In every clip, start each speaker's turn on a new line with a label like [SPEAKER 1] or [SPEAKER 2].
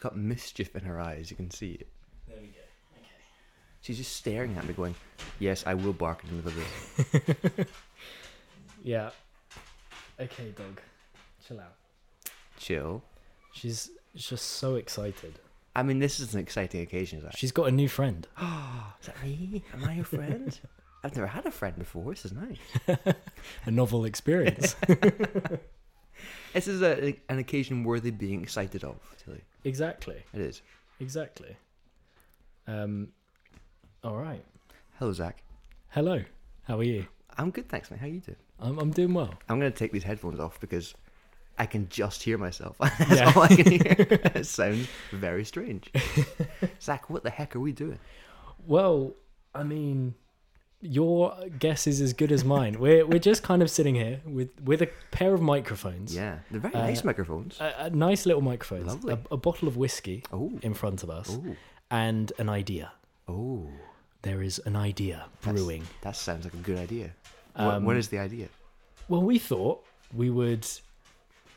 [SPEAKER 1] got mischief in her eyes. You can see it.
[SPEAKER 2] There we go.
[SPEAKER 1] She's just staring at me, going, "Yes, I will bark at another bit."
[SPEAKER 2] Yeah. Okay, dog. Chill out.
[SPEAKER 1] Chill.
[SPEAKER 2] She's just so excited.
[SPEAKER 1] I mean, this is an exciting occasion. Is that?
[SPEAKER 2] She's got a new friend.
[SPEAKER 1] is that me? Am I your friend? I've never had a friend before. This is nice.
[SPEAKER 2] A novel experience.
[SPEAKER 1] This is a, an occasion worthy being excited of. Tilly.
[SPEAKER 2] exactly.
[SPEAKER 1] It is.
[SPEAKER 2] Exactly. Um all right.
[SPEAKER 1] Hello, Zach.
[SPEAKER 2] Hello. How are you?
[SPEAKER 1] I'm good, thanks, mate. How you doing?
[SPEAKER 2] I'm I'm doing well.
[SPEAKER 1] I'm gonna take these headphones off because I can just hear myself. That's
[SPEAKER 2] Yeah.
[SPEAKER 1] all I can hear. it sounds very strange. Zach, what the heck are we doing?
[SPEAKER 2] Well, I mean, your guess is as good as mine. We're we're just kind of sitting here with with a pair of microphones.
[SPEAKER 1] Yeah, they're very nice microphones.
[SPEAKER 2] A, a nice little microphones.
[SPEAKER 1] Lovely.
[SPEAKER 2] A, a bottle of whiskey
[SPEAKER 1] Oh.
[SPEAKER 2] in front of us,
[SPEAKER 1] Ooh.
[SPEAKER 2] and an idea.
[SPEAKER 1] oh,
[SPEAKER 2] There is an idea
[SPEAKER 1] that's-
[SPEAKER 2] brewing.
[SPEAKER 1] That sounds like a good idea. what,
[SPEAKER 2] Um,
[SPEAKER 1] what is the idea?
[SPEAKER 2] Well, we thought we would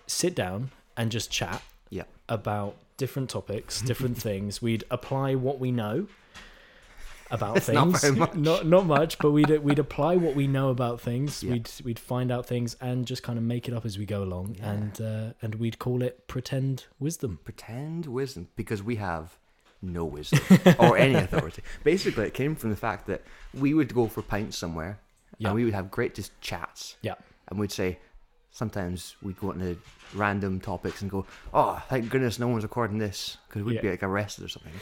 [SPEAKER 2] sit down and just chat
[SPEAKER 1] Yeah,
[SPEAKER 2] about different topics, different things. We'd apply what we know about things.
[SPEAKER 1] not very much.
[SPEAKER 2] Not not much, but we'd we'd apply what we know about things.
[SPEAKER 1] Yeah.
[SPEAKER 2] We'd we'd find out things and just kind of make it up as we go along, and uh, and we'd call it pretend wisdom.
[SPEAKER 1] pretend wisdom because we have no wisdom or any authority. Basically, it came from the fact that we would go for pints somewhere
[SPEAKER 2] Yeah.
[SPEAKER 1] and we would have great just chats.
[SPEAKER 2] Yeah,
[SPEAKER 1] and we'd say sometimes we'd go into random topics and go, "Oh, thank goodness no one's recording this because we'd
[SPEAKER 2] Yeah.
[SPEAKER 1] be like arrested or something."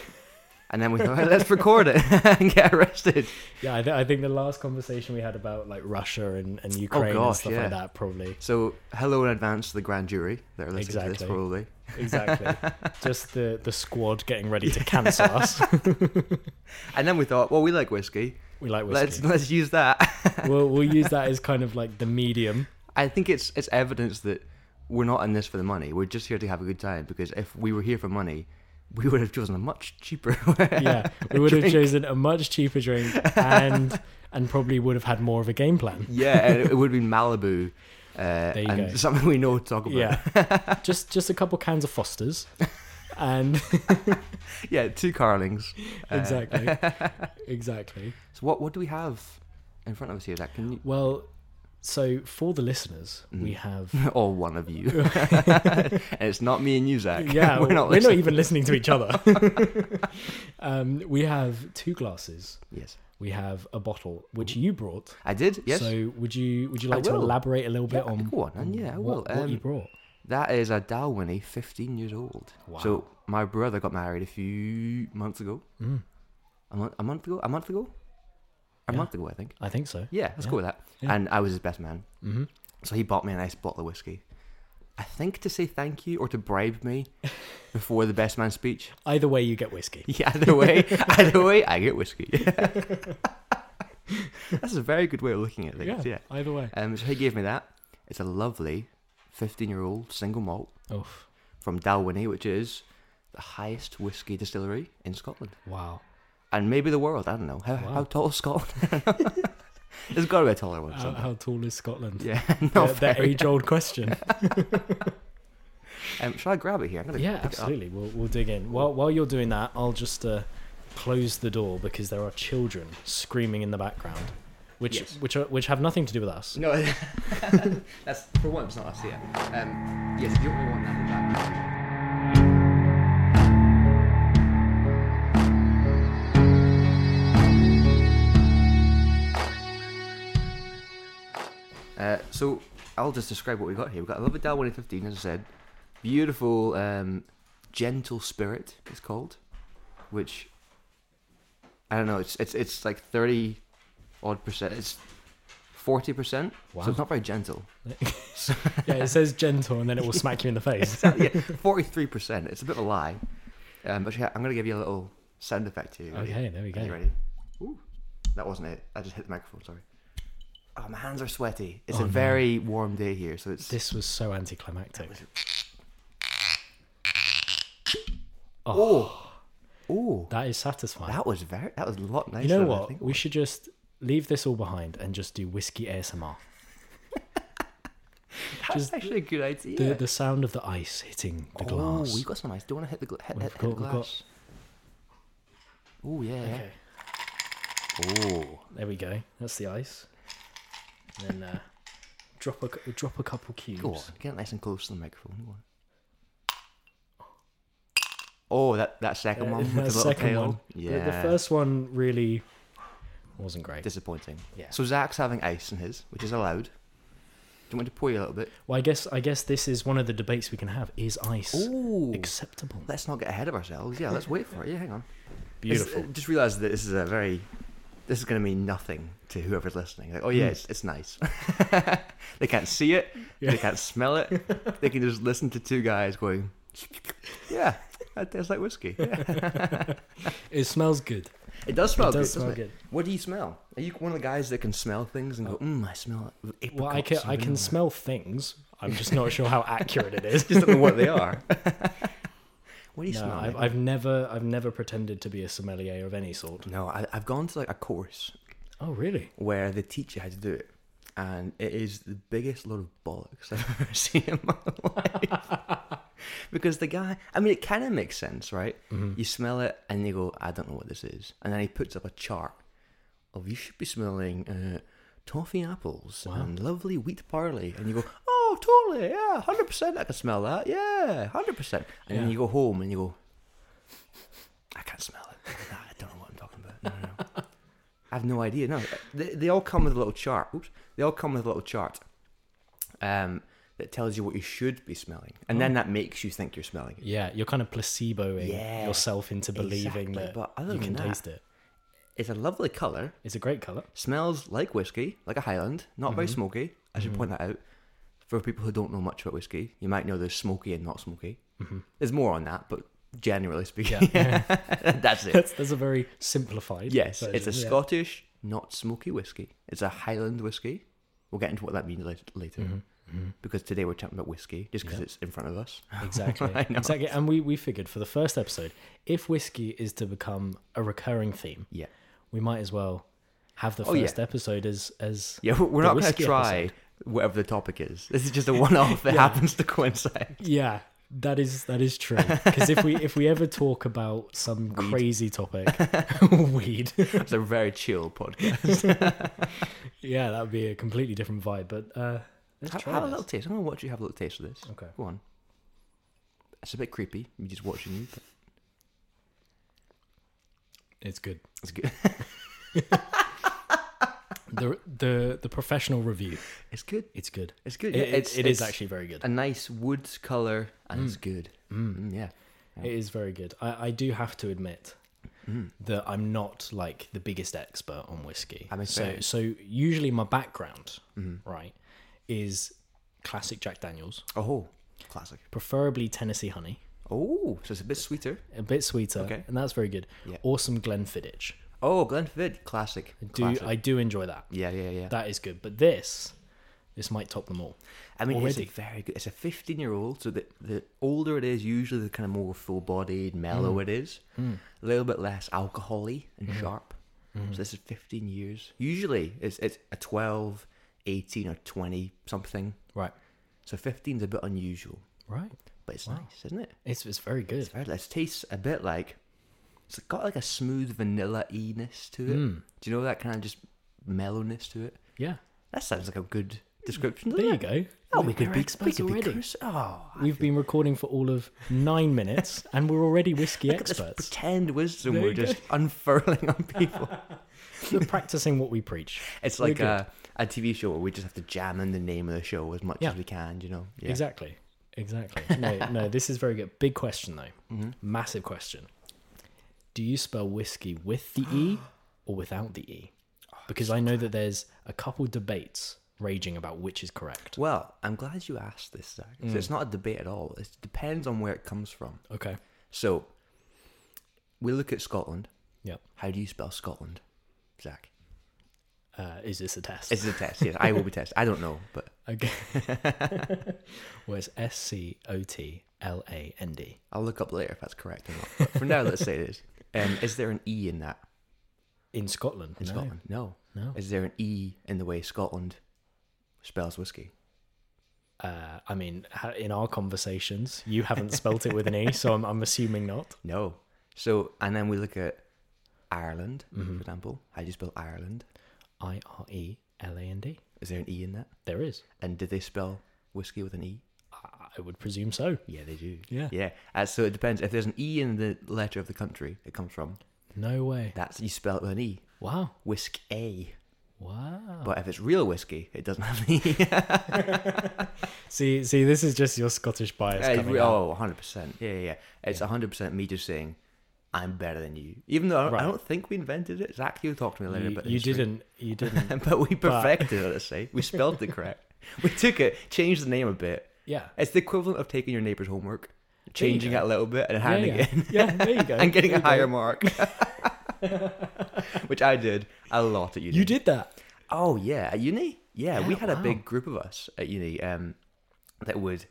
[SPEAKER 1] And then we thought, "Hey, "Let's record it and get arrested."
[SPEAKER 2] yeah. I, th- I think the last conversation we had about like Russia and and Ukraine and
[SPEAKER 1] Oh, gosh,
[SPEAKER 2] stuff
[SPEAKER 1] yeah.
[SPEAKER 2] like that probably
[SPEAKER 1] So, hello in advance to the grand jury that are listening to
[SPEAKER 2] Exactly.
[SPEAKER 1] this probably.
[SPEAKER 2] exactly just the the squad getting ready to cancel us.
[SPEAKER 1] And then we thought, "Well, we like whiskey.
[SPEAKER 2] We like
[SPEAKER 1] Let's
[SPEAKER 2] whiskey.
[SPEAKER 1] let's use that."
[SPEAKER 2] we'll we'll use that as kind of like the medium.
[SPEAKER 1] I think it's it's evidence that we're not in this for the money. We're just here to have a good time because if we were here for money, we would have chosen a much cheaper.
[SPEAKER 2] yeah, we would have
[SPEAKER 1] drink.
[SPEAKER 2] chosen a much cheaper drink and and probably would have had more of a game plan.
[SPEAKER 1] Yeah, and it would be Malibu. Uh,
[SPEAKER 2] you
[SPEAKER 1] and
[SPEAKER 2] go.
[SPEAKER 1] something we know to talk about. Yeah.
[SPEAKER 2] Yeah, just just a couple cans of Fosters, and
[SPEAKER 1] two carlings. Uh,
[SPEAKER 2] exactly, exactly.
[SPEAKER 1] So what what do we have in front of us here, Zach? Can you
[SPEAKER 2] Well, so for the listeners,
[SPEAKER 1] Mm.
[SPEAKER 2] we have.
[SPEAKER 1] or one of you. and it's not me and you, Zach. we're
[SPEAKER 2] Yeah,
[SPEAKER 1] not
[SPEAKER 2] we're not
[SPEAKER 1] listening.
[SPEAKER 2] even listening to each other. um, we have two glasses.
[SPEAKER 1] Yes.
[SPEAKER 2] We have a bottle, which you brought.
[SPEAKER 1] I did, yes.
[SPEAKER 2] So would you would you like to
[SPEAKER 1] will.
[SPEAKER 2] elaborate a little bit
[SPEAKER 1] Yeah,
[SPEAKER 2] on,
[SPEAKER 1] go on, and yeah, I will.
[SPEAKER 2] what, what you
[SPEAKER 1] Um,
[SPEAKER 2] brought?
[SPEAKER 1] that is a Dalwhinnie, fifteen years old. So
[SPEAKER 2] Wow.
[SPEAKER 1] my brother got married a few months ago. A month a month ago? A month ago? A month ago, I think.
[SPEAKER 2] I think so.
[SPEAKER 1] Yeah, let's go with that. And I was his best man. Mm-hmm. So he bought me a nice bottle of whiskey. I think to say thank you or to bribe me before the best man speech.
[SPEAKER 2] Either way, you get whiskey.
[SPEAKER 1] Yeah, either way, either way, I get whiskey. That's a very good way of looking at things. Yeah.
[SPEAKER 2] Either way.
[SPEAKER 1] Um, so he gave me that. It's a lovely 15-year-old single malt
[SPEAKER 2] Oof.
[SPEAKER 1] from Dalwhinnie, which is the highest whiskey distillery in Scotland
[SPEAKER 2] Wow.
[SPEAKER 1] and maybe the world. I don't know how, how tall is Scotland. There's got to be a taller one.
[SPEAKER 2] How,
[SPEAKER 1] somewhere.
[SPEAKER 2] how tall is Scotland?
[SPEAKER 1] Yeah,
[SPEAKER 2] Uh, The,
[SPEAKER 1] not
[SPEAKER 2] the
[SPEAKER 1] very.
[SPEAKER 2] age-old question.
[SPEAKER 1] Um, shall I grab it here? I'm gonna
[SPEAKER 2] yeah,
[SPEAKER 1] pick it up.
[SPEAKER 2] absolutely. We'll, we'll dig in. While, while you're doing that, I'll just uh, close the door because there are children screaming in the background, which
[SPEAKER 1] Yes.
[SPEAKER 2] which are, which have nothing to do with us.
[SPEAKER 1] No, that's for once not us. Yeah. Um, yes, the only one that we're back. Uh, so I'll just describe what we got here. We've got a lovely Dalwhinnie 15, as I said. Beautiful, um, gentle spirit. It's called, which I don't know. It's it's it's like 30 odd percent. It's 40 percent.
[SPEAKER 2] Wow.
[SPEAKER 1] So it's not very gentle.
[SPEAKER 2] yeah, it says gentle, and then it will smack you in the face.
[SPEAKER 1] yeah, 43%. It's a bit of a lie. Um, but yeah, I'm going to give you a little sound effect here. You ready?
[SPEAKER 2] Okay, there we
[SPEAKER 1] Are you
[SPEAKER 2] go.
[SPEAKER 1] ready? Ooh, that wasn't it. I just hit the microphone, sorry. Oh, my hands are sweaty. It's
[SPEAKER 2] Oh,
[SPEAKER 1] a very warm day here, so it's.
[SPEAKER 2] This was so anticlimactic.
[SPEAKER 1] Oh! Oh!
[SPEAKER 2] That is satisfying.
[SPEAKER 1] That was very. That was a lot nicer.
[SPEAKER 2] you know
[SPEAKER 1] than I
[SPEAKER 2] what?
[SPEAKER 1] think.
[SPEAKER 2] We should just leave this all behind and just do whiskey ASMR.
[SPEAKER 1] That's
[SPEAKER 2] Just
[SPEAKER 1] actually a good idea.
[SPEAKER 2] The the sound of the ice hitting the glass.
[SPEAKER 1] Oh, we've got some ice. Do you want to hit the, gla- hit,
[SPEAKER 2] We've
[SPEAKER 1] hit, hit
[SPEAKER 2] got-
[SPEAKER 1] the
[SPEAKER 2] we've got-
[SPEAKER 1] glass? Oh, yeah.
[SPEAKER 2] Okay,
[SPEAKER 1] Oh.
[SPEAKER 2] there we go. That's the ice. And then uh, drop a cou- drop a couple cubes. Uh,
[SPEAKER 1] Go on. Get it nice and close to the microphone. Go on. Oh, that, that second
[SPEAKER 2] Uh,
[SPEAKER 1] one with the
[SPEAKER 2] that
[SPEAKER 1] little
[SPEAKER 2] second
[SPEAKER 1] tail.
[SPEAKER 2] one. The-
[SPEAKER 1] Yeah.
[SPEAKER 2] The, first one really wasn't great.
[SPEAKER 1] Disappointing.
[SPEAKER 2] Yeah.
[SPEAKER 1] So Zach's having ice in his, which is allowed. Do you want me to pour you a little bit?
[SPEAKER 2] Well, I guess I guess this is one of the debates we can have: is ice
[SPEAKER 1] Oh.
[SPEAKER 2] acceptable?
[SPEAKER 1] let's not get ahead of ourselves. Yeah, let's wait for it. Yeah, hang on. It's-
[SPEAKER 2] Beautiful.
[SPEAKER 1] I just realised that this is a very. This is going to mean nothing to whoever's listening. Like, oh yeah,
[SPEAKER 2] Mm.
[SPEAKER 1] it's, it's nice. they can't see it.
[SPEAKER 2] Yeah.
[SPEAKER 1] They can't smell it. they can just listen to two guys going, yeah, that tastes like whiskey. Yeah.
[SPEAKER 2] It smells good.
[SPEAKER 1] it does smell
[SPEAKER 2] it does
[SPEAKER 1] good,
[SPEAKER 2] smell
[SPEAKER 1] doesn't it?
[SPEAKER 2] good. Oh.
[SPEAKER 1] What do you smell? Are you one of the guys that can smell things and go, mm, I smell it. with
[SPEAKER 2] Well, I can
[SPEAKER 1] apricots and
[SPEAKER 2] I can
[SPEAKER 1] vanilla."
[SPEAKER 2] smell things. I'm just not sure how accurate it is.
[SPEAKER 1] Just don't know what they are. what do you
[SPEAKER 2] No,
[SPEAKER 1] smell?
[SPEAKER 2] I've,
[SPEAKER 1] mate?
[SPEAKER 2] I've never I've never pretended to be a sommelier of any sort.
[SPEAKER 1] no, I, I've gone to like a course
[SPEAKER 2] Oh, really?
[SPEAKER 1] where the teacher had to do it. And it is the biggest load of bollocks I've ever seen in my life. because the guy, I mean, it kind of makes sense, right? You smell it and you go, I don't know what this is. And then he puts up a chart of you should be smelling uh, toffee apples and lovely wheat barley. And you go, oh, totally, yeah, 100% I can smell that, yeah, 100%. And
[SPEAKER 2] Yeah.
[SPEAKER 1] then you go home and you go, I can't smell it. Nah, I don't know what I'm talking about. No, no, no. I have no idea. No, they, they all come with a little chart. Oops, they all come with a little chart um, that tells you what you should be smelling, and then that makes you think you're smelling it.
[SPEAKER 2] Yeah, you're kind of placeboing
[SPEAKER 1] Yeah,
[SPEAKER 2] yourself into believing
[SPEAKER 1] exactly,
[SPEAKER 2] that
[SPEAKER 1] but other than
[SPEAKER 2] you can
[SPEAKER 1] that-
[SPEAKER 2] taste it.
[SPEAKER 1] It's a lovely color.
[SPEAKER 2] It's a great color.
[SPEAKER 1] Smells like whiskey, like a Highland. Not very smoky. I should point that out. For people who don't know much about whiskey, you might know there's smoky and not smoky. There's more on that, but generally speaking, that's it.
[SPEAKER 2] That's, that's a very simplified.
[SPEAKER 1] Yes, it's
[SPEAKER 2] version,
[SPEAKER 1] a
[SPEAKER 2] yeah.
[SPEAKER 1] Scottish, not smoky whiskey. It's a Highland whiskey. We'll get into what that means later, later.
[SPEAKER 2] Mm-hmm.
[SPEAKER 1] because today we're talking about whiskey, just because it's in front of us.
[SPEAKER 2] Exactly.
[SPEAKER 1] I know.
[SPEAKER 2] Exactly. And we, we figured for the first episode, if whiskey is to become a recurring theme,
[SPEAKER 1] Yeah,
[SPEAKER 2] we might as well have the
[SPEAKER 1] Oh, yeah.
[SPEAKER 2] first episode as as
[SPEAKER 1] yeah. We're
[SPEAKER 2] the
[SPEAKER 1] not going
[SPEAKER 2] whiskey
[SPEAKER 1] to try
[SPEAKER 2] episode.
[SPEAKER 1] whatever the topic is. This is just a one-off that happens to coincide.
[SPEAKER 2] Yeah, that is that is true. Because if we if we ever talk about some crazy topic, weed.
[SPEAKER 1] It's a very chill podcast.
[SPEAKER 2] Yeah, that would be a completely different vibe. But uh, let's
[SPEAKER 1] Ha-
[SPEAKER 2] try
[SPEAKER 1] have a
[SPEAKER 2] this.
[SPEAKER 1] little taste. I'm going to watch you have a little taste of this.
[SPEAKER 2] Okay.
[SPEAKER 1] Go on. It's a bit creepy. Me just watching you. but
[SPEAKER 2] It's good.
[SPEAKER 1] It's good.
[SPEAKER 2] The the the professional review.
[SPEAKER 1] It's good.
[SPEAKER 2] It's good.
[SPEAKER 1] It's good.
[SPEAKER 2] It-
[SPEAKER 1] yeah,
[SPEAKER 2] it-
[SPEAKER 1] it's,
[SPEAKER 2] it is
[SPEAKER 1] it's
[SPEAKER 2] actually very good.
[SPEAKER 1] a nice wood color, and it's good. Mm, yeah. Mm.
[SPEAKER 2] It is very good. I, I do have to admit that I'm not like the biggest expert on whiskey.
[SPEAKER 1] I'm
[SPEAKER 2] so
[SPEAKER 1] afraid.
[SPEAKER 2] so usually my background
[SPEAKER 1] Mm-hmm.
[SPEAKER 2] right is classic Jack Daniels,
[SPEAKER 1] Oh, classic.
[SPEAKER 2] preferably Tennessee honey.
[SPEAKER 1] Oh, so it's a bit sweeter.
[SPEAKER 2] a bit sweeter,
[SPEAKER 1] Okay.
[SPEAKER 2] and that's very good.
[SPEAKER 1] Yeah.
[SPEAKER 2] Awesome Glenfiddich.
[SPEAKER 1] Oh, Glenfiddich, classic.
[SPEAKER 2] Do
[SPEAKER 1] classic.
[SPEAKER 2] I do enjoy that?
[SPEAKER 1] Yeah, yeah, yeah.
[SPEAKER 2] That is good. But this, this might top them all.
[SPEAKER 1] I mean,
[SPEAKER 2] already.
[SPEAKER 1] it's a very good. It's a fifteen-year-old, so the the older it is, usually the kind of more full-bodied, mellow
[SPEAKER 2] Mm.
[SPEAKER 1] it is, a little bit less alcoholy and sharp.
[SPEAKER 2] Mm.
[SPEAKER 1] So this is fifteen years. Usually, it's it's a 12, 18 or twenty something.
[SPEAKER 2] Right.
[SPEAKER 1] So 15 is a bit unusual,
[SPEAKER 2] Right.
[SPEAKER 1] but it's nice, isn't it?
[SPEAKER 2] It's it's very good.
[SPEAKER 1] Very nice. It tastes a bit like it's got like a smooth vanilla ness to it.
[SPEAKER 2] Mm.
[SPEAKER 1] Do you know that kind of just mellowness to it?
[SPEAKER 2] Yeah.
[SPEAKER 1] That sounds like a good description.
[SPEAKER 2] There
[SPEAKER 1] Doesn't
[SPEAKER 2] you
[SPEAKER 1] it?
[SPEAKER 2] go.
[SPEAKER 1] Oh,
[SPEAKER 2] We're-
[SPEAKER 1] we could
[SPEAKER 2] we're
[SPEAKER 1] be
[SPEAKER 2] experts
[SPEAKER 1] we could be
[SPEAKER 2] already.
[SPEAKER 1] Chris. Oh, I
[SPEAKER 2] We've been recording for all of nine minutes, and we're already whiskey
[SPEAKER 1] look at this
[SPEAKER 2] experts.
[SPEAKER 1] pretend wisdom
[SPEAKER 2] There
[SPEAKER 1] we're
[SPEAKER 2] you go.
[SPEAKER 1] just unfurling on people.
[SPEAKER 2] we're practicing what we preach.
[SPEAKER 1] It's
[SPEAKER 2] We're
[SPEAKER 1] like
[SPEAKER 2] good.
[SPEAKER 1] a, a TV show where we just have to jam in the name of the show as much
[SPEAKER 2] Yeah.
[SPEAKER 1] as we can. You know, yeah.
[SPEAKER 2] Exactly. Exactly. No, no. This is very good. Big question though.
[SPEAKER 1] Mm-hmm.
[SPEAKER 2] Massive question. Do you spell whiskey with the e or without the e?
[SPEAKER 1] Oh,
[SPEAKER 2] Because I know that there's a couple debates raging about which is correct.
[SPEAKER 1] Well, I'm glad you asked this, Zach. So
[SPEAKER 2] Mm.
[SPEAKER 1] it's not a debate at all. It depends on where it comes from.
[SPEAKER 2] Okay.
[SPEAKER 1] So we look at Scotland.
[SPEAKER 2] Yep.
[SPEAKER 1] How do you spell Scotland, Zach?
[SPEAKER 2] Uh, is this a test?
[SPEAKER 1] This is a test. Yes, I will be tested. I don't know, but
[SPEAKER 2] okay. well, it's S C O T L A N D.
[SPEAKER 1] I'll look up later if that's correct or not. But for now, let's say it is. Um, is there an e in that
[SPEAKER 2] In Scotland.
[SPEAKER 1] in
[SPEAKER 2] no.
[SPEAKER 1] Scotland? No.
[SPEAKER 2] No.
[SPEAKER 1] Is there an e in the way Scotland spells whiskey?
[SPEAKER 2] Uh, I mean, ha- in our conversations, you haven't spelt it with an E, so I'm, I'm assuming not.
[SPEAKER 1] No. So, and then we look at Ireland,
[SPEAKER 2] Mm-hmm.
[SPEAKER 1] for example. How do you spell Ireland?
[SPEAKER 2] I R E L A N D.
[SPEAKER 1] Is there an E in that?
[SPEAKER 2] There is.
[SPEAKER 1] And did they spell whiskey with an E?
[SPEAKER 2] I I would presume so.
[SPEAKER 1] Yeah, they do.
[SPEAKER 2] Yeah.
[SPEAKER 1] Yeah. Uh, so it depends. If there's an E in the letter of the country it comes from,
[SPEAKER 2] No way.
[SPEAKER 1] that's you spell it with an E.
[SPEAKER 2] Wow.
[SPEAKER 1] Whisk A.
[SPEAKER 2] Wow.
[SPEAKER 1] But if it's real whiskey, it doesn't have an E.
[SPEAKER 2] See, see, this is just your Scottish bias
[SPEAKER 1] Yeah,
[SPEAKER 2] coming
[SPEAKER 1] re-
[SPEAKER 2] out.
[SPEAKER 1] oh, 100%. Yeah, yeah, yeah. It's 100% me just saying, I'm better than you. Even though I-
[SPEAKER 2] Right.
[SPEAKER 1] I don't think we invented it. Zach, you'll talk to me later
[SPEAKER 2] You,
[SPEAKER 1] about
[SPEAKER 2] you
[SPEAKER 1] history.
[SPEAKER 2] didn't. You didn't.
[SPEAKER 1] but we perfected it, let's say. We spelled it correct. We took it, changed the name a bit.
[SPEAKER 2] Yeah.
[SPEAKER 1] It's the equivalent of taking your neighbor's homework,
[SPEAKER 2] you
[SPEAKER 1] changing
[SPEAKER 2] go.
[SPEAKER 1] it a little bit, and
[SPEAKER 2] Yeah,
[SPEAKER 1] handing
[SPEAKER 2] yeah.
[SPEAKER 1] it in,
[SPEAKER 2] yeah. There you go.
[SPEAKER 1] and getting a
[SPEAKER 2] There you go.
[SPEAKER 1] higher mark. Which I did a lot at uni.
[SPEAKER 2] You did that.
[SPEAKER 1] Oh yeah, at uni. Yeah, we
[SPEAKER 2] Yeah,
[SPEAKER 1] had
[SPEAKER 2] wow.
[SPEAKER 1] a big group of us at uni um, that would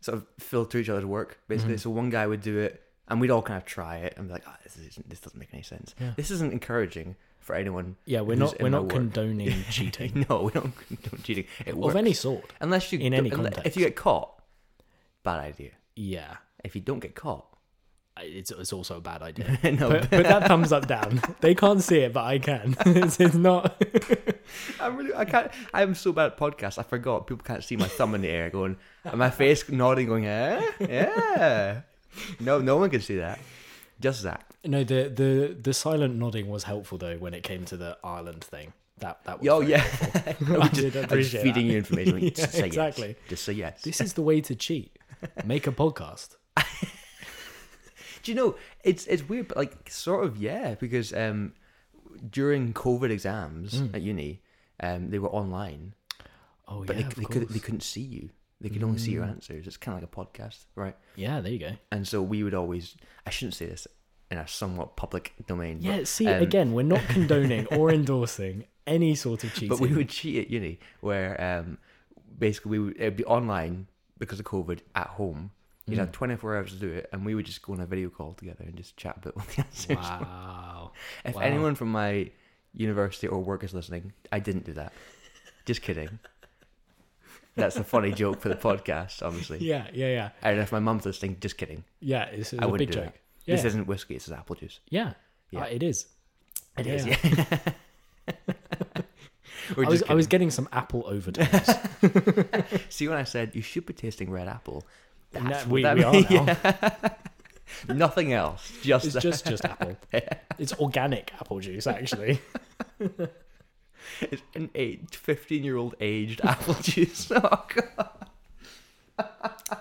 [SPEAKER 1] sort of filter each other's work basically.
[SPEAKER 2] Mm.
[SPEAKER 1] So one guy would do it, and we'd all kind of try it, and be like, "Oh, this isn't, this doesn't make any sense.
[SPEAKER 2] Yeah.
[SPEAKER 1] This isn't encouraging for anyone."
[SPEAKER 2] Yeah, we're
[SPEAKER 1] who's
[SPEAKER 2] not.
[SPEAKER 1] in
[SPEAKER 2] We're
[SPEAKER 1] my
[SPEAKER 2] not
[SPEAKER 1] work."
[SPEAKER 2] condoning cheating
[SPEAKER 1] No, we don't condone cheating. It works.
[SPEAKER 2] of any sort.
[SPEAKER 1] unless you
[SPEAKER 2] in
[SPEAKER 1] do-
[SPEAKER 2] any
[SPEAKER 1] unle- If
[SPEAKER 2] context.
[SPEAKER 1] you get caught, bad idea.
[SPEAKER 2] Yeah.
[SPEAKER 1] If you don't get caught,
[SPEAKER 2] I- It's, it's also a bad idea.
[SPEAKER 1] no.
[SPEAKER 2] Put, put that thumbs up down. They can't see it, but I can. it's, it's not.
[SPEAKER 1] I'm really, I can't. I'm so bad at podcasts. I forgot people can't see my thumb in the air, going, and my face nodding, going, eh, yeah. No, no one can see that. Just Zach.
[SPEAKER 2] No, the the the silent nodding was helpful though when it came to the Ireland thing. That that was
[SPEAKER 1] Oh
[SPEAKER 2] very-
[SPEAKER 1] yeah. I'm
[SPEAKER 2] did
[SPEAKER 1] just, I'm just
[SPEAKER 2] appreciate
[SPEAKER 1] feeding
[SPEAKER 2] that.
[SPEAKER 1] you information. Going,
[SPEAKER 2] Yeah,
[SPEAKER 1] just say
[SPEAKER 2] exactly.
[SPEAKER 1] yes. Just say yes.
[SPEAKER 2] This is the way to cheat. Make a podcast.
[SPEAKER 1] Do you know it's it's weird, but like sort of yeah, because um, during COVID exams at uni, um, they were online,
[SPEAKER 2] Mm. Oh
[SPEAKER 1] but
[SPEAKER 2] yeah,
[SPEAKER 1] they,
[SPEAKER 2] of
[SPEAKER 1] they, could, they
[SPEAKER 2] course. Mm.
[SPEAKER 1] couldn't see you. They could only see your answers. It's kind of like a podcast, right?
[SPEAKER 2] yeah. There you go.
[SPEAKER 1] And so we would always, I shouldn't say this in a somewhat public domain.
[SPEAKER 2] Yeah.
[SPEAKER 1] but,
[SPEAKER 2] See,
[SPEAKER 1] um,
[SPEAKER 2] again, we're not condoning or endorsing any sort of cheating.
[SPEAKER 1] But we would cheat at uni where um, basically we would, it'd be online because of COVID at home. You'd
[SPEAKER 2] Mm.
[SPEAKER 1] have 24 hours to do it, and we would just go on a video call together and just chat a bit with the answers.
[SPEAKER 2] wow.
[SPEAKER 1] If
[SPEAKER 2] Wow.
[SPEAKER 1] anyone from my university or work is listening, I didn't do that. Just kidding. That's a funny joke for the podcast, obviously.
[SPEAKER 2] Yeah. Yeah. Yeah.
[SPEAKER 1] And if my mum's listening, just kidding.
[SPEAKER 2] Yeah. It's, it's
[SPEAKER 1] I
[SPEAKER 2] a
[SPEAKER 1] wouldn't
[SPEAKER 2] big
[SPEAKER 1] do
[SPEAKER 2] joke.
[SPEAKER 1] that.
[SPEAKER 2] Yeah.
[SPEAKER 1] This isn't whiskey, this is apple juice.
[SPEAKER 2] yeah.
[SPEAKER 1] Yeah.
[SPEAKER 2] Uh, it is.
[SPEAKER 1] It is,
[SPEAKER 2] Yeah.
[SPEAKER 1] yeah. We're
[SPEAKER 2] I
[SPEAKER 1] just
[SPEAKER 2] was, I was getting some apple overdose.
[SPEAKER 1] See when I said you should be tasting red apple.
[SPEAKER 2] And
[SPEAKER 1] That's
[SPEAKER 2] that-
[SPEAKER 1] what
[SPEAKER 2] we,
[SPEAKER 1] that
[SPEAKER 2] we are now.
[SPEAKER 1] means. Nothing else. Just
[SPEAKER 2] It's
[SPEAKER 1] that.
[SPEAKER 2] just just apple. It's organic apple juice, actually.
[SPEAKER 1] It's an eight, 15 year old aged apple juice. Oh, God.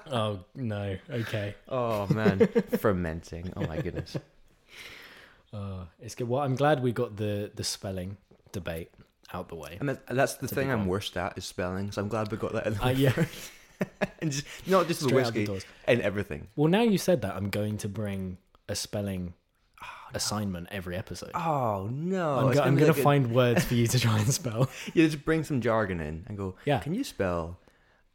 [SPEAKER 2] oh no. Okay.
[SPEAKER 1] oh man, fermenting. Oh my goodness.
[SPEAKER 2] Uh, it's good. Well, I'm glad we got the the spelling debate out the way.
[SPEAKER 1] And that- that's the
[SPEAKER 2] big
[SPEAKER 1] thing I'm
[SPEAKER 2] one.
[SPEAKER 1] worst at is spelling. So I'm glad we got that. In the
[SPEAKER 2] Uh, yeah.
[SPEAKER 1] and just, not just the
[SPEAKER 2] Straight out the
[SPEAKER 1] whiskey
[SPEAKER 2] doors.
[SPEAKER 1] and everything.
[SPEAKER 2] Well, now you said that, I'm going to bring a spelling assignment every episode.
[SPEAKER 1] Oh no!
[SPEAKER 2] I'm,
[SPEAKER 1] it's
[SPEAKER 2] go- I'm
[SPEAKER 1] be
[SPEAKER 2] going
[SPEAKER 1] like
[SPEAKER 2] to
[SPEAKER 1] a-
[SPEAKER 2] find words for you to try and spell.
[SPEAKER 1] You just bring some jargon in and go.
[SPEAKER 2] Yeah.
[SPEAKER 1] Can you spell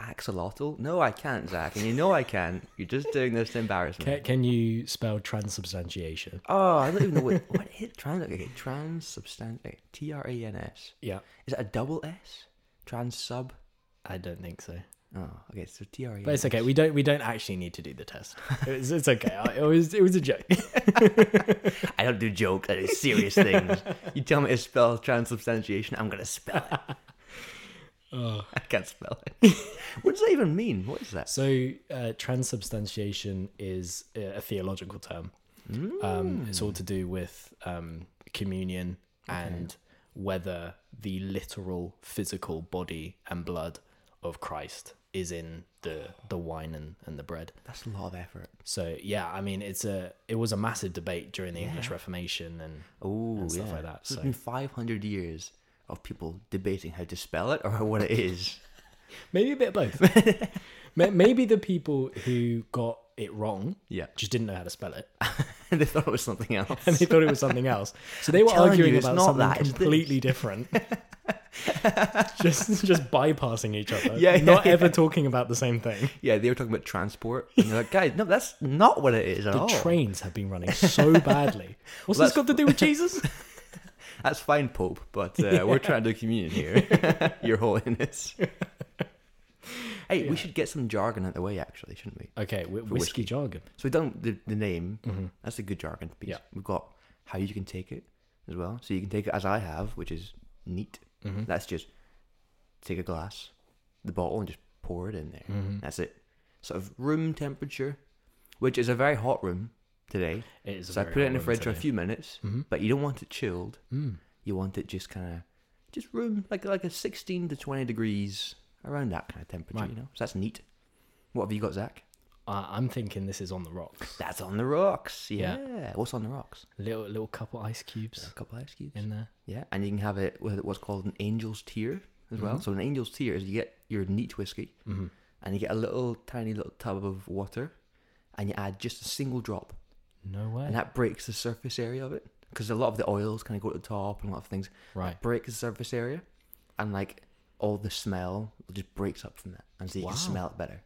[SPEAKER 1] axolotl? No, I can't, Zach. And you know I can't. You're just doing this to embarrass me.
[SPEAKER 2] Can, can you spell transubstantiation?
[SPEAKER 1] Oh, I don't even know what what is trans okay, transubstantiate. T R A N S.
[SPEAKER 2] Yeah.
[SPEAKER 1] Is it a double S? Trans sub?
[SPEAKER 2] I don't think so.
[SPEAKER 1] Oh, okay, so T R A N.
[SPEAKER 2] But it's okay. We don't we don't actually need to do the test. It's, it's okay. I- It was it was a joke.
[SPEAKER 1] I don't do jokes, I do serious things. You tell me to spell transubstantiation, I'm gonna spell it.
[SPEAKER 2] Oh.
[SPEAKER 1] I can't spell it. What does that even mean? What is that?
[SPEAKER 2] So, uh, transubstantiation is a a theological term. Um, it's all to do with um, communion and whether the literal physical body and blood of Christ is in the the wine and, and the bread.
[SPEAKER 1] That's a lot of effort.
[SPEAKER 2] So yeah, I mean it's a it was a massive debate during the English Reformation and
[SPEAKER 1] Oh,
[SPEAKER 2] stuff
[SPEAKER 1] yeah.
[SPEAKER 2] like that,
[SPEAKER 1] So
[SPEAKER 2] so-
[SPEAKER 1] it's been 500 years of people debating how to spell it or what it is.
[SPEAKER 2] maybe a bit of both. Ma- maybe the people who got it wrong
[SPEAKER 1] Yeah.
[SPEAKER 2] just didn't know how to spell it.
[SPEAKER 1] And they thought it was something else.
[SPEAKER 2] and they thought it was something else. So they were
[SPEAKER 1] telling you,
[SPEAKER 2] arguing
[SPEAKER 1] it's
[SPEAKER 2] about
[SPEAKER 1] not
[SPEAKER 2] something
[SPEAKER 1] that, it's this.
[SPEAKER 2] completely different. just just bypassing each other.
[SPEAKER 1] Yeah, yeah,
[SPEAKER 2] not
[SPEAKER 1] yeah.
[SPEAKER 2] ever talking about the same thing.
[SPEAKER 1] Yeah, they were talking about transport. And they're like, guys, no, that's not what it is at
[SPEAKER 2] The
[SPEAKER 1] all.
[SPEAKER 2] trains have been running so badly. What's
[SPEAKER 1] Oh. Well,
[SPEAKER 2] this got to do with Jesus?
[SPEAKER 1] that's fine, Pope, but uh, we're trying to do communion here, Your Holiness. Hey, we should get some jargon out the way, actually, shouldn't we?
[SPEAKER 2] Okay, whi- whiskey
[SPEAKER 1] whiskey.
[SPEAKER 2] jargon.
[SPEAKER 1] So we've done the, the name. That's a good jargon piece.
[SPEAKER 2] Mm-hmm. Yeah.
[SPEAKER 1] We've got how you can take it as well. So you can take it as I have, which is neat.
[SPEAKER 2] Mm-hmm.
[SPEAKER 1] That's just take a glass, the bottle, and just pour it in there.
[SPEAKER 2] Mm-hmm.
[SPEAKER 1] That's it. Sort of room temperature, which is a very hot room today.
[SPEAKER 2] It is a
[SPEAKER 1] so I
[SPEAKER 2] very
[SPEAKER 1] put it
[SPEAKER 2] hot
[SPEAKER 1] in the
[SPEAKER 2] room
[SPEAKER 1] fridge for a
[SPEAKER 2] today. Mm-hmm. Mm.
[SPEAKER 1] few minutes, but you don't want it chilled. You want it just kind of just room like like a sixteen to twenty degrees around that kind of temperature. You know, so that's neat. What have you got, Zach?
[SPEAKER 2] Uh, I'm thinking this is on the rocks.
[SPEAKER 1] That's on the rocks.
[SPEAKER 2] Yeah.
[SPEAKER 1] Yeah. What's on the rocks?
[SPEAKER 2] Little little couple ice cubes
[SPEAKER 1] A couple ice cubes.
[SPEAKER 2] in there.
[SPEAKER 1] Yeah, and you can have it with what's called an angel's tear as well. So an angel's tear is you get your neat whiskey, and you get a little tiny little tub of water, and you add just a single drop,
[SPEAKER 2] No way.
[SPEAKER 1] and that breaks the surface area of it because a lot of the oils kind of go to the top and a lot of things
[SPEAKER 2] right.
[SPEAKER 1] break the surface area, and like all the smell just breaks up from that, and so you
[SPEAKER 2] Wow.
[SPEAKER 1] can smell it better.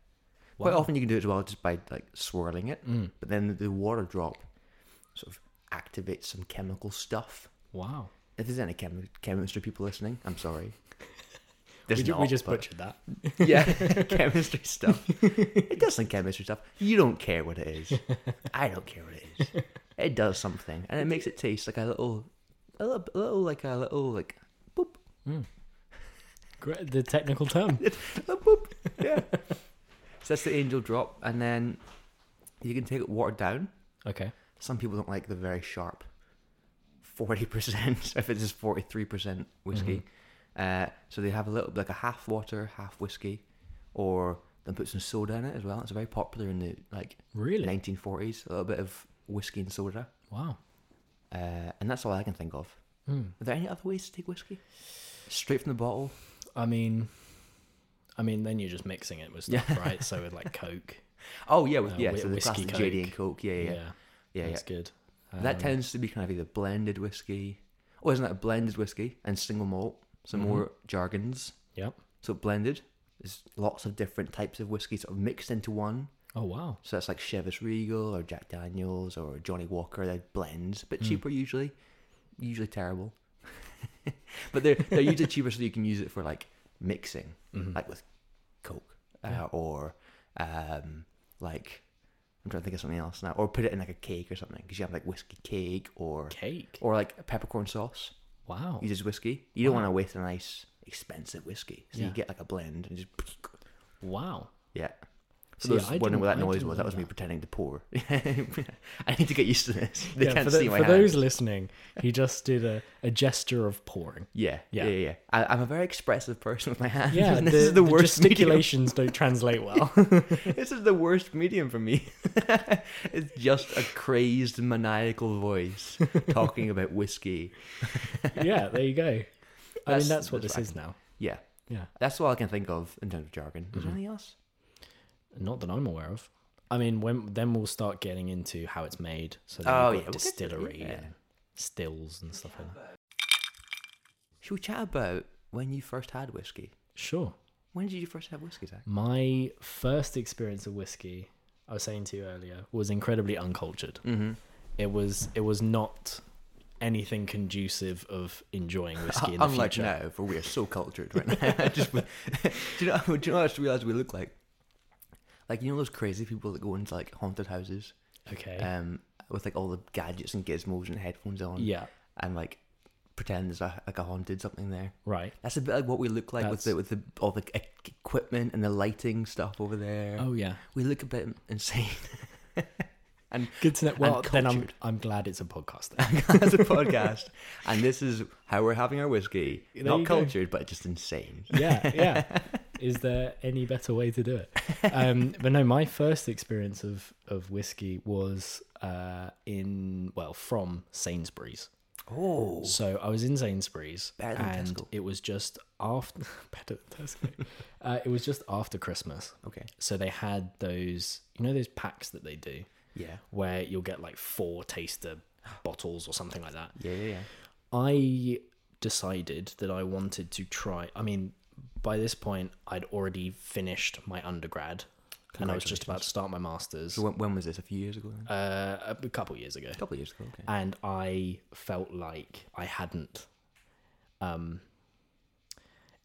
[SPEAKER 1] Quite often you can do it as well just by like swirling it,
[SPEAKER 2] Mm.
[SPEAKER 1] but then the water drop sort of activates some chemical stuff.
[SPEAKER 2] Wow.
[SPEAKER 1] If there's any chem- chemistry people listening, I'm sorry.
[SPEAKER 2] We,
[SPEAKER 1] There's
[SPEAKER 2] ju-
[SPEAKER 1] not,
[SPEAKER 2] we just
[SPEAKER 1] but-
[SPEAKER 2] butchered that.
[SPEAKER 1] yeah chemistry stuff. It does some chemistry stuff. You don't care what it is. I don't care what it is. It does something, and it makes it taste like a little, a little, a little like a little like boop,
[SPEAKER 2] Great. The technical term.
[SPEAKER 1] a boop. Yeah. so that's the angel drop, and then you can take it watered down.
[SPEAKER 2] Okay.
[SPEAKER 1] some people don't like the very sharp 40% if it's just 43% whiskey uh, so they have a little like a half water half whiskey or then put some soda in it as well it's very popular in the like
[SPEAKER 2] Really?
[SPEAKER 1] 1940s a little bit of whiskey and soda
[SPEAKER 2] Wow.
[SPEAKER 1] uh, and that's all i can think of
[SPEAKER 2] Hmm.
[SPEAKER 1] are there any other ways to take whiskey straight from the bottle
[SPEAKER 2] I mean, I mean, then you're just mixing it with stuff, right? So with like Coke.
[SPEAKER 1] oh yeah with
[SPEAKER 2] Uh,
[SPEAKER 1] yeah
[SPEAKER 2] whi-
[SPEAKER 1] so the
[SPEAKER 2] whiskey
[SPEAKER 1] classic jd and
[SPEAKER 2] Coke.
[SPEAKER 1] coke yeah yeah yeah, yeah, yeah.
[SPEAKER 2] that's good.
[SPEAKER 1] that
[SPEAKER 2] Um,
[SPEAKER 1] tends to be kind of either blended whiskey or isn't that a blended whiskey and single malt some more jargons
[SPEAKER 2] Yep.
[SPEAKER 1] So blended. There's lots of different types of whiskey sort of mixed into one.
[SPEAKER 2] Oh wow.
[SPEAKER 1] So that's like Chivas Regal or Jack Daniels or Johnny Walker. They're blends,
[SPEAKER 2] Hmm.
[SPEAKER 1] but cheaper usually. Usually terrible. but they're, they're usually cheaper so you can use it for like mixing,
[SPEAKER 2] Mm-hmm.
[SPEAKER 1] like with Coke uh, or um, like, I'm trying to think of something else now. Or put it in like a cake or something because you have like whiskey cake or,
[SPEAKER 2] Cake.
[SPEAKER 1] or like a peppercorn sauce
[SPEAKER 2] Wow.
[SPEAKER 1] uses whiskey. You don't want to waste a nice, expensive whiskey. So
[SPEAKER 2] Uh-huh. Yeah.
[SPEAKER 1] you get like a blend and just.
[SPEAKER 2] Wow.
[SPEAKER 1] Yeah. For
[SPEAKER 2] See,
[SPEAKER 1] those
[SPEAKER 2] I
[SPEAKER 1] wondering what that
[SPEAKER 2] didn't- I
[SPEAKER 1] noise
[SPEAKER 2] didn't
[SPEAKER 1] was, that
[SPEAKER 2] know
[SPEAKER 1] was me
[SPEAKER 2] that.
[SPEAKER 1] pretending to pour. I need to get used to this. They
[SPEAKER 2] Yeah,
[SPEAKER 1] can't
[SPEAKER 2] for, the-
[SPEAKER 1] see my
[SPEAKER 2] for
[SPEAKER 1] hand.
[SPEAKER 2] those listening, he just did a, a gesture of pouring.
[SPEAKER 1] Yeah,
[SPEAKER 2] Yeah.
[SPEAKER 1] yeah, yeah. yeah. I, I'm a very expressive person with my hands.
[SPEAKER 2] Yeah,
[SPEAKER 1] and this is the worst medium.
[SPEAKER 2] gesticulations don't translate well.
[SPEAKER 1] This is the worst medium for me. it's just a crazed, maniacal voice talking about whiskey.
[SPEAKER 2] yeah, there you go. I mean,
[SPEAKER 1] That's-
[SPEAKER 2] that's what
[SPEAKER 1] that's
[SPEAKER 2] this is now.
[SPEAKER 1] Yeah,
[SPEAKER 2] Yeah,
[SPEAKER 1] that's all I can think of in terms of jargon. Is there
[SPEAKER 2] Mm-hmm.
[SPEAKER 1] anything else?
[SPEAKER 2] not that I'm aware of. I mean, when then we'll start getting into how it's made. So then
[SPEAKER 1] Oh,
[SPEAKER 2] we've
[SPEAKER 1] yeah, we'll get
[SPEAKER 2] got
[SPEAKER 1] to-
[SPEAKER 2] distillery
[SPEAKER 1] yeah.
[SPEAKER 2] and stills and stuff like that.
[SPEAKER 1] Should we chat about when you first had whiskey?
[SPEAKER 2] Sure.
[SPEAKER 1] When did you first have whiskey, Zach?
[SPEAKER 2] My first experience of whiskey, I was saying to you earlier, was incredibly uncultured. Mm-hmm. It was it was not anything conducive of enjoying whiskey in the
[SPEAKER 1] Unlike
[SPEAKER 2] future.
[SPEAKER 1] now, for we are so cultured right now. Just, do you know? Do you know? what I just realized we look like, like you know those crazy people that go into like haunted houses,
[SPEAKER 2] Okay.
[SPEAKER 1] um, with like all the gadgets and gizmos and headphones on,
[SPEAKER 2] yeah.
[SPEAKER 1] and like pretend there's a, like a haunted something there.
[SPEAKER 2] Right.
[SPEAKER 1] That's a bit like what we look like with
[SPEAKER 2] That's-
[SPEAKER 1] the with the all the e- equipment and the lighting stuff over there.
[SPEAKER 2] Oh yeah.
[SPEAKER 1] We look a bit insane.
[SPEAKER 2] Good to know. Well, then I'm
[SPEAKER 1] cultured.
[SPEAKER 2] I'm glad it's a podcast. Then.
[SPEAKER 1] as a podcast, and this is how we're having our whiskey.
[SPEAKER 2] There you
[SPEAKER 1] Not
[SPEAKER 2] go.
[SPEAKER 1] cultured, but just insane.
[SPEAKER 2] yeah, yeah. Is there any better way to do it? Um, but no, my first experience of of whiskey was uh, in well from Sainsbury's.
[SPEAKER 1] Oh,
[SPEAKER 2] So I was in Sainsbury's,
[SPEAKER 1] Better than
[SPEAKER 2] and
[SPEAKER 1] Tesco.
[SPEAKER 2] it was just after better than Tesco. uh, it was just after Christmas,
[SPEAKER 1] okay,
[SPEAKER 2] so they had those you know those packs that they do
[SPEAKER 1] yeah,
[SPEAKER 2] where you'll get like four taster bottles or something like that.
[SPEAKER 1] yeah, yeah, yeah.
[SPEAKER 2] I decided that I wanted to try. I mean, by this point, I'd already finished my undergrad, and I was just about to start my masters
[SPEAKER 1] So when, when was this? A few years ago? Then?
[SPEAKER 2] uh, a b- couple years ago,
[SPEAKER 1] a couple of years ago. Okay.
[SPEAKER 2] and I felt like I hadn't. Um,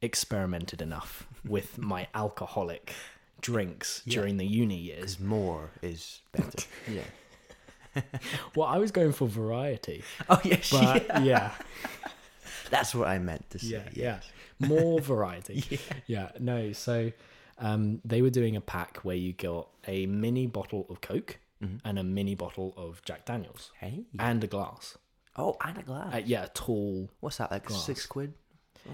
[SPEAKER 2] experimented enough with my alcoholic drinks
[SPEAKER 1] Yeah.
[SPEAKER 2] during the uni years.
[SPEAKER 1] Is more is better. yeah.
[SPEAKER 2] Well, I was going for variety,
[SPEAKER 1] Oh yes,
[SPEAKER 2] but yeah, yeah,
[SPEAKER 1] that's what I meant to say.
[SPEAKER 2] yeah,
[SPEAKER 1] yes.
[SPEAKER 2] more variety. yeah. no. So um, they were doing a pack where you got a mini bottle of Coke and a mini bottle of Jack Daniels
[SPEAKER 1] Hey.
[SPEAKER 2] and a glass.
[SPEAKER 1] Oh, and a glass.
[SPEAKER 2] Uh, yeah, a tall.
[SPEAKER 1] What's that like? Six quid.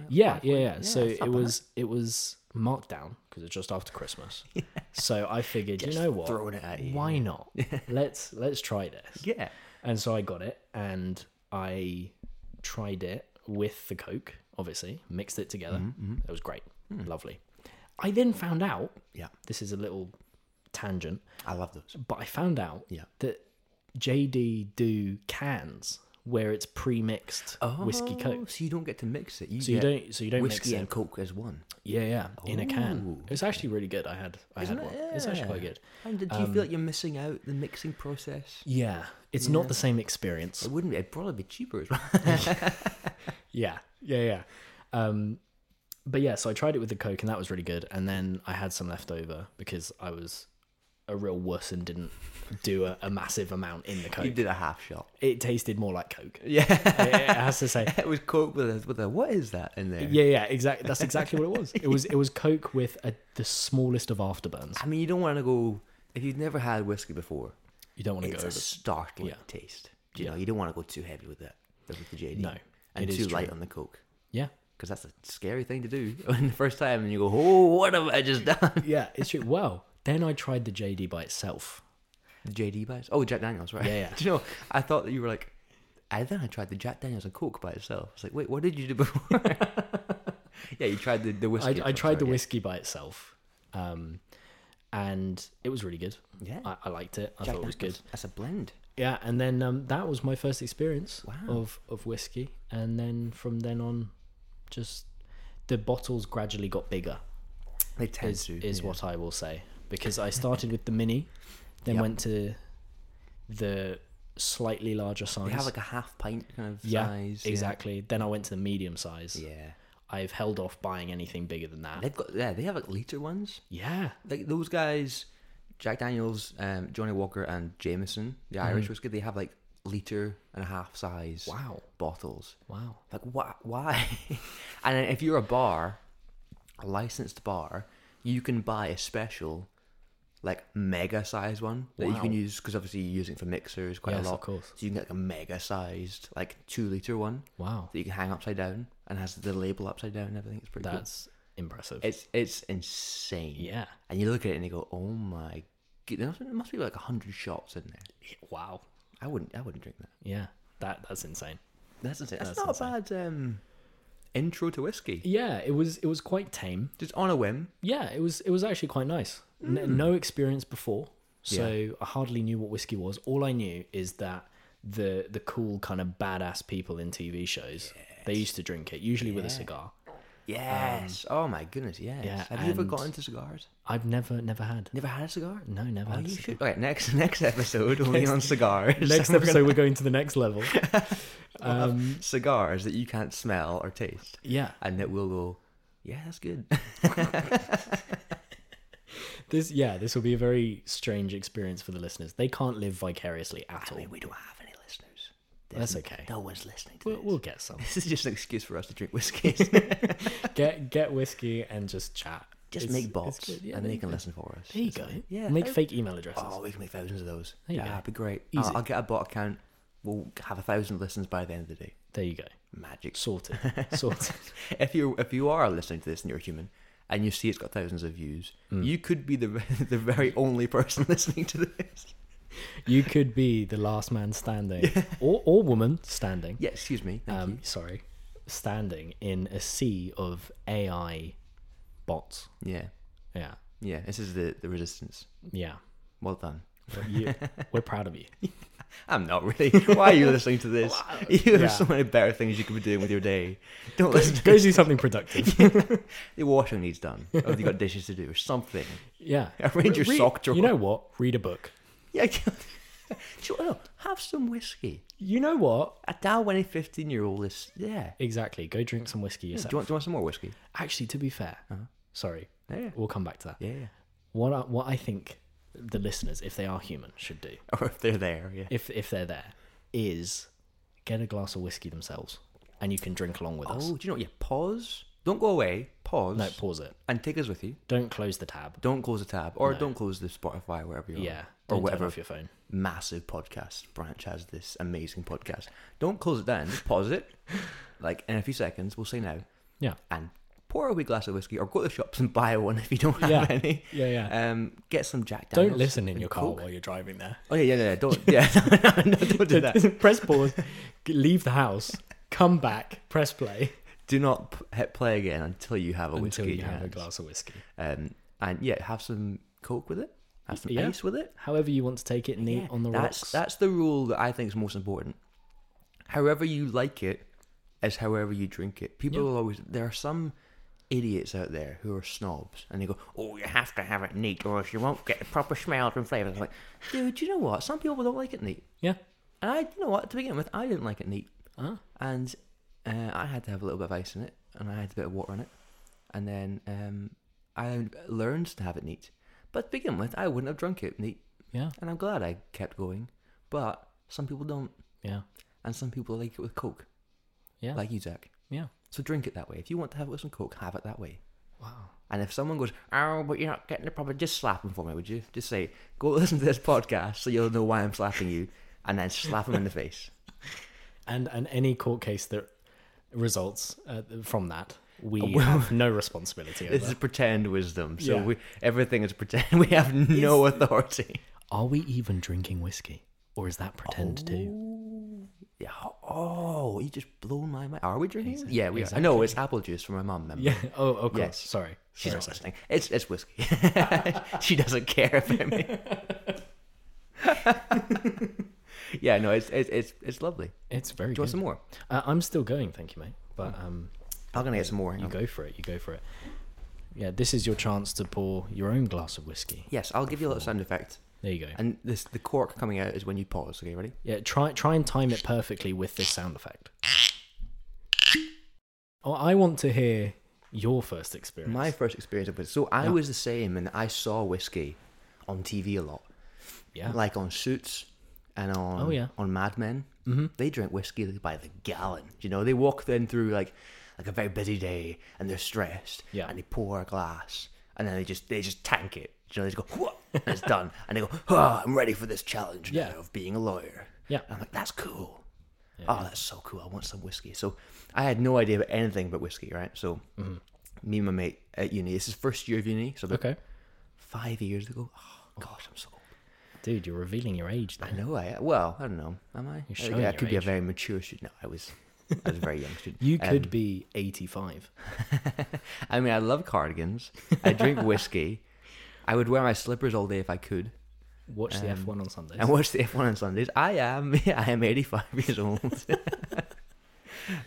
[SPEAKER 2] Yeah, yeah, yeah. So
[SPEAKER 1] it's not
[SPEAKER 2] it
[SPEAKER 1] bad.
[SPEAKER 2] was it was marked down because it's just after Christmas. So I figured, you know what?
[SPEAKER 1] throwing it at you.
[SPEAKER 2] Why not? let's let's try this.
[SPEAKER 1] Yeah.
[SPEAKER 2] And so I got it and I tried it with the Coke, obviously, mixed it together.
[SPEAKER 1] Mm-hmm,
[SPEAKER 2] It was great.
[SPEAKER 1] Hmm.
[SPEAKER 2] Lovely. I then found out
[SPEAKER 1] Yeah.
[SPEAKER 2] this is a little tangent,
[SPEAKER 1] I love those.
[SPEAKER 2] but I found out
[SPEAKER 1] Yeah.
[SPEAKER 2] that JD do cans where it's pre mixed whiskey Coke.
[SPEAKER 1] Oh, So you don't get to mix it. You
[SPEAKER 2] So you don't so you don't mix
[SPEAKER 1] whiskey
[SPEAKER 2] it.
[SPEAKER 1] and Coke as one.
[SPEAKER 2] yeah, yeah. In a can. It's actually really good. I had I had
[SPEAKER 1] it?
[SPEAKER 2] one. It's actually quite
[SPEAKER 1] Yeah.
[SPEAKER 2] good.
[SPEAKER 1] And do you feel like you're missing out the mixing process?
[SPEAKER 2] Yeah. It's not the same experience.
[SPEAKER 1] It wouldn't. It'd probably be cheaper as well.
[SPEAKER 2] Yeah, yeah, yeah. Um, but yeah, so I tried it with the Coke, and that was really good. And then I had some left over because I was a real wuss and didn't do a, a massive amount in the
[SPEAKER 1] you
[SPEAKER 2] Coke.
[SPEAKER 1] did a half shot.
[SPEAKER 2] It tasted more like Coke.
[SPEAKER 1] Yeah.
[SPEAKER 2] I, I has to say,
[SPEAKER 1] it was Coke with a with a what is that in there?
[SPEAKER 2] yeah, yeah, exactly. That's exactly what it was. It was it was Coke with a, the smallest of afterburns.
[SPEAKER 1] I mean, you don't want to go if you've never had whiskey before.
[SPEAKER 2] You don't want to
[SPEAKER 1] It's a
[SPEAKER 2] go over.
[SPEAKER 1] startling
[SPEAKER 2] Yeah.
[SPEAKER 1] taste. Do you know, you don't want to go too heavy with that with the JD.
[SPEAKER 2] No,
[SPEAKER 1] and
[SPEAKER 2] it is
[SPEAKER 1] too
[SPEAKER 2] true.
[SPEAKER 1] light on the Coke.
[SPEAKER 2] Yeah,
[SPEAKER 1] Because that's a scary thing to do when the first time, and you go, "Oh, what have I just done?"
[SPEAKER 2] yeah, it's true. Well, then I tried the JD by itself.
[SPEAKER 1] The JD by itself. Oh, Jack Daniels, right?
[SPEAKER 2] Yeah, yeah.
[SPEAKER 1] do you know? I thought that you were like. I then I tried the Jack Daniels and Coke by itself. It's like, wait, what did you do before? yeah, you tried the the
[SPEAKER 2] I,
[SPEAKER 1] whiskey.
[SPEAKER 2] I
[SPEAKER 1] itself,
[SPEAKER 2] tried the
[SPEAKER 1] sorry,
[SPEAKER 2] whiskey by itself, um, and it was really good.
[SPEAKER 1] Yeah.
[SPEAKER 2] I, I liked it. I
[SPEAKER 1] yeah.
[SPEAKER 2] thought it was good.
[SPEAKER 1] Daniels. That's a blend.
[SPEAKER 2] Yeah, and then um, that was my first experience
[SPEAKER 1] Wow.
[SPEAKER 2] of of whiskey, and then from then on, just the bottles gradually got bigger.
[SPEAKER 1] They tend
[SPEAKER 2] Is
[SPEAKER 1] to.
[SPEAKER 2] is
[SPEAKER 1] yeah.
[SPEAKER 2] what I will say because I started with the mini, then
[SPEAKER 1] Yep.
[SPEAKER 2] went to the slightly larger size.
[SPEAKER 1] They have like a half pint kind of
[SPEAKER 2] yeah,
[SPEAKER 1] size. yeah.
[SPEAKER 2] exactly. Then I went to the medium size.
[SPEAKER 1] Yeah.
[SPEAKER 2] I've held off buying anything bigger than that.
[SPEAKER 1] They've got yeah, they have like liter ones.
[SPEAKER 2] Yeah,
[SPEAKER 1] Like those guys, Jack Daniels, um, Johnny Walker, and Jameson, the
[SPEAKER 2] Mm-hmm.
[SPEAKER 1] Irish whiskey. They have like liter and a half size
[SPEAKER 2] Wow.
[SPEAKER 1] bottles.
[SPEAKER 2] wow.
[SPEAKER 1] Like wh- Why? and if you're a bar, a licensed bar, you can buy a special, like mega size one that you can
[SPEAKER 2] Wow.
[SPEAKER 1] use because obviously you're using it for mixers quite
[SPEAKER 2] Yes,
[SPEAKER 1] a
[SPEAKER 2] of
[SPEAKER 1] lot.
[SPEAKER 2] course.
[SPEAKER 1] So you can get like a mega sized, like two liter one
[SPEAKER 2] Wow.
[SPEAKER 1] that you can hang upside down and has the label upside down and everything. It's pretty cool.
[SPEAKER 2] That's impressive.
[SPEAKER 1] It's it's insane.
[SPEAKER 2] yeah.
[SPEAKER 1] And you look at it and you go, "Oh my!" God. There must- there must be like hundred shots in there.
[SPEAKER 2] Wow.
[SPEAKER 1] I wouldn't. I wouldn't drink that.
[SPEAKER 2] Yeah. That that's insane.
[SPEAKER 1] That's insane. That's,
[SPEAKER 2] That's
[SPEAKER 1] not a bad um, intro to whiskey.
[SPEAKER 2] Yeah, it was it was quite tame.
[SPEAKER 1] Just on a whim.
[SPEAKER 2] Yeah, it was it was actually quite nice. N-
[SPEAKER 1] Hmm.
[SPEAKER 2] no experience before, so I hardly knew what whiskey was. All I knew is that the the cool kind of badass people in TV shows they used to drink it, usually with a cigar.
[SPEAKER 1] Yes. oh my goodness. Yes.
[SPEAKER 2] yeah,
[SPEAKER 1] Have you ever
[SPEAKER 2] and-
[SPEAKER 1] got into cigars?
[SPEAKER 2] I've never never had.
[SPEAKER 1] Never had a cigar?
[SPEAKER 2] No, never
[SPEAKER 1] Oh,
[SPEAKER 2] had. a
[SPEAKER 1] you
[SPEAKER 2] cigar.
[SPEAKER 1] should. Okay. Next next episode only on cigars.
[SPEAKER 2] Next
[SPEAKER 1] We're
[SPEAKER 2] episode, we're going to the next level.
[SPEAKER 1] gonna have cigars that you can't smell or taste,
[SPEAKER 2] yeah,
[SPEAKER 1] and it will go. Yeah, that's good.
[SPEAKER 2] this yeah this will be a very strange experience for the listeners. They can't live vicariously at all.
[SPEAKER 1] we don't have any listeners.
[SPEAKER 2] That's okay.
[SPEAKER 1] No one's listening to
[SPEAKER 2] We'll, we'll get some.
[SPEAKER 1] this. This is just an excuse for us to drink whiskey.
[SPEAKER 2] Get get whiskey and just chat.
[SPEAKER 1] Just
[SPEAKER 2] It's-
[SPEAKER 1] make
[SPEAKER 2] it's
[SPEAKER 1] bots,
[SPEAKER 2] good. Yeah,
[SPEAKER 1] and then you
[SPEAKER 2] there
[SPEAKER 1] can listen for us.
[SPEAKER 2] There you
[SPEAKER 1] It's
[SPEAKER 2] go.
[SPEAKER 1] like,
[SPEAKER 2] Yeah.
[SPEAKER 1] Yeah.
[SPEAKER 2] Make
[SPEAKER 1] I-
[SPEAKER 2] fake email addresses.
[SPEAKER 1] oh, we can make thousands of those.
[SPEAKER 2] There you
[SPEAKER 1] yeah,
[SPEAKER 2] go.
[SPEAKER 1] that'd be great.
[SPEAKER 2] Easy.
[SPEAKER 1] I'll, I'll get a bot account. We'll have a thousand listeners by the end of the day.
[SPEAKER 2] There you go.
[SPEAKER 1] Magic.
[SPEAKER 2] Sorted. Sorted.
[SPEAKER 1] If you if you are listening to this and you're human, and you see it's got thousands of views,
[SPEAKER 2] Mm.
[SPEAKER 1] you could be the the very only person listening to this.
[SPEAKER 2] you could be the last man standing, or or woman standing.
[SPEAKER 1] Yeah. Excuse me. Thank
[SPEAKER 2] um, sorry, standing in a sea of AI bots.
[SPEAKER 1] you. Yeah.
[SPEAKER 2] Yeah,
[SPEAKER 1] Yeah. This is the the resistance.
[SPEAKER 2] yeah.
[SPEAKER 1] Well done.
[SPEAKER 2] You, we're proud of you.
[SPEAKER 1] I'm not really. Why are you listening to this? You have
[SPEAKER 2] Yeah.
[SPEAKER 1] so many better things you could be doing with your day. Don't listen to
[SPEAKER 2] Go do something productive.
[SPEAKER 1] The washing needs done. Or you've got dishes to do or something.
[SPEAKER 2] Yeah.
[SPEAKER 1] Arrange your sock drawer.
[SPEAKER 2] You know what? Read a book.
[SPEAKER 1] Yeah. Do you know, have some whiskey.
[SPEAKER 2] You know what?
[SPEAKER 1] I doubt any 15 year old is. Yeah.
[SPEAKER 2] Exactly. Go drink some whiskey
[SPEAKER 1] Do
[SPEAKER 2] yourself.
[SPEAKER 1] you, want, do you want some more whiskey?
[SPEAKER 2] Actually, to be fair, sorry,
[SPEAKER 1] Uh-huh. Yeah.
[SPEAKER 2] we'll come back to that.
[SPEAKER 1] Yeah. yeah.
[SPEAKER 2] What I, what I think the listeners, if they are human, should do,
[SPEAKER 1] Or if they're there, yeah.
[SPEAKER 2] if if they're there, is get a glass of whiskey themselves, and you can drink along with us.
[SPEAKER 1] Oh, do you know what? Yeah, pause. Don't go away. Pause.
[SPEAKER 2] No, pause it.
[SPEAKER 1] and take us with you.
[SPEAKER 2] Don't close the tab.
[SPEAKER 1] Don't close the tab or don't close the Spotify, wherever you're
[SPEAKER 2] Yeah.
[SPEAKER 1] on. Oh. Or
[SPEAKER 2] Don't
[SPEAKER 1] whatever
[SPEAKER 2] turn off your phone.
[SPEAKER 1] massive podcast branch has this amazing podcast. Don't close it down. Just pause it. Like in a few seconds, we'll say now.
[SPEAKER 2] Yeah.
[SPEAKER 1] And pour a wee glass of whiskey or go to the shops and buy one if you don't have
[SPEAKER 2] Yeah.
[SPEAKER 1] any.
[SPEAKER 2] Yeah, yeah.
[SPEAKER 1] Um, get some Jack Daniels.
[SPEAKER 2] Don't listen in
[SPEAKER 1] and
[SPEAKER 2] your car
[SPEAKER 1] Coke.
[SPEAKER 2] while you're driving there.
[SPEAKER 1] Oh, yeah, yeah, yeah. Don't, yeah, no, no, no, don't do that.
[SPEAKER 2] press pause. g- Leave the house. Come back. Press play
[SPEAKER 1] Do not p- hit play again until you have a whiskey.
[SPEAKER 2] until you
[SPEAKER 1] in your
[SPEAKER 2] have a
[SPEAKER 1] hands.
[SPEAKER 2] glass of whiskey.
[SPEAKER 1] Um, and yeah, have some Coke with it. Have some
[SPEAKER 2] Yeah.
[SPEAKER 1] ice with it.
[SPEAKER 2] However you want to take it, neat
[SPEAKER 1] Yeah,
[SPEAKER 2] on the
[SPEAKER 1] that's,
[SPEAKER 2] rocks.
[SPEAKER 1] That's the rule that I think is most important. However you like it, is however you drink it. People will always. There are some idiots out there who are snobs and they go, "Oh, you have to have it neat, or else you won't get the proper smells and flavors." I'm like, dude, you know what? Some people don't like it neat,
[SPEAKER 2] yeah.
[SPEAKER 1] and I, you know what? To begin with, I didn't like it neat,
[SPEAKER 2] Ah.
[SPEAKER 1] and uh, I had to have a little bit of ice in it, and I had a bit of water in it, and then um, I learned to have it neat. But to begin with, I wouldn't have drunk it neat
[SPEAKER 2] Yeah.
[SPEAKER 1] and I'm glad I kept going. But some people don't,
[SPEAKER 2] Yeah.
[SPEAKER 1] and some people like it with Coke,
[SPEAKER 2] Yeah.
[SPEAKER 1] like you, Zach.
[SPEAKER 2] yeah.
[SPEAKER 1] So drink it that way. If you want to have it with some Coke, have it that way.
[SPEAKER 2] Wow.
[SPEAKER 1] And if someone goes, oh, but you're not getting the proper, just slap them for me, would you? Just say, go listen to this podcast so you'll know why I'm slapping you, and then slap them in the face.
[SPEAKER 2] And and any court case that results uh, from that, we
[SPEAKER 1] well-
[SPEAKER 2] have no responsibility
[SPEAKER 1] This
[SPEAKER 2] over.
[SPEAKER 1] is pretend wisdom. So
[SPEAKER 2] Yeah.
[SPEAKER 1] we, everything is pretend. We have no authority.
[SPEAKER 2] Are we even drinking whiskey, or is that pretend too?
[SPEAKER 1] Oh. Yeah. Oh, you just blown my mind. Are we drinking? Yeah, we are. No, it's apple juice from my mum. Remember?
[SPEAKER 2] Yeah. Oh, of course.
[SPEAKER 1] Yes.
[SPEAKER 2] Sorry.
[SPEAKER 1] She's
[SPEAKER 2] Sorry.
[SPEAKER 1] not listening. It's it's whiskey. she doesn't care about me. yeah, no, it's it's it's, it's lovely.
[SPEAKER 2] It's very
[SPEAKER 1] Do you want
[SPEAKER 2] good.
[SPEAKER 1] some more? Mm.
[SPEAKER 2] Uh, I'm still going, thank you, mate. But um,
[SPEAKER 1] I'm gonna get some more. hang
[SPEAKER 2] you
[SPEAKER 1] on.
[SPEAKER 2] go for it. You go for it. Yeah, this is your chance to pour your own glass of whiskey.
[SPEAKER 1] Yes, I'll give you a little sound effect.
[SPEAKER 2] There you go.
[SPEAKER 1] And this the cork coming out is when you pause. Okay, ready?
[SPEAKER 2] Yeah, try try and time it perfectly with this sound effect. Oh, I want to hear your first experience.
[SPEAKER 1] My first experience of it. So I was the same, and I saw whiskey on TV a lot,
[SPEAKER 2] yeah.
[SPEAKER 1] like on Suits and on
[SPEAKER 2] Oh, yeah.
[SPEAKER 1] on Mad Men. Mm-hmm. They drink whiskey by the gallon. You know, they walk then through like like a very busy day, and they're stressed,
[SPEAKER 2] Yeah.
[SPEAKER 1] and they pour a glass, and then they just they just tank it. You know, they just go, "Whoa," and it's done, and they go, oh, I'm ready for this challenge now
[SPEAKER 2] Yeah.
[SPEAKER 1] of being a lawyer.
[SPEAKER 2] Yeah.
[SPEAKER 1] And I'm like, that's cool. Oh, that's so cool. I want some whiskey. So I had no idea about anything about whiskey, right? So me and my mate at uni, this is first year of uni, so about
[SPEAKER 2] Mm-hmm. okay.
[SPEAKER 1] five years ago. Oh, gosh, I'm so old.
[SPEAKER 2] Dude, you're revealing your age now.
[SPEAKER 1] I know I well, I don't know. Am I? I,
[SPEAKER 2] showing
[SPEAKER 1] I
[SPEAKER 2] your
[SPEAKER 1] could be a
[SPEAKER 2] age.
[SPEAKER 1] very mature student. No, I was I was a very young student.
[SPEAKER 2] You
[SPEAKER 1] Um,
[SPEAKER 2] could be 85.
[SPEAKER 1] I mean I love cardigans. I drink whiskey. I would wear my slippers all day if I could.
[SPEAKER 2] Watch the F1 on Sundays.
[SPEAKER 1] um, And watch the F1 on Sundays. I am I am eighty five years old.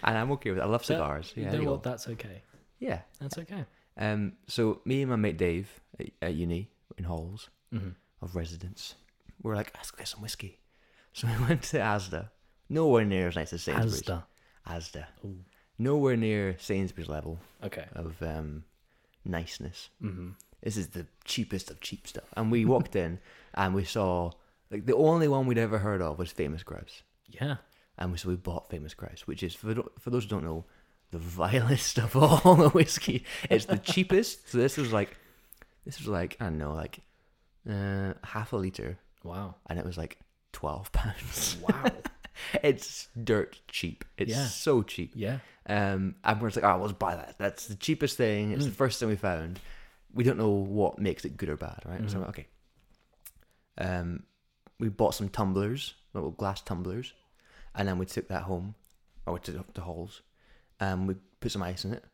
[SPEAKER 1] and I'm okay with it. I love cigars.
[SPEAKER 2] You
[SPEAKER 1] yeah,
[SPEAKER 2] know
[SPEAKER 1] there you
[SPEAKER 2] what?
[SPEAKER 1] go.
[SPEAKER 2] That's okay.
[SPEAKER 1] yeah.
[SPEAKER 2] That's okay.
[SPEAKER 1] Um, so me and my mate Dave at, at uni in halls
[SPEAKER 2] Mhm.
[SPEAKER 1] of residence, we were like, let's go get some whiskey. So we went to Asda. Nowhere near as nice as Sainsbury's.
[SPEAKER 2] Asda.
[SPEAKER 1] Asda. Nowhere near Sainsbury's level
[SPEAKER 2] Okay.
[SPEAKER 1] of um, niceness. Mm-hmm. This is the cheapest of cheap stuff. And we walked in and we saw like the only one we'd ever heard of was Famous Grouse,
[SPEAKER 2] Yeah.
[SPEAKER 1] and we- so we bought Famous Grouse, which is for tho- for those who don't know, the vilest of all the whiskey. It's the cheapest. So this was like, this was like I don't know, like uh, half a liter,
[SPEAKER 2] Wow.
[SPEAKER 1] and it was like twelve pounds.
[SPEAKER 2] Wow.
[SPEAKER 1] it's dirt cheap. It's
[SPEAKER 2] Yeah.
[SPEAKER 1] so cheap.
[SPEAKER 2] yeah.
[SPEAKER 1] Um, and we're just like, oh, let's buy that. That's the cheapest thing. It's the first thing we found. We don't know what makes it good or bad, right? So I'm like, okay. Um, we bought some tumblers, little glass tumblers, and then we took that home, or we took it up to Halls, and we put some ice in it,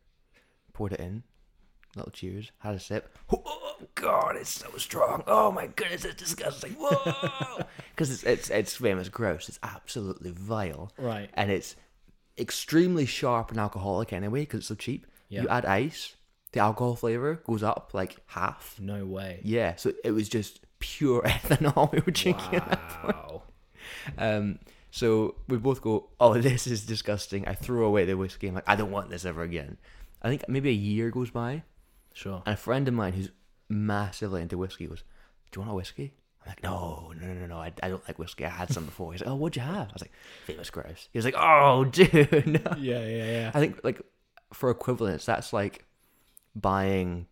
[SPEAKER 1] poured it in, little cheers, had a sip. Oh God, it's so strong. Oh my goodness, it's disgusting. Whoa, because it's it's it's famous gross. It's absolutely vile
[SPEAKER 2] Right.
[SPEAKER 1] and it's extremely sharp and alcoholic anyway because it's so cheap.
[SPEAKER 2] Yeah.
[SPEAKER 1] You add ice, the alcohol flavor goes up like half.
[SPEAKER 2] No way.
[SPEAKER 1] Yeah, so it was just pure ethanol we were drinking.
[SPEAKER 2] Wow.
[SPEAKER 1] Um, so we both go, "Oh, this is disgusting." I threw away the whiskey. I'm like, "I don't want this ever again." I think maybe a year goes by,
[SPEAKER 2] Sure.
[SPEAKER 1] and a friend of mine who's massively into whiskey goes, "Do you want a whiskey?" I'm like, "No, no, no, no, no. I, I don't like whiskey. I had some before." He's like, "Oh, what'd you have?" I was like, "Famous Grouse." He was like, "Oh, dude, no."
[SPEAKER 2] Yeah, yeah, yeah.
[SPEAKER 1] I think like for equivalence, that's like buying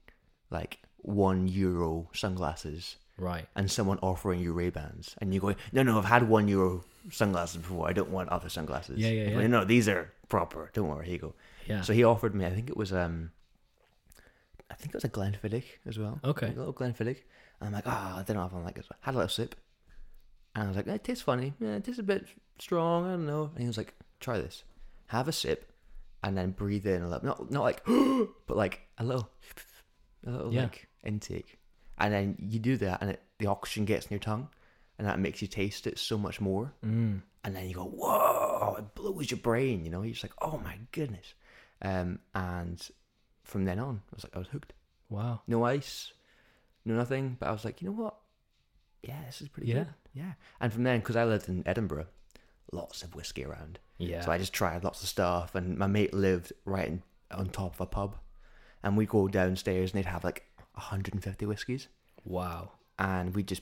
[SPEAKER 1] like one euro sunglasses
[SPEAKER 2] Right.
[SPEAKER 1] and someone offering you Ray Bans, and you go, no, no, I've had one euro sunglasses before. I don't want other sunglasses.
[SPEAKER 2] Yeah, yeah,
[SPEAKER 1] He's
[SPEAKER 2] yeah.
[SPEAKER 1] like, No, these are proper. Don't worry. Here you go.
[SPEAKER 2] Yeah.
[SPEAKER 1] So he offered me. I think it was um, I think it was a Glenfiddich as well.
[SPEAKER 2] Okay.
[SPEAKER 1] a little Glenfiddich. And I'm like, ah, I don't know if I'm like this. Had a little sip, and I was like, eh, it tastes funny. Yeah, it tastes a bit strong. I don't know. And he was like, try this. Have a sip, and then breathe in a little. Not not like, but like a little, a little
[SPEAKER 2] Yeah.
[SPEAKER 1] like intake. And then you do that, and it, the oxygen gets in your tongue, and that makes you taste it so much more
[SPEAKER 2] Mm.
[SPEAKER 1] and then you go, whoa, it blows your brain, you know? You're just like, oh my goodness. Um, and from then on, I was like, I was hooked.
[SPEAKER 2] Wow.
[SPEAKER 1] No ice, no nothing. But I was like, you know what? Yeah, this is pretty
[SPEAKER 2] Yeah.
[SPEAKER 1] good. Yeah. And from then, because I lived in Edinburgh, lots of whiskey around.
[SPEAKER 2] Yeah.
[SPEAKER 1] So I just tried lots of stuff. And my mate lived right in, on top of a pub. And we'd go downstairs and they'd have like 150 whiskies
[SPEAKER 2] wow.
[SPEAKER 1] and we just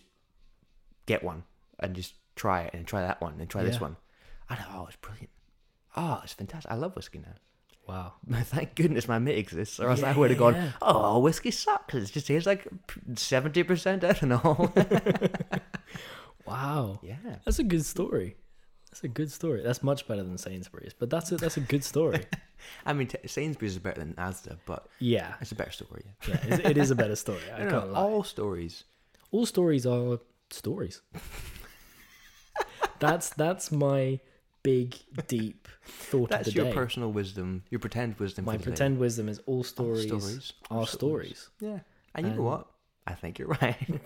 [SPEAKER 1] get one and just try it and try that one and try this
[SPEAKER 2] Yeah.
[SPEAKER 1] one. And oh, it's brilliant. Oh, it's fantastic. I love whiskey now.
[SPEAKER 2] Wow.
[SPEAKER 1] Thank goodness my mate exists, or else I
[SPEAKER 2] Yeah,
[SPEAKER 1] would have gone,
[SPEAKER 2] yeah.
[SPEAKER 1] oh, whiskey sucks. It just tastes like 70% ethanol.
[SPEAKER 2] Wow.
[SPEAKER 1] yeah.
[SPEAKER 2] That's a good story. That's a good story. That's much better than Sainsbury's, but that's a, that's a good story.
[SPEAKER 1] I mean, t- Sainsbury's is better than Asda, but
[SPEAKER 2] yeah.
[SPEAKER 1] it's a better story. Yeah.
[SPEAKER 2] Yeah, it's- it is a better story. I
[SPEAKER 1] I don't
[SPEAKER 2] can't
[SPEAKER 1] know.
[SPEAKER 2] lie.
[SPEAKER 1] All stories.
[SPEAKER 2] all stories are stories. that's that's my big deep thought
[SPEAKER 1] That's
[SPEAKER 2] of the
[SPEAKER 1] your
[SPEAKER 2] day.
[SPEAKER 1] personal wisdom, your pretend wisdom.
[SPEAKER 2] my
[SPEAKER 1] for the day.
[SPEAKER 2] pretend wisdom is all stories,
[SPEAKER 1] stories
[SPEAKER 2] are
[SPEAKER 1] are stories.
[SPEAKER 2] stories.
[SPEAKER 1] Yeah. And you know
[SPEAKER 2] And-
[SPEAKER 1] what? I think you're right.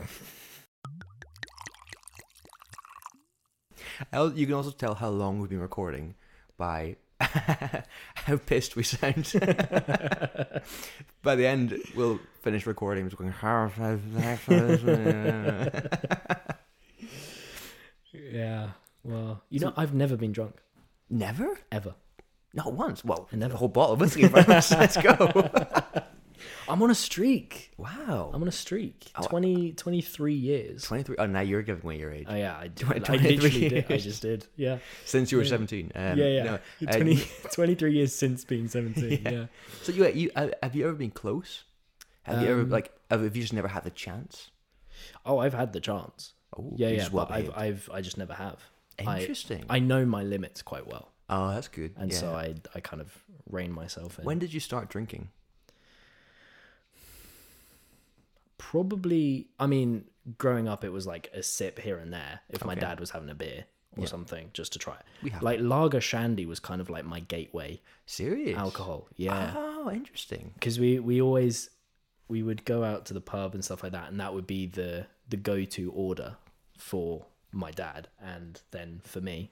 [SPEAKER 1] Al- you can also tell how long we've been recording by how pissed we sound. by the end, we'll finish recording. Just going,
[SPEAKER 2] Yeah. Well, you know, I've never been drunk
[SPEAKER 1] never?
[SPEAKER 2] ever.
[SPEAKER 1] Not once. Well,
[SPEAKER 2] I never-
[SPEAKER 1] a whole bottle of whiskey. for us. Let's go.
[SPEAKER 2] I'm on a streak.
[SPEAKER 1] Wow.
[SPEAKER 2] I'm on a streak.
[SPEAKER 1] Oh, I-
[SPEAKER 2] 20, 23 years.
[SPEAKER 1] 23. Oh, now you're giving away your age.
[SPEAKER 2] Oh yeah, I,
[SPEAKER 1] I-
[SPEAKER 2] I
[SPEAKER 1] 23
[SPEAKER 2] literally did. I
[SPEAKER 1] years.
[SPEAKER 2] just did. Yeah.
[SPEAKER 1] Since you were 17. Um,
[SPEAKER 2] yeah, yeah.
[SPEAKER 1] no, uh,
[SPEAKER 2] 20, 23 years since being 17. Yeah.
[SPEAKER 1] Yeah. So you, you uh, have you ever been close? Have you ever
[SPEAKER 2] Um,
[SPEAKER 1] like have you just never had the chance?
[SPEAKER 2] Oh, I've had the chance.
[SPEAKER 1] Oh,
[SPEAKER 2] Yeah,
[SPEAKER 1] you're
[SPEAKER 2] yeah.
[SPEAKER 1] just
[SPEAKER 2] But I've,
[SPEAKER 1] well-behaved.
[SPEAKER 2] I've, I just never have. I-
[SPEAKER 1] Interesting.
[SPEAKER 2] I know my limits quite well,
[SPEAKER 1] oh, that's good.
[SPEAKER 2] and
[SPEAKER 1] yeah.
[SPEAKER 2] so I, I kind of rein myself in.
[SPEAKER 1] when did you start drinking?
[SPEAKER 2] Probably, I mean, growing up, it was like a sip here and there if my
[SPEAKER 1] Okay.
[SPEAKER 2] dad was having a beer or
[SPEAKER 1] Yeah.
[SPEAKER 2] something just to try it.
[SPEAKER 1] We have
[SPEAKER 2] Like lager shandy was kind of like my gateway
[SPEAKER 1] serious
[SPEAKER 2] alcohol. Yeah.
[SPEAKER 1] Oh, interesting.
[SPEAKER 2] because we we always we would go out to the pub and stuff like that, and that would be the the go to order for my dad, and then for me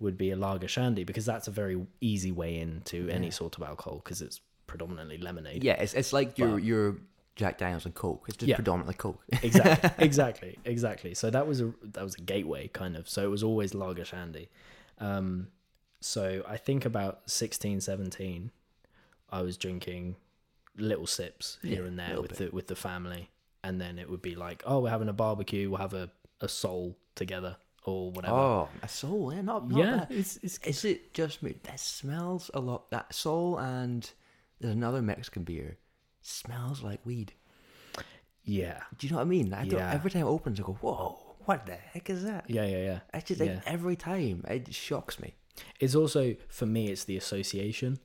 [SPEAKER 2] would be a lager shandy because that's a very easy way into any sort of alcohol because it's predominantly lemonade.
[SPEAKER 1] Yeah, it's it's like your your Jack Daniels and Coke. It's just
[SPEAKER 2] Yeah.
[SPEAKER 1] predominantly Coke.
[SPEAKER 2] exactly, exactly, exactly. So that was a that was a gateway kind of. So it was always lager shandy. Um, so I think about 16, 17, I was drinking little sips here
[SPEAKER 1] Yeah,
[SPEAKER 2] and there
[SPEAKER 1] little
[SPEAKER 2] with the with the family, and then it would be like, oh, we're having a barbecue, we'll have a a soul together or whatever.
[SPEAKER 1] oh, a soul. Yeah, not, not
[SPEAKER 2] yeah,
[SPEAKER 1] bad.
[SPEAKER 2] it's, it's
[SPEAKER 1] Is it just me? That smells a lot. That soul and there's another Mexican beer. Smells like weed.
[SPEAKER 2] yeah,
[SPEAKER 1] Do you know what I mean? I don't,
[SPEAKER 2] Yeah.
[SPEAKER 1] every time it opens, I go, "Whoa, what the heck is that?"
[SPEAKER 2] yeah, yeah, yeah.
[SPEAKER 1] I just
[SPEAKER 2] yeah.
[SPEAKER 1] like, every time it shocks me.
[SPEAKER 2] It's also for me, it's the association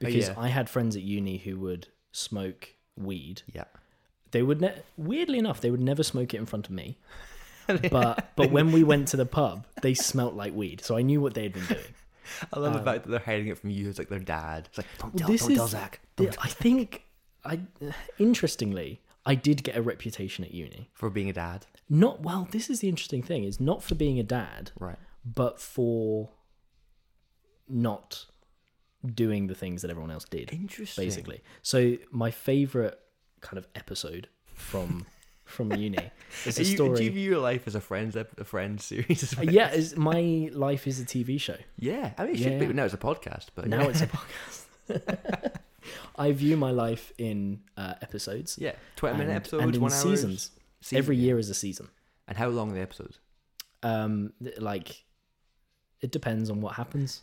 [SPEAKER 2] because
[SPEAKER 1] Oh, yeah.
[SPEAKER 2] I had friends at uni who would smoke weed
[SPEAKER 1] Yeah,
[SPEAKER 2] They would ne- weirdly enough, they would never smoke it in front of me. But but when we went to the pub, they smelt like weed, so I knew what they had been doing.
[SPEAKER 1] I love the fact that they're hiding it from you. It's like their dad. It's like, "Don't tell,
[SPEAKER 2] Um, This
[SPEAKER 1] don't tell
[SPEAKER 2] is-
[SPEAKER 1] Zach."
[SPEAKER 2] th- I think I interestingly, I did get a reputation at uni.
[SPEAKER 1] for being a dad,
[SPEAKER 2] Not well, this is the interesting thing, is not for being a dad,
[SPEAKER 1] right?
[SPEAKER 2] but for not doing the things that everyone else did.
[SPEAKER 1] Interesting.
[SPEAKER 2] basically. So my favorite kind of episode from from uni. It's a
[SPEAKER 1] you, Do you
[SPEAKER 2] story.
[SPEAKER 1] view your life as a Friends ep- a Friends series? as well?
[SPEAKER 2] Yeah, it's, my life is a TV show.
[SPEAKER 1] Yeah, I mean it should
[SPEAKER 2] Yeah,
[SPEAKER 1] be.
[SPEAKER 2] yeah.
[SPEAKER 1] But now it's a podcast. But
[SPEAKER 2] Now
[SPEAKER 1] yeah.
[SPEAKER 2] it's a podcast. I view my life in uh, episodes.
[SPEAKER 1] yeah, twenty minute
[SPEAKER 2] and-
[SPEAKER 1] episodes,
[SPEAKER 2] and in
[SPEAKER 1] one hour
[SPEAKER 2] seasons.
[SPEAKER 1] season,
[SPEAKER 2] Every
[SPEAKER 1] yeah.
[SPEAKER 2] year is a season.
[SPEAKER 1] And how long are the episodes?
[SPEAKER 2] Um, th- like it depends on what happens.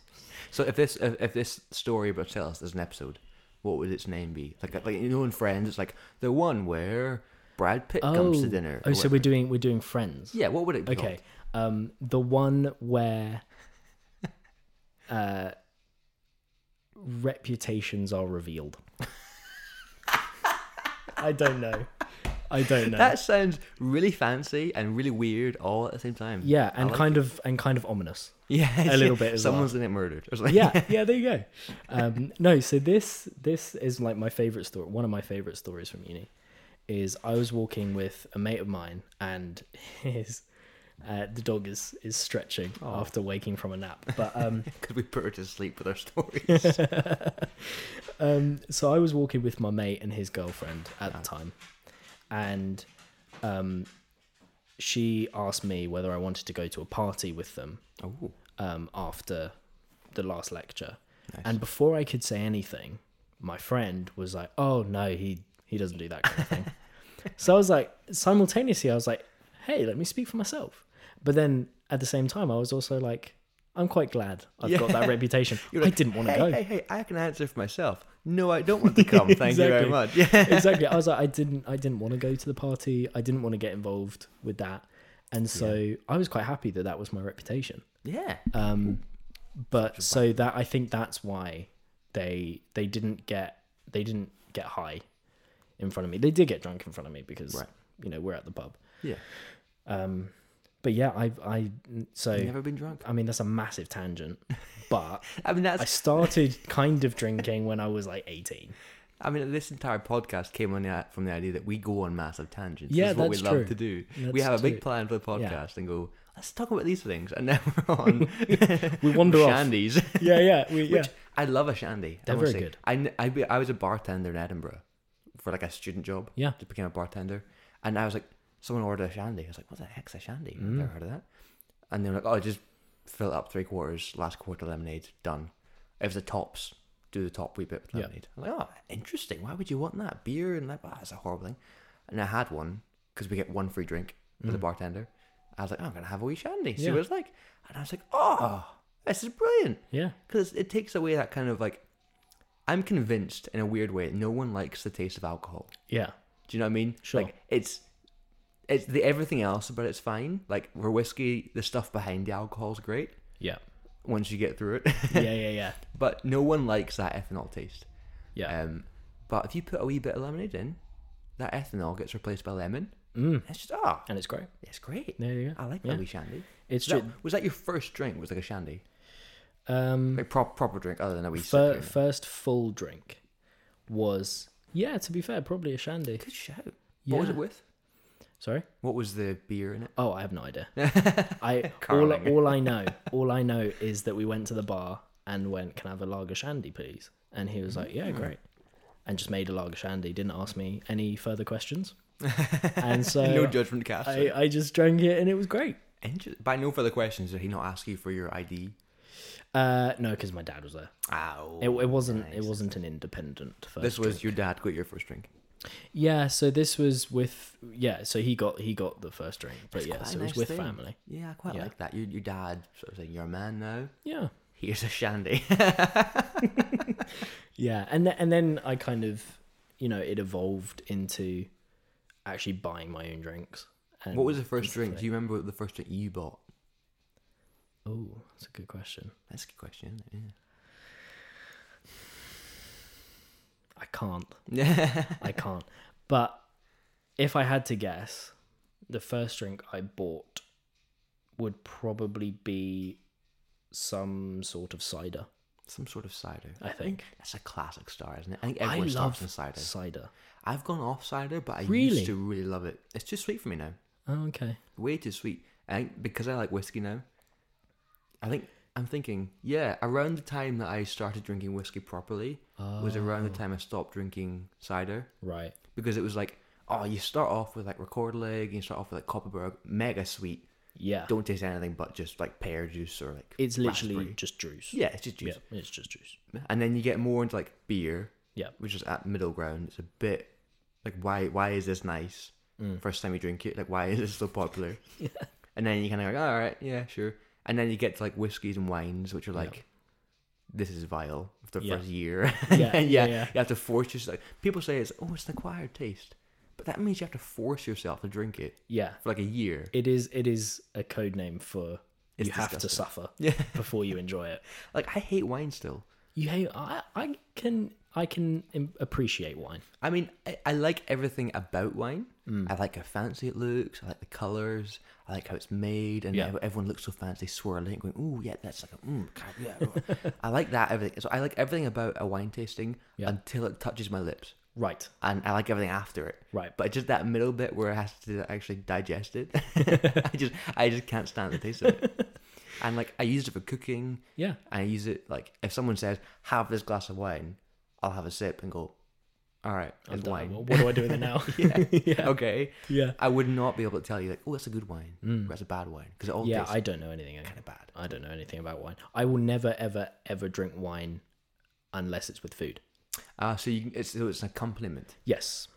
[SPEAKER 1] So if this if, if this story about us as an episode, what would its name be? Like like you know in Friends, it's like the one where Brad Pitt comes to dinner.
[SPEAKER 2] Oh,
[SPEAKER 1] or
[SPEAKER 2] so
[SPEAKER 1] whatever.
[SPEAKER 2] we're doing we're doing Friends.
[SPEAKER 1] yeah. What would it be?
[SPEAKER 2] Okay.
[SPEAKER 1] called?
[SPEAKER 2] Um, the one where uh, reputations are revealed. I don't know. I don't know.
[SPEAKER 1] That sounds really fancy and really weird all at the same time.
[SPEAKER 2] yeah,
[SPEAKER 1] I
[SPEAKER 2] and
[SPEAKER 1] like
[SPEAKER 2] kind of and kind of ominous.
[SPEAKER 1] yeah, yeah.
[SPEAKER 2] little bit as well.
[SPEAKER 1] Someone's in it murdered. Or something.
[SPEAKER 2] Yeah, yeah. There you go. Um, no, so this this is like my favorite story. One of my favorite stories from uni is I was walking with a mate of mine, and his uh, the dog is is stretching
[SPEAKER 1] Oh.
[SPEAKER 2] after waking from a nap, but. Um,
[SPEAKER 1] because we put her to sleep with our stories.
[SPEAKER 2] Um, so I was walking with my mate and his girlfriend at
[SPEAKER 1] Ah.
[SPEAKER 2] the time, and um, she asked me whether I wanted to go to a party with them
[SPEAKER 1] oh,
[SPEAKER 2] um, after the last lecture. And before I could say anything, my friend was like, "Oh no, he he doesn't do that kind of thing." so I was like, simultaneously, I was like, "Hey, let me speak for myself." But then at the same time, I was also like, "I'm quite glad I've got that reputation.
[SPEAKER 1] You're
[SPEAKER 2] I
[SPEAKER 1] like,
[SPEAKER 2] didn't want to
[SPEAKER 1] hey,
[SPEAKER 2] go."
[SPEAKER 1] Hey, hey, I can answer for myself. No, I don't want to come. Thank you very
[SPEAKER 2] Exactly.
[SPEAKER 1] much. Yeah.
[SPEAKER 2] exactly. I was like, I didn't, I didn't want to go to the party. I didn't want to get involved with that, and so I was quite happy that that was my reputation.
[SPEAKER 1] Yeah.
[SPEAKER 2] Um, but so that I think that's why they they didn't get they didn't get high in front of me. They did get drunk in front of me because
[SPEAKER 1] Right.
[SPEAKER 2] you know we're at the pub.
[SPEAKER 1] yeah.
[SPEAKER 2] Um, but yeah, I I so
[SPEAKER 1] You've never been drunk.
[SPEAKER 2] I mean that's a massive tangent, but.
[SPEAKER 1] I mean,
[SPEAKER 2] I
[SPEAKER 1] that's.
[SPEAKER 2] started kind of drinking when I was like 18.
[SPEAKER 1] I mean, this entire podcast came on the, from the idea that we go on massive tangents. this
[SPEAKER 2] Yeah,
[SPEAKER 1] is what
[SPEAKER 2] that's
[SPEAKER 1] we love
[SPEAKER 2] true.
[SPEAKER 1] to do. we
[SPEAKER 2] That's
[SPEAKER 1] have a big
[SPEAKER 2] true.
[SPEAKER 1] plan for the podcast and go. Let's talk about these things, and then we're on
[SPEAKER 2] We wander off.
[SPEAKER 1] shandies.
[SPEAKER 2] Yeah, yeah, we, yeah.
[SPEAKER 1] Which I love a shandy.
[SPEAKER 2] They're
[SPEAKER 1] I
[SPEAKER 2] very
[SPEAKER 1] must say.
[SPEAKER 2] good.
[SPEAKER 1] I, kn- I, be- I was a bartender in Edinburgh for like a student job.
[SPEAKER 2] Yeah.
[SPEAKER 1] Just became a bartender. And I was like, someone ordered a shandy. I was like, what the heck's a shandy? I've
[SPEAKER 2] Mm.
[SPEAKER 1] never heard of that. And they were like, oh, just fill it up three quarters, last quarter lemonade, done. It was the tops. Do the top wee bit with
[SPEAKER 2] Yeah.
[SPEAKER 1] lemonade. I'm like, oh, interesting. Why would you want that? Beer and like, oh, that's a horrible thing. And I had one because we get one free drink with the bartender. I was like, oh, I'm going to have a wee shandy, see
[SPEAKER 2] Mm. Yeah.
[SPEAKER 1] what it's like. And I was like, oh, this is brilliant
[SPEAKER 2] Yeah.
[SPEAKER 1] because it takes away that kind of like i'm convinced in a weird way no one likes the taste of alcohol
[SPEAKER 2] Yeah.
[SPEAKER 1] do you know what i mean
[SPEAKER 2] Sure.
[SPEAKER 1] like it's it's the everything else about it's fine like for whiskey the stuff behind the alcohol's great
[SPEAKER 2] Yeah.
[SPEAKER 1] once you get through it
[SPEAKER 2] Yeah, yeah, yeah.
[SPEAKER 1] but no one likes that ethanol taste
[SPEAKER 2] Yeah.
[SPEAKER 1] um but if you put a wee bit of lemonade in that ethanol gets replaced by lemon mm. it's just oh
[SPEAKER 2] and it's great.
[SPEAKER 1] it's great
[SPEAKER 2] There you go.
[SPEAKER 1] i like that
[SPEAKER 2] Yeah.
[SPEAKER 1] wee shandy
[SPEAKER 2] It's
[SPEAKER 1] So
[SPEAKER 2] true.
[SPEAKER 1] that- was that your first drink was like a shandy
[SPEAKER 2] Um,
[SPEAKER 1] like pro- proper drink other than a wee sip
[SPEAKER 2] fir-
[SPEAKER 1] here.
[SPEAKER 2] first full drink was, yeah, to be fair, probably a shandy.
[SPEAKER 1] Good show. What was
[SPEAKER 2] Yeah.
[SPEAKER 1] it with?
[SPEAKER 2] Sorry?
[SPEAKER 1] What was the beer in it?
[SPEAKER 2] Oh, I have no idea. I all,
[SPEAKER 1] Carling.
[SPEAKER 2] all I know, all I know is that we went to the bar and went, "Can I have a lager shandy, please?" And he was like,
[SPEAKER 1] Mm-hmm.
[SPEAKER 2] "Yeah, great," and just made a lager shandy. Didn't ask me any further questions, and so
[SPEAKER 1] no judgment cast.
[SPEAKER 2] I, I just drank it and it was great.
[SPEAKER 1] Inter- By no further questions, did he not ask you for your ID?
[SPEAKER 2] Uh, no, because my dad was there.
[SPEAKER 1] Ow.
[SPEAKER 2] It, it wasn't. It wasn't an independent first.
[SPEAKER 1] this was your dad got your first drink.
[SPEAKER 2] Yeah, so this was with yeah, so he got he got the first drink, but yeah,
[SPEAKER 1] quite a
[SPEAKER 2] so it
[SPEAKER 1] nice
[SPEAKER 2] was with
[SPEAKER 1] thing.
[SPEAKER 2] family.
[SPEAKER 1] Yeah, I quite
[SPEAKER 2] Yeah.
[SPEAKER 1] like that. Your, your dad sort of saying, "You're a man now.
[SPEAKER 2] Yeah,
[SPEAKER 1] Here's a shandy."
[SPEAKER 2] yeah, and th- and then I kind of you know it evolved into actually buying my own drinks. And,
[SPEAKER 1] what was the first drink? Do you remember what the first drink you bought?
[SPEAKER 2] Oh, that's a good question.
[SPEAKER 1] That's a good question, isn't it?
[SPEAKER 2] I can't.
[SPEAKER 1] Yeah.
[SPEAKER 2] I can't. But if I had to guess, the first drink I bought would probably be some sort of cider.
[SPEAKER 1] Some sort of cider.
[SPEAKER 2] I think.
[SPEAKER 1] That's a classic star, isn't it? I think everyone starts in cider.
[SPEAKER 2] cider.
[SPEAKER 1] I've gone off cider, but I
[SPEAKER 2] Really?
[SPEAKER 1] used to really love it. It's too sweet for me now.
[SPEAKER 2] Oh, okay.
[SPEAKER 1] way too sweet. And because I like whiskey now, I think I'm thinking, yeah, around the time that I started drinking
[SPEAKER 2] Oh.
[SPEAKER 1] whiskey properly was around the time I stopped drinking cider
[SPEAKER 2] Right.
[SPEAKER 1] because it was like, oh, you start off with like record leg, you start off with like Copperberg, mega sweet.
[SPEAKER 2] Yeah.
[SPEAKER 1] Don't taste anything but just like pear juice or like
[SPEAKER 2] it's literally
[SPEAKER 1] raspberry.
[SPEAKER 2] just juice.
[SPEAKER 1] yeah, it's just juice.
[SPEAKER 2] Yeah, it's just juice.
[SPEAKER 1] And then you get more into like beer,
[SPEAKER 2] Yeah.
[SPEAKER 1] which is at middle ground. It's a bit like why why is this nice?
[SPEAKER 2] Mm.
[SPEAKER 1] First time you drink it, like why is this so popular? And then you kind of like, all right, yeah, sure. And then you get to like whiskeys and wines, which are like, this is vile after the
[SPEAKER 2] Yeah.
[SPEAKER 1] first year. yeah,
[SPEAKER 2] Yeah,
[SPEAKER 1] yeah,
[SPEAKER 2] yeah, yeah.
[SPEAKER 1] You have to force yourself. People say it's oh, it's an acquired taste, but that means you have to force yourself to drink it
[SPEAKER 2] Yeah.
[SPEAKER 1] for like a year.
[SPEAKER 2] It is it is a code name for
[SPEAKER 1] It's
[SPEAKER 2] you have to
[SPEAKER 1] disgusting.
[SPEAKER 2] suffer
[SPEAKER 1] Yeah.
[SPEAKER 2] before you enjoy it.
[SPEAKER 1] Like I hate wine still.
[SPEAKER 2] You hate I I can I can im- appreciate wine.
[SPEAKER 1] I mean, I, I like everything about wine.
[SPEAKER 2] Mm.
[SPEAKER 1] I like how fancy it looks. I like the colors. I like how it's made, and
[SPEAKER 2] Yeah.
[SPEAKER 1] ev- everyone looks so fancy, swirling, going, "Ooh, yeah, that's like a mm, God, yeah." oh." I like that everything. So I like everything about a wine tasting
[SPEAKER 2] Yeah.
[SPEAKER 1] until it touches my lips,
[SPEAKER 2] Right.
[SPEAKER 1] and I like everything after it.
[SPEAKER 2] Right.
[SPEAKER 1] But just that middle bit where it has to actually digest it, I just, I just can't stand the taste of it. and like, I used it for cooking.
[SPEAKER 2] Yeah.
[SPEAKER 1] I use it like if someone says, "Have this glass of wine," I'll have a sip and go, "All right, it's
[SPEAKER 2] Done.
[SPEAKER 1] wine."
[SPEAKER 2] What, what do I do with it now?
[SPEAKER 1] yeah. Okay.
[SPEAKER 2] yeah. Mm.
[SPEAKER 1] I would not be able to tell you like, "Oh, that's a good wine," or "That's a bad wine," because it all
[SPEAKER 2] Yeah,
[SPEAKER 1] tastes
[SPEAKER 2] I don't know anything.
[SPEAKER 1] kind of bad.
[SPEAKER 2] I don't know anything about wine. I will never ever ever drink wine unless it's with food.
[SPEAKER 1] Uh, so you, it's so it's an accompaniment.
[SPEAKER 2] Yes.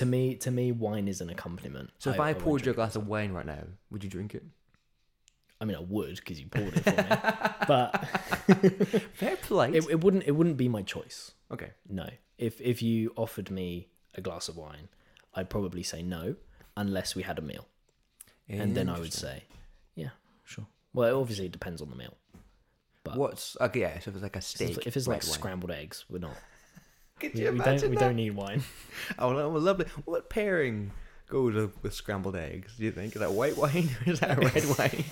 [SPEAKER 2] To me to me wine is an accompaniment.
[SPEAKER 1] So if I,
[SPEAKER 2] won't
[SPEAKER 1] poured
[SPEAKER 2] drink-
[SPEAKER 1] you a glass of wine right now, would you drink it?
[SPEAKER 2] I mean I would because you poured it for me. but
[SPEAKER 1] Very polite.
[SPEAKER 2] it, it wouldn't it wouldn't be my choice.
[SPEAKER 1] okay.
[SPEAKER 2] No. If if you offered me a glass of wine, I'd probably say no, unless we had a meal, and then I would say, yeah, sure. Well, it obviously depends on the meal.
[SPEAKER 1] What's okay? Yeah. So if it's like a
[SPEAKER 2] If,
[SPEAKER 1] steak,
[SPEAKER 2] if it's like
[SPEAKER 1] red wine.
[SPEAKER 2] scrambled eggs, we're not.
[SPEAKER 1] Could
[SPEAKER 2] We,
[SPEAKER 1] you
[SPEAKER 2] we
[SPEAKER 1] imagine
[SPEAKER 2] don't. We
[SPEAKER 1] that?
[SPEAKER 2] don't need wine.
[SPEAKER 1] Oh, no, lovely. What pairing goes with- with scrambled eggs? Do you think is that white wine or is that red wine?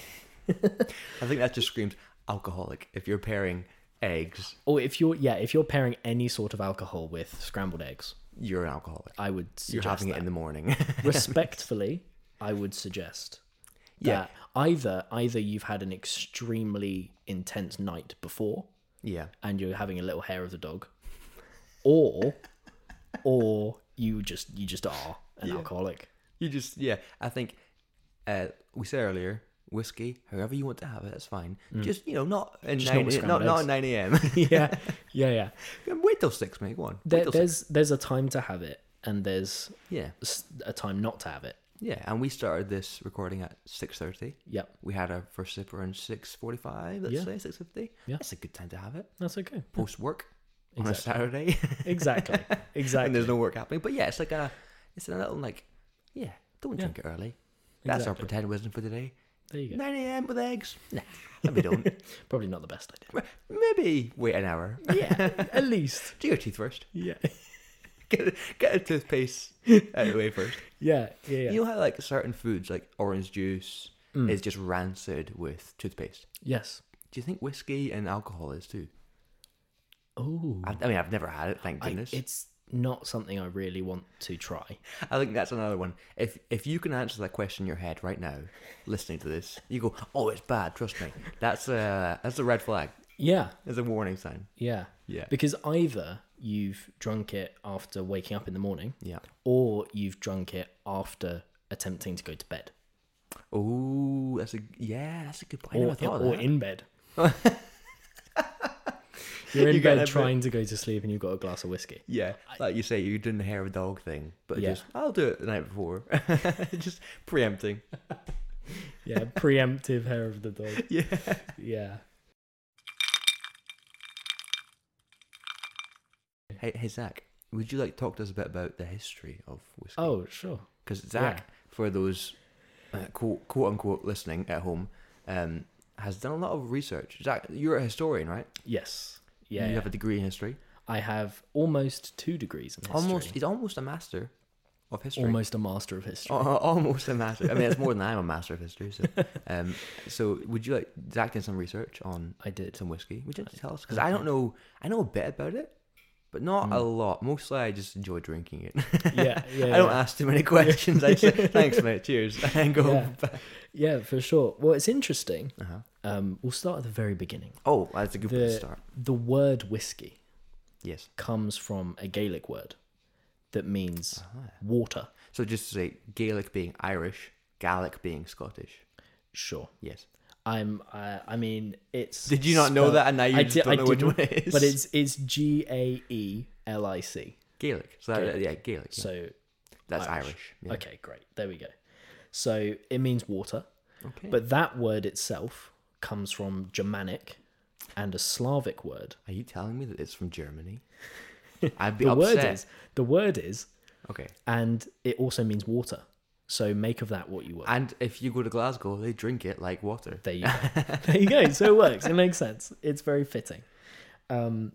[SPEAKER 1] I think that just screams alcoholic. If you're pairing eggs,
[SPEAKER 2] Or if you're, yeah, if you're pairing any sort of alcohol with scrambled eggs,
[SPEAKER 1] you're an alcoholic.
[SPEAKER 2] I would suggest
[SPEAKER 1] You're having it in the morning.
[SPEAKER 2] that. respectfully. I would suggest.
[SPEAKER 1] Yeah.
[SPEAKER 2] that Either either you've had an extremely intense night before,
[SPEAKER 1] yeah.
[SPEAKER 2] and you're having a little hair of the dog, or or you just you just are an alcoholic.
[SPEAKER 1] You just yeah. I think uh, we said earlier whiskey, however you want to have it, that's fine. Just you know, not at
[SPEAKER 2] Mm. not
[SPEAKER 1] nine,
[SPEAKER 2] with
[SPEAKER 1] not, not,
[SPEAKER 2] scrambled
[SPEAKER 1] at
[SPEAKER 2] eggs.
[SPEAKER 1] nine a.m.
[SPEAKER 2] yeah, yeah, yeah.
[SPEAKER 1] Wait till six, mate. Go on. Wait
[SPEAKER 2] There,
[SPEAKER 1] till
[SPEAKER 2] there's there's a time to have it, and there's
[SPEAKER 1] six. Yeah,
[SPEAKER 2] s- a time not to have it.
[SPEAKER 1] yeah. And we started this recording at six thirty.
[SPEAKER 2] Yep,
[SPEAKER 1] We had our first sip around six forty-five. Let's
[SPEAKER 2] Yeah.
[SPEAKER 1] say six fifty.
[SPEAKER 2] Yeah.
[SPEAKER 1] that's a good time to have it
[SPEAKER 2] that's okay.
[SPEAKER 1] post work on a Saturday,
[SPEAKER 2] Exactly,
[SPEAKER 1] and
[SPEAKER 2] exactly.
[SPEAKER 1] there's no work happening. But yeah, it's like a, it's a little like, yeah, don't drink it early. That's our
[SPEAKER 2] Exactly.
[SPEAKER 1] pretend wisdom for today.
[SPEAKER 2] there you go.
[SPEAKER 1] Nine a.m. with eggs. Nah, maybe don't.
[SPEAKER 2] Probably not the best idea.
[SPEAKER 1] maybe wait an hour.
[SPEAKER 2] Yeah, at least.
[SPEAKER 1] Do your teeth first.
[SPEAKER 2] Yeah.
[SPEAKER 1] Get a, get a toothpaste out of the way first.
[SPEAKER 2] yeah, yeah, Mm. yeah.
[SPEAKER 1] You know how like certain foods, like orange juice, is just rancid with toothpaste.
[SPEAKER 2] yes.
[SPEAKER 1] Do you think whiskey and alcohol is too?
[SPEAKER 2] Oh,
[SPEAKER 1] I, I mean, I've never had it. Thank goodness.
[SPEAKER 2] it's not something I really want to try.
[SPEAKER 1] I think that's another one. If if you can answer that question in your head right now, listening to this, you go, "Oh, it's bad." Trust me. That's a that's a red flag.
[SPEAKER 2] Yeah,
[SPEAKER 1] It's a warning sign.
[SPEAKER 2] yeah,
[SPEAKER 1] Yeah.
[SPEAKER 2] Because either you've drunk it after waking up in the morning,
[SPEAKER 1] Yeah.
[SPEAKER 2] or you've drunk it after attempting to go to bed
[SPEAKER 1] Oh, that's a yeah. That's a good point. I
[SPEAKER 2] or,
[SPEAKER 1] never thought of
[SPEAKER 2] or
[SPEAKER 1] that.
[SPEAKER 2] in bed. You're in
[SPEAKER 1] You get
[SPEAKER 2] bed
[SPEAKER 1] that
[SPEAKER 2] trying to go to sleep and you've got a glass of whiskey.
[SPEAKER 1] yeah, like you say, you're doing the hair of a dog thing, but
[SPEAKER 2] Yeah.
[SPEAKER 1] just I'll do it the night before, just preempting.
[SPEAKER 2] Yeah, preemptive hair of the dog.
[SPEAKER 1] Yeah.
[SPEAKER 2] Yeah.
[SPEAKER 1] Hey, hey, Zach, would you like to talk to us a bit about the history of whiskey?
[SPEAKER 2] Oh, sure.
[SPEAKER 1] Because Zach, for those uh, quote, quote unquote listening at home, um, has done a lot of research. Zach, you're a historian, right?
[SPEAKER 2] Yes. Yeah.
[SPEAKER 1] You
[SPEAKER 2] yeah.
[SPEAKER 1] have a degree in history.
[SPEAKER 2] I have almost two degrees in history.
[SPEAKER 1] Almost, he's almost a master of history. Oh.
[SPEAKER 2] Almost a master of history.
[SPEAKER 1] Al- al- almost a master. I mean, it's more than I'm a master of history. So, um, so would you like Zach did some research on
[SPEAKER 2] I did.
[SPEAKER 1] some whiskey? Would you like to tell us? Because I don't know. I know a bit about it, but not a lot. Mostly, I just enjoy drinking it.
[SPEAKER 2] Yeah. Hmm. Yeah.
[SPEAKER 1] I don't
[SPEAKER 2] yeah.
[SPEAKER 1] ask too many questions. I say thanks, mate. Cheers, and go.
[SPEAKER 2] Yeah. yeah, for sure. Well, it's interesting.
[SPEAKER 1] Uh-huh.
[SPEAKER 2] Um, we'll start at the very beginning.
[SPEAKER 1] Oh, that's a good place to
[SPEAKER 2] The,
[SPEAKER 1] start.
[SPEAKER 2] the word whiskey
[SPEAKER 1] Yes. Ah.
[SPEAKER 2] comes from a Gaelic word that means water.
[SPEAKER 1] So just to say Gaelic being Irish, Gaelic being Scottish.
[SPEAKER 2] Sure.
[SPEAKER 1] Yes.
[SPEAKER 2] I'm. Uh, I mean, it's.
[SPEAKER 1] Did you not know
[SPEAKER 2] spelled-
[SPEAKER 1] that and now you
[SPEAKER 2] I
[SPEAKER 1] just
[SPEAKER 2] di-
[SPEAKER 1] don't
[SPEAKER 2] I
[SPEAKER 1] know which
[SPEAKER 2] didn't,
[SPEAKER 1] one it is?
[SPEAKER 2] But it's it's G A E L I C.
[SPEAKER 1] Gaelic. So that, yeah, Gaelic. yeah.
[SPEAKER 2] So
[SPEAKER 1] That's Irish. Yeah.
[SPEAKER 2] okay, great. There we go. So it means water,
[SPEAKER 1] Okay.
[SPEAKER 2] but that word itself comes from Germanic and a Slavic word.
[SPEAKER 1] Are you telling me that it's from Germany? I'd be
[SPEAKER 2] The
[SPEAKER 1] upset.
[SPEAKER 2] word is the word is,
[SPEAKER 1] Okay.
[SPEAKER 2] and it also means water. So make of that what you will.
[SPEAKER 1] And if you go to Glasgow, they drink it like water.
[SPEAKER 2] There you go. there you go. So it works. It makes sense. It's very fitting. Um,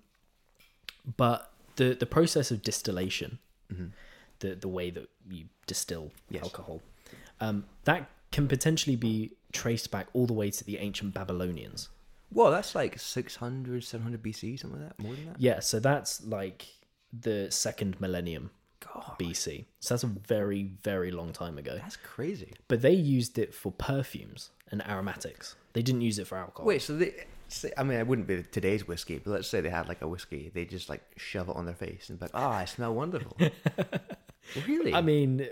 [SPEAKER 2] but the the process of distillation, the the way that you distill alcohol, um, that can potentially be traced back all the way to the ancient Babylonians.
[SPEAKER 1] Whoa, that's like 600, 700 BC, something like that. More than that.
[SPEAKER 2] Yeah. So that's like the second millennium
[SPEAKER 1] God,
[SPEAKER 2] BC. So that's a very very long time ago.
[SPEAKER 1] that's crazy.
[SPEAKER 2] But they used it for perfumes and aromatics. They didn't use it for alcohol.
[SPEAKER 1] Wait, so they. Say, I mean, it wouldn't be today's whiskey, but let's say they had like a whiskey, they just like shove it on their face and be like, "Oh, I smell wonderful." really?
[SPEAKER 2] I mean,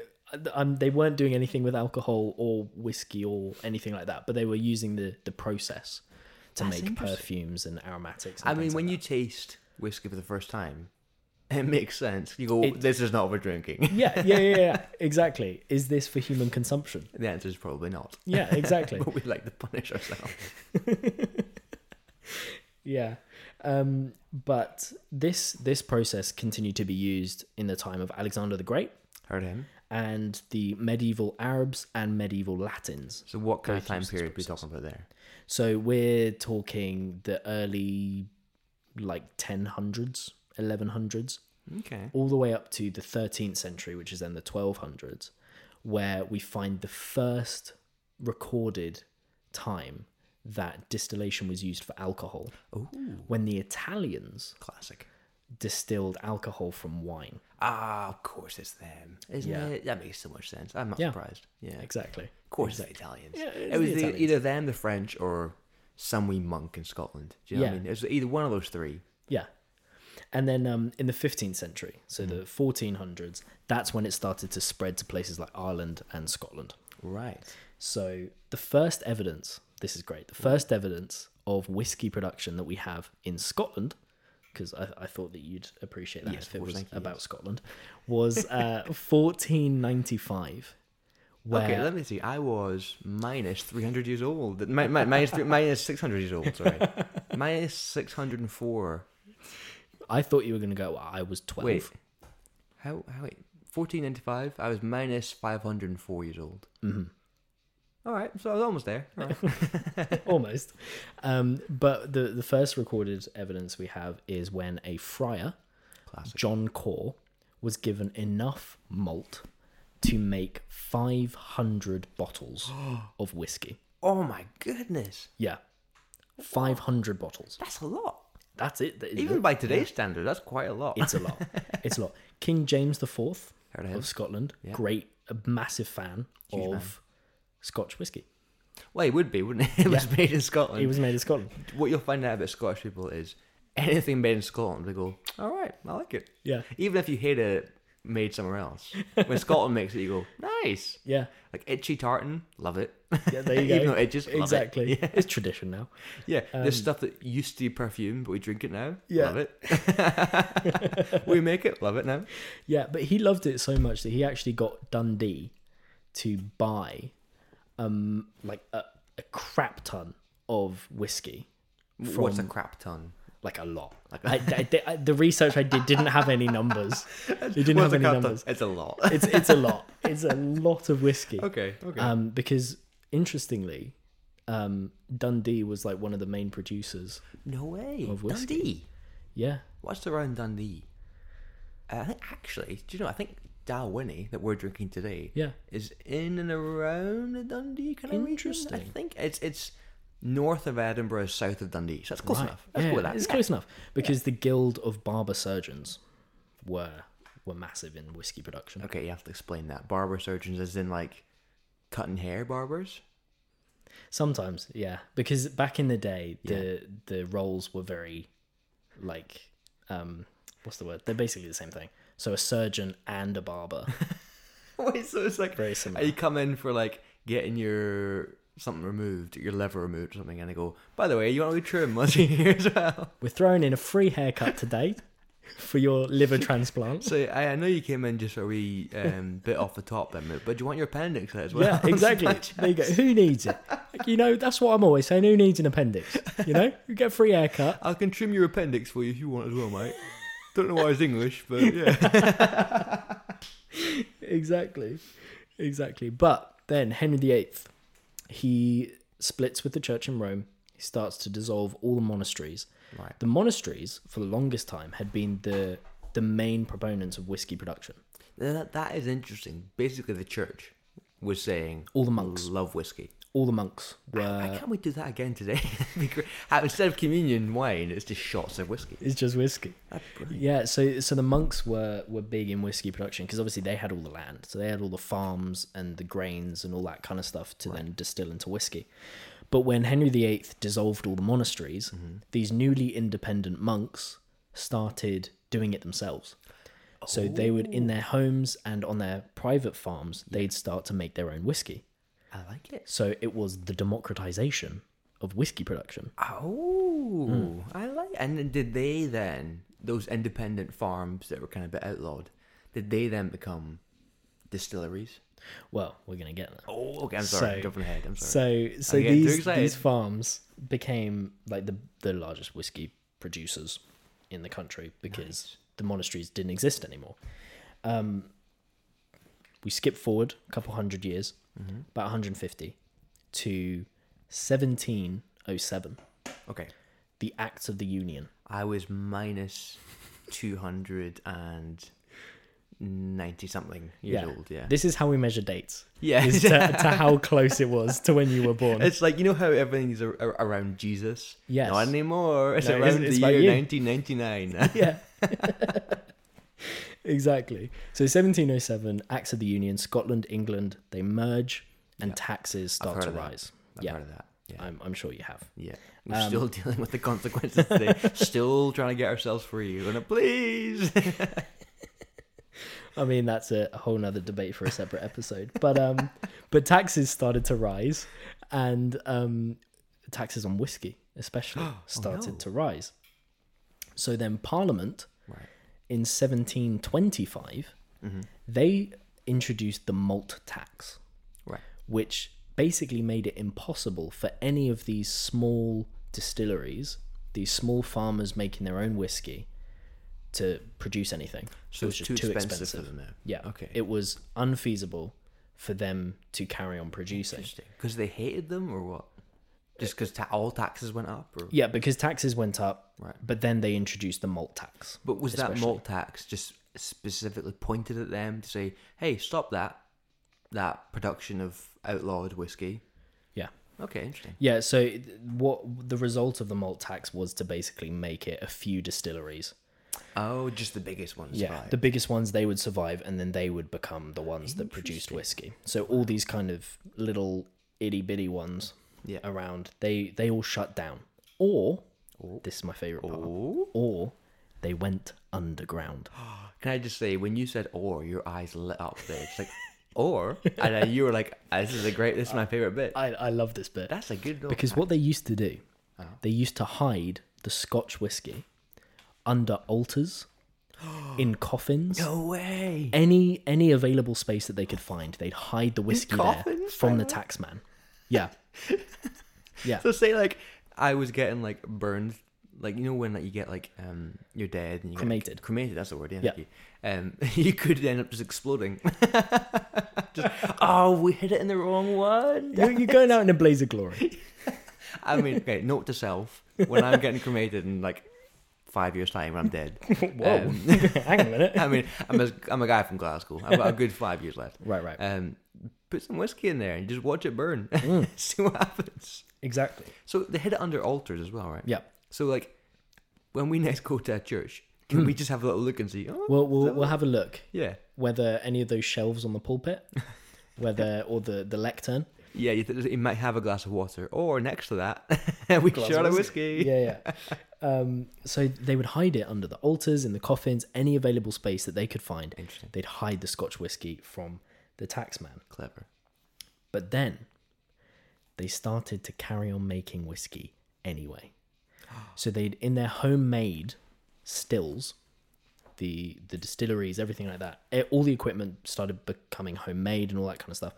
[SPEAKER 2] um, they weren't doing anything with alcohol or whiskey or anything like that, but they were using the the process to
[SPEAKER 1] That's
[SPEAKER 2] make
[SPEAKER 1] interesting.
[SPEAKER 2] perfumes and aromatics. And
[SPEAKER 1] I mean,
[SPEAKER 2] things
[SPEAKER 1] when you
[SPEAKER 2] like
[SPEAKER 1] taste whiskey for the first time, it makes sense. You go,
[SPEAKER 2] It-
[SPEAKER 1] "This is not what we're drinking."
[SPEAKER 2] that. yeah, yeah, yeah, yeah, exactly. Is this for human consumption?
[SPEAKER 1] the answer is probably not.
[SPEAKER 2] Yeah, exactly.
[SPEAKER 1] But we like to punish ourselves.
[SPEAKER 2] yeah, um, but this this process continued to be used in the time of Alexander the Great
[SPEAKER 1] Heard him.
[SPEAKER 2] and the medieval Arabs and medieval Latins.
[SPEAKER 1] So, what kind of
[SPEAKER 2] Both
[SPEAKER 1] time
[SPEAKER 2] uses
[SPEAKER 1] period are we
[SPEAKER 2] process.
[SPEAKER 1] talking about there?
[SPEAKER 2] So we're talking the early, like ten hundreds, eleven hundreds,
[SPEAKER 1] Okay.
[SPEAKER 2] all the way up to the thirteenth century, which is then the twelve hundreds, where we find the first recorded time that distillation was used for alcohol,
[SPEAKER 1] Oh,
[SPEAKER 2] when the Italians
[SPEAKER 1] classic.
[SPEAKER 2] distilled alcohol from wine.
[SPEAKER 1] Ah, of course it's them, isn't
[SPEAKER 2] Yeah.
[SPEAKER 1] it? That makes so much sense. I'm not
[SPEAKER 2] Yeah.
[SPEAKER 1] surprised. Yeah, of
[SPEAKER 2] Exactly.
[SPEAKER 1] course it's the Italians.
[SPEAKER 2] Yeah, it's
[SPEAKER 1] it was
[SPEAKER 2] the
[SPEAKER 1] the-
[SPEAKER 2] Italians.
[SPEAKER 1] either them, the French, or some wee monk in Scotland. Do you know what
[SPEAKER 2] Yeah.
[SPEAKER 1] I mean? It was either one of those three.
[SPEAKER 2] Yeah. And then um, in the 15th century, so the 1400s, that's when it started to spread to places like Ireland and Scotland.
[SPEAKER 1] Right.
[SPEAKER 2] So the first evidence, this is great, the first evidence of whiskey production that we have in Scotland, because I, I thought that you'd appreciate that
[SPEAKER 1] Yes,
[SPEAKER 2] if
[SPEAKER 1] of
[SPEAKER 2] it
[SPEAKER 1] course,
[SPEAKER 2] was
[SPEAKER 1] thank you,
[SPEAKER 2] about Scotland, was uh, 1495. Where,
[SPEAKER 1] Okay, let me see. I was minus 300 years old. Mi- mi- minus, three, minus 600 years old, sorry. minus 604.
[SPEAKER 2] I thought you were going to go, I was 12.
[SPEAKER 1] Wait. How, how, wait. 1495, I was minus 504 years old. Mm-hmm. right, so I was almost there. All right.
[SPEAKER 2] almost. Um, but the, the first recorded evidence we have is when a friar, John Corr, was given enough malt to make 500 bottles of whiskey.
[SPEAKER 1] oh my goodness.
[SPEAKER 2] Yeah. 500 bottles.
[SPEAKER 1] That's a lot.
[SPEAKER 2] That's it. That is
[SPEAKER 1] Even
[SPEAKER 2] it.
[SPEAKER 1] by today's standard, that's quite a lot.
[SPEAKER 2] it's a lot. It's a lot. King James IV
[SPEAKER 1] Heard of him.
[SPEAKER 2] of Scotland, great, a massive fan of Scotch whiskey.
[SPEAKER 1] Well, it would be, wouldn't it? It was made in Scotland.
[SPEAKER 2] It was made in Scotland.
[SPEAKER 1] What you'll find out about Scottish people is anything made in Scotland, they go, all right, I like it.
[SPEAKER 2] Yeah.
[SPEAKER 1] Even if you hate it made somewhere else. When Scotland makes it, you go, nice.
[SPEAKER 2] Yeah.
[SPEAKER 1] Like itchy tartan, love it.
[SPEAKER 2] Yeah, there you go.
[SPEAKER 1] Even though it just love it.
[SPEAKER 2] exactly. It's tradition now.
[SPEAKER 1] Yeah, there's stuff that used to be perfume, but we drink it now.
[SPEAKER 2] Yeah.
[SPEAKER 1] Love it. we make it, love it now.
[SPEAKER 2] Yeah, but he loved it so much that he actually got Dundee to buy um like a, a crap ton of whiskey.
[SPEAKER 1] What's a crap ton?
[SPEAKER 2] Like a lot. Like I, I- I- the research I did didn't have any numbers. It didn't
[SPEAKER 1] What's
[SPEAKER 2] have
[SPEAKER 1] a
[SPEAKER 2] any
[SPEAKER 1] crap ton?
[SPEAKER 2] numbers.
[SPEAKER 1] It's a lot.
[SPEAKER 2] It's it's a lot. It's a lot of whiskey.
[SPEAKER 1] okay, okay.
[SPEAKER 2] Um, because interestingly, um, Dundee was like one of the main producers.
[SPEAKER 1] no way.
[SPEAKER 2] whiskey.
[SPEAKER 1] Dundee.
[SPEAKER 2] Yeah.
[SPEAKER 1] What's around Dundee? Uh, I think actually, do you know? I think Dalwhinnie that we're drinking today,
[SPEAKER 2] Yeah.
[SPEAKER 1] is in and around the Dundee kind of region.
[SPEAKER 2] Interesting.
[SPEAKER 1] I think it's it's north of Edinburgh, south of Dundee, so that's close enough. That's
[SPEAKER 2] yeah,
[SPEAKER 1] cool with that.
[SPEAKER 2] It's
[SPEAKER 1] Yeah.
[SPEAKER 2] close enough because the Guild of Barber Surgeons were were massive in whiskey production.
[SPEAKER 1] Okay, you have to explain that. Barber surgeons, as in like cutting hair barbers.
[SPEAKER 2] Sometimes, yeah, because back in the day, the the roles were very like um what's the word? They're basically the same thing. So a surgeon and a barber
[SPEAKER 1] Wait, so it's like
[SPEAKER 2] Very similar.
[SPEAKER 1] you come in for like getting your something removed, your liver removed or something, and they go, by the way, you want to trim once a year as well.
[SPEAKER 2] We're throwing in a free haircut today for your liver transplant.
[SPEAKER 1] So I, I know you came in just for a wee um, bit off the top, then, but do you want your appendix out as well?
[SPEAKER 2] Yeah, exactly. There you go. Who needs it? Like, you know, that's what I'm always saying. Who needs an appendix? You know, you get a free haircut.
[SPEAKER 1] I can trim your appendix for you if you want as well, mate. Don't know why it's English, but yeah.
[SPEAKER 2] Exactly, exactly. But then Henry VIII, he splits with the church in Rome. He starts to dissolve all the monasteries.
[SPEAKER 1] Right.
[SPEAKER 2] The monasteries, for the longest time, had been the the main proponents of whiskey production.
[SPEAKER 1] that, that is interesting. Basically, the church was saying
[SPEAKER 2] All the monks. Uh,
[SPEAKER 1] love whiskey.
[SPEAKER 2] All the monks were.
[SPEAKER 1] Why can't we do that again today? It'd be great. Uh, Instead of communion wine, it's just shots of whiskey.
[SPEAKER 2] It's just whiskey. Yeah, so so the monks were were big in whiskey production because obviously they had all the land, so they had all the farms and the grains and all that kind of stuff to then distill into whiskey. But when Henry VIII dissolved all the monasteries, these newly independent monks started doing it themselves. So they would in their homes and on their private farms, they'd start to make their own whiskey.
[SPEAKER 1] I like it.
[SPEAKER 2] So it was the democratization of whiskey production.
[SPEAKER 1] Oh, I like. And then did they then those independent farms that were kind of a bit outlawed? Did they then become distilleries?
[SPEAKER 2] Well, we're gonna get there.
[SPEAKER 1] Oh, okay. I'm sorry.
[SPEAKER 2] So-
[SPEAKER 1] jumping ahead. I'm sorry.
[SPEAKER 2] So so
[SPEAKER 1] I'm getting too
[SPEAKER 2] these
[SPEAKER 1] excited.
[SPEAKER 2] these farms became like the the largest whiskey producers in the country because the monasteries didn't exist anymore. Um, we skip forward a couple hundred years,
[SPEAKER 1] Mm-hmm.
[SPEAKER 2] about 150 to 1707,
[SPEAKER 1] okay.
[SPEAKER 2] the Acts of the Union.
[SPEAKER 1] I was minus two hundred and ninety something years old. Yeah.
[SPEAKER 2] This is how we measure dates.
[SPEAKER 1] Yeah.
[SPEAKER 2] Is to, to how close it was to when you were born.
[SPEAKER 1] It's like you know how everything's ar- ar- around Jesus.
[SPEAKER 2] Yes.
[SPEAKER 1] Not anymore. It's
[SPEAKER 2] No, it's-
[SPEAKER 1] around
[SPEAKER 2] it's
[SPEAKER 1] the
[SPEAKER 2] about
[SPEAKER 1] year
[SPEAKER 2] you.
[SPEAKER 1] 1999.
[SPEAKER 2] yeah. exactly. So 1707, Acts of the Union, Scotland, England, they merge and taxes start
[SPEAKER 1] heard
[SPEAKER 2] to
[SPEAKER 1] of that.
[SPEAKER 2] rise.
[SPEAKER 1] I've
[SPEAKER 2] yeah. Um,
[SPEAKER 1] heard of that. Yeah.
[SPEAKER 2] I'm, I'm sure you have.
[SPEAKER 1] Yeah. We're still dealing with the consequences today. still trying to get ourselves free. We're gonna please.
[SPEAKER 2] I mean, that's a, a whole nother debate for a separate episode. But um, but taxes started to rise, and um, taxes on whiskey especially
[SPEAKER 1] Oh,
[SPEAKER 2] started to rise. So then Parliament,
[SPEAKER 1] Right. Mm-hmm.
[SPEAKER 2] in 1725, they introduced the malt tax.
[SPEAKER 1] Right.
[SPEAKER 2] which basically made it impossible for any of these small distilleries, these small farmers making their own whiskey, to produce anything.
[SPEAKER 1] So it's too, expensive, for them now.
[SPEAKER 2] Yeah.
[SPEAKER 1] Okay.
[SPEAKER 2] It was unfeasible for them to carry on producing.
[SPEAKER 1] Because they hated them or what? Just because ta- all taxes went up? Or...
[SPEAKER 2] Yeah, because taxes went up,
[SPEAKER 1] Right.
[SPEAKER 2] but then they introduced the malt tax.
[SPEAKER 1] But was that malt tax just specifically pointed at them to say, hey, stop that, that production of outlawed whiskey?
[SPEAKER 2] Yeah.
[SPEAKER 1] Okay, interesting.
[SPEAKER 2] Yeah, so th- what the result of the malt tax was to basically make it a few distilleries
[SPEAKER 1] Oh, just the biggest ones.
[SPEAKER 2] Yeah,
[SPEAKER 1] right.
[SPEAKER 2] the biggest ones they would survive, and then they would become the ones that produced whiskey. So all these kind of little itty bitty ones
[SPEAKER 1] Yeah.
[SPEAKER 2] around, they they all shut down, or this is my favorite part,
[SPEAKER 1] Oh.
[SPEAKER 2] or they went underground.
[SPEAKER 1] Can I just say, when you said "or," your eyes lit up there. It's like "or," and uh, you were like, "Ah, "This is a great. This is my favorite bit."
[SPEAKER 2] I I love this bit
[SPEAKER 1] Uh, That's a good. Uh-huh. little-
[SPEAKER 2] because what they used to do, they used to hide the Scotch whiskey under altars, in coffins.
[SPEAKER 1] no way.
[SPEAKER 2] any any available space that they could find, they'd hide the whiskey there
[SPEAKER 1] coffins,
[SPEAKER 2] from the taxman. Yeah. Yeah.
[SPEAKER 1] So say like I was getting like burned, like you know when like you get like um you're dead and you
[SPEAKER 2] Cremated.
[SPEAKER 1] Get, cremated. That's the word. Yeah.
[SPEAKER 2] Yeah.
[SPEAKER 1] thank you. Um, you could end up just exploding. just oh, we hit it in the wrong one.
[SPEAKER 2] You're, you're going out in a blaze of glory.
[SPEAKER 1] I mean, okay, note to self: when I'm getting cremated in like five years' time, when I'm dead.
[SPEAKER 2] Whoa.
[SPEAKER 1] um,
[SPEAKER 2] Hang on a minute.
[SPEAKER 1] I mean, I'm a, I'm a guy from Glasgow. I've got a good five years left.
[SPEAKER 2] Right, right.
[SPEAKER 1] Um, put some whiskey in there and just watch it burn. See what happens.
[SPEAKER 2] Exactly.
[SPEAKER 1] So they hid it under altars as well, right?
[SPEAKER 2] Yeah.
[SPEAKER 1] So like, when we next go to a church, can we just have a little look and see? Oh,
[SPEAKER 2] We'll, we'll, we'll have a look
[SPEAKER 1] yeah,
[SPEAKER 2] whether any of those shelves on the pulpit, whether, or the, the lectern.
[SPEAKER 1] yeah. You th- it might have a glass of water, or next to that, we
[SPEAKER 2] Glass
[SPEAKER 1] shot a
[SPEAKER 2] of
[SPEAKER 1] whiskey.
[SPEAKER 2] Yeah, yeah. Um, so they would hide it under the altars, in the coffins, any available space that they could find.
[SPEAKER 1] Interesting.
[SPEAKER 2] They'd hide the Scotch whiskey from the taxman.
[SPEAKER 1] Clever.
[SPEAKER 2] But then they started to carry on making whiskey anyway. So they'd in their homemade stills, the the distilleries, everything like that. eh, All the equipment started becoming homemade and all that kind of stuff.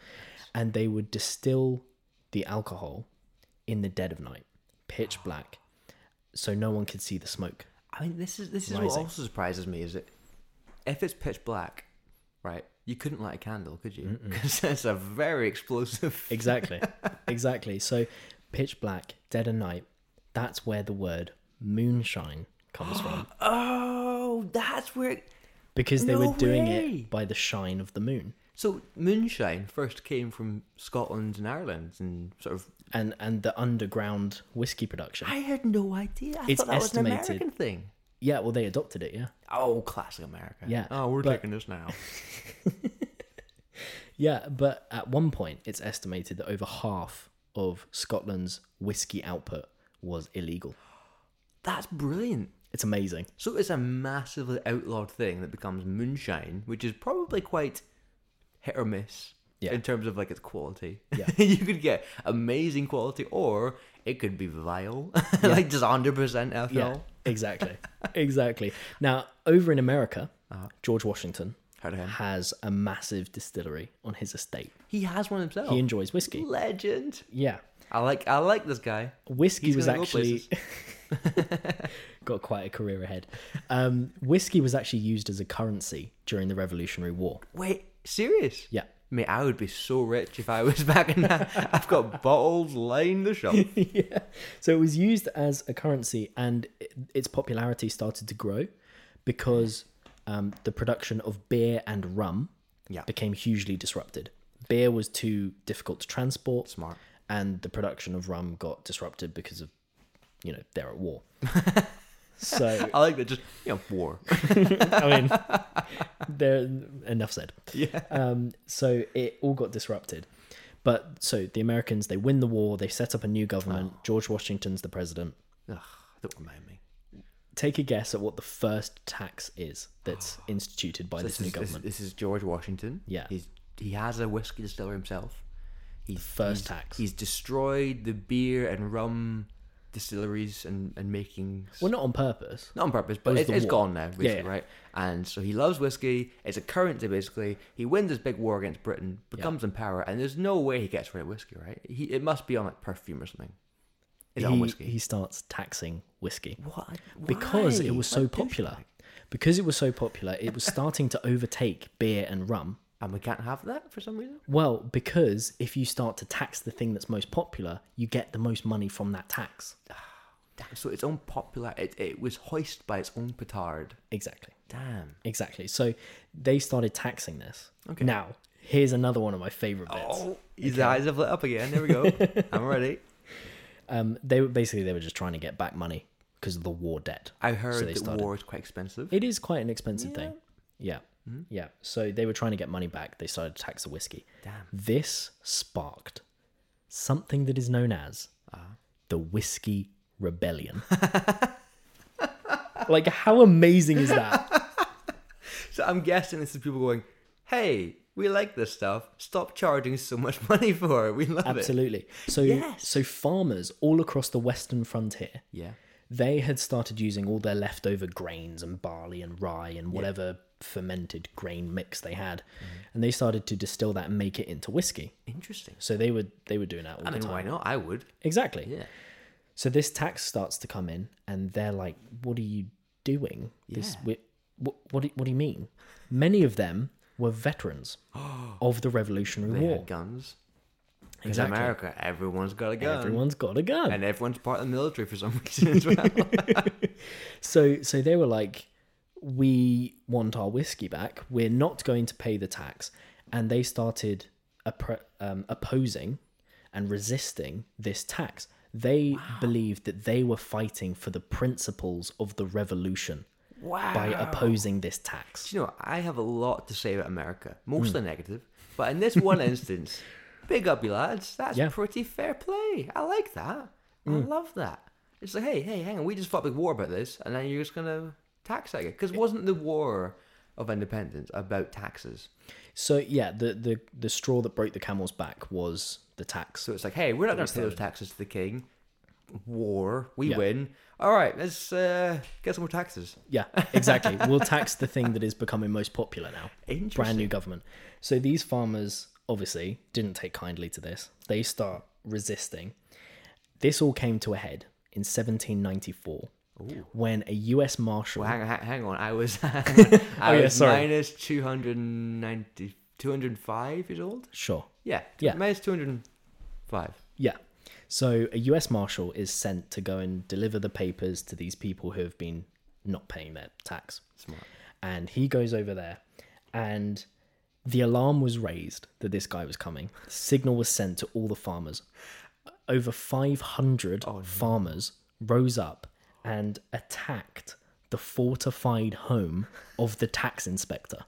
[SPEAKER 2] And they would distill the alcohol in the dead of night, pitch black, so no one could see the smoke.
[SPEAKER 1] I mean, this is this is what
[SPEAKER 2] Rising.
[SPEAKER 1] also surprises me is that if it's pitch black, right? You couldn't light a candle, could you? Because that's a very explosive.
[SPEAKER 2] Exactly. exactly. So pitch black, dead of night, that's where the word moonshine comes from.
[SPEAKER 1] Oh, that's where. It...
[SPEAKER 2] because they
[SPEAKER 1] No
[SPEAKER 2] were doing
[SPEAKER 1] way.
[SPEAKER 2] it by the shine of the moon
[SPEAKER 1] So moonshine first came from Scotland and Ireland, and sort of.
[SPEAKER 2] and and the underground whiskey production.
[SPEAKER 1] I had no idea. I
[SPEAKER 2] It's
[SPEAKER 1] thought that was an
[SPEAKER 2] estimated-
[SPEAKER 1] American thing.
[SPEAKER 2] Yeah, well they adopted it, yeah.
[SPEAKER 1] Oh, classic America.
[SPEAKER 2] Yeah,
[SPEAKER 1] Oh, we're
[SPEAKER 2] but-
[SPEAKER 1] taking this now.
[SPEAKER 2] Yeah, but at one point it's estimated that over half of Scotland's whiskey output was illegal.
[SPEAKER 1] That's brilliant.
[SPEAKER 2] It's amazing.
[SPEAKER 1] So it's a massively outlawed thing that becomes moonshine, which is probably quite hit or miss
[SPEAKER 2] Yeah.
[SPEAKER 1] in terms of like its quality.
[SPEAKER 2] Yeah.
[SPEAKER 1] you could get amazing quality, or it could be vile, like just hundred percent ethanol.
[SPEAKER 2] Yeah. Exactly. exactly. Now, over in America,
[SPEAKER 1] Uh-huh.
[SPEAKER 2] George Washington
[SPEAKER 1] Heard of him.
[SPEAKER 2] has a massive distillery on his estate.
[SPEAKER 1] He has one himself.
[SPEAKER 2] He enjoys whiskey.
[SPEAKER 1] Legend.
[SPEAKER 2] Yeah.
[SPEAKER 1] I like. I like this guy.
[SPEAKER 2] whiskey
[SPEAKER 1] He's
[SPEAKER 2] was
[SPEAKER 1] gonna go
[SPEAKER 2] actually got quite a career ahead. Um, whiskey was actually used as a currency during the Revolutionary War.
[SPEAKER 1] Wait, serious?
[SPEAKER 2] Yeah,
[SPEAKER 1] Mate, I would be so rich if I was back in that. I've got bottles lined the shop.
[SPEAKER 2] yeah. So it was used as a currency, and i- its popularity started to grow because um, the production of beer and rum
[SPEAKER 1] Yeah.
[SPEAKER 2] became hugely disrupted. Beer was too difficult to transport.
[SPEAKER 1] Smart.
[SPEAKER 2] and the production of rum got disrupted because of, you know, they're at war. so
[SPEAKER 1] I like that. Just you know, war.
[SPEAKER 2] I mean, there. Enough said.
[SPEAKER 1] Yeah.
[SPEAKER 2] Um, so it all got disrupted, but so the Americans they win the war. They set up a new government. George Washington's the president.
[SPEAKER 1] Ugh, don't remind me.
[SPEAKER 2] Take a guess at what the first tax is that's instituted by
[SPEAKER 1] Oh. This
[SPEAKER 2] this, new
[SPEAKER 1] is, this-
[SPEAKER 2] government.
[SPEAKER 1] This, is George Washington.
[SPEAKER 2] Yeah.
[SPEAKER 1] He's he has a whiskey distiller himself. He's
[SPEAKER 2] first
[SPEAKER 1] he's-
[SPEAKER 2] tax.
[SPEAKER 1] He's destroyed the beer and rum distilleries and and making
[SPEAKER 2] well, not on purpose.
[SPEAKER 1] not on purpose, but
[SPEAKER 2] was
[SPEAKER 1] it,
[SPEAKER 2] the
[SPEAKER 1] it's
[SPEAKER 2] war.
[SPEAKER 1] gone now, basically,
[SPEAKER 2] yeah.
[SPEAKER 1] right? And so he loves whiskey. It's a currency, basically. He wins this big war against Britain, becomes in power, and there's no way he gets rid of whiskey, right? He, it must be on like perfume or something. Is it on
[SPEAKER 2] he,
[SPEAKER 1] whiskey?
[SPEAKER 2] he starts taxing whiskey
[SPEAKER 1] what?
[SPEAKER 2] because it
[SPEAKER 1] Why?
[SPEAKER 2] was so
[SPEAKER 1] Like,
[SPEAKER 2] popular. Because it was so popular, it was starting to overtake beer and rum.
[SPEAKER 1] And we can't have that for some reason.
[SPEAKER 2] Well, because if you start to tax the thing that's most popular, you get the most money from that tax.
[SPEAKER 1] Damn, So its own popular, it, it was hoisted by its own petard.
[SPEAKER 2] Exactly.
[SPEAKER 1] Damn.
[SPEAKER 2] Exactly. So they started taxing this. Okay. Now, here's another one of my favorite bits.
[SPEAKER 1] Oh, his eyes have lit up again. There we go. I'm ready.
[SPEAKER 2] Um, they were basically they were just trying to get back money because of the war debt.
[SPEAKER 1] I heard
[SPEAKER 2] they
[SPEAKER 1] that
[SPEAKER 2] started-
[SPEAKER 1] war is quite expensive.
[SPEAKER 2] It is quite an expensive thing. Yeah.
[SPEAKER 1] Mm-hmm.
[SPEAKER 2] Yeah. So they were trying to get money back. They started to tax the whiskey.
[SPEAKER 1] Damn.
[SPEAKER 2] This sparked something that is known as
[SPEAKER 1] Uh-huh.
[SPEAKER 2] the Whiskey Rebellion. like, how amazing is that?
[SPEAKER 1] So I'm guessing this is people going, "Hey, we like this stuff. Stop charging so much money for it. We love it."
[SPEAKER 2] Absolutely. So,
[SPEAKER 1] Yes.
[SPEAKER 2] so farmers all across the Western frontier,
[SPEAKER 1] Yeah.
[SPEAKER 2] they had started using all their leftover grains and barley and rye and whatever fermented grain mix they had,
[SPEAKER 1] Mm-hmm.
[SPEAKER 2] and they started to distill that and make it into whiskey.
[SPEAKER 1] Interesting.
[SPEAKER 2] So they were they were doing that all
[SPEAKER 1] I
[SPEAKER 2] the
[SPEAKER 1] mean,
[SPEAKER 2] time.
[SPEAKER 1] why not? I would.
[SPEAKER 2] Exactly.
[SPEAKER 1] Yeah.
[SPEAKER 2] So this tax starts to come in, and they're like, "What are you doing? This,
[SPEAKER 1] Yeah.
[SPEAKER 2] wi- what, what, do, what do you mean?" Many of them were veterans of the Revolutionary
[SPEAKER 1] They
[SPEAKER 2] War.
[SPEAKER 1] had guns. 'Cause
[SPEAKER 2] Exactly.
[SPEAKER 1] America, everyone's got a gun,
[SPEAKER 2] Everyone's got a gun.
[SPEAKER 1] and everyone's part of the military for some reason as well.
[SPEAKER 2] so, so they were like, "We want our whiskey back. We're not going to pay the tax," and they started oppre- um, opposing and resisting this tax. They believed that they were fighting for the principles of the revolution.
[SPEAKER 1] wow.
[SPEAKER 2] by opposing this tax.
[SPEAKER 1] Do you know, what? I have a lot to say about America,
[SPEAKER 2] Hmm.
[SPEAKER 1] mostly negative, but in this one instance, big up you lads. That's
[SPEAKER 2] Yeah. Hmm.
[SPEAKER 1] pretty fair play. I like that. I love that. It's like, hey, hey, hang on, we just fought a big war about this, and then you're just gonna tax like it. Because wasn't the war of independence about taxes.
[SPEAKER 2] So yeah, the the the straw that broke the camel's back was the tax.
[SPEAKER 1] So it's like, hey, we're not going to pay those taxes to the king. War, we
[SPEAKER 2] Yeah.
[SPEAKER 1] win. All right, let's uh, get some more taxes.
[SPEAKER 2] Yeah, exactly. we'll tax the thing that is becoming most popular now. Brand new government. So these farmers obviously didn't take kindly to this. They start resisting. This all came to a head in 1794 when a U.S. marshal.
[SPEAKER 1] Hang, hang, hang on, I was, I
[SPEAKER 2] Oh, yeah,
[SPEAKER 1] was
[SPEAKER 2] sorry.
[SPEAKER 1] minus 290, 205 years old.
[SPEAKER 2] Sure.
[SPEAKER 1] Yeah,
[SPEAKER 2] Yeah.
[SPEAKER 1] minus 205.
[SPEAKER 2] Yeah. So a US marshal is sent to go and deliver the papers to these people who have been not paying their tax. Smart. And he goes over there and the alarm was raised that this guy was coming. Signal was sent to all the farmers. Over 500 farmers rose up and attacked the fortified home of the tax inspector.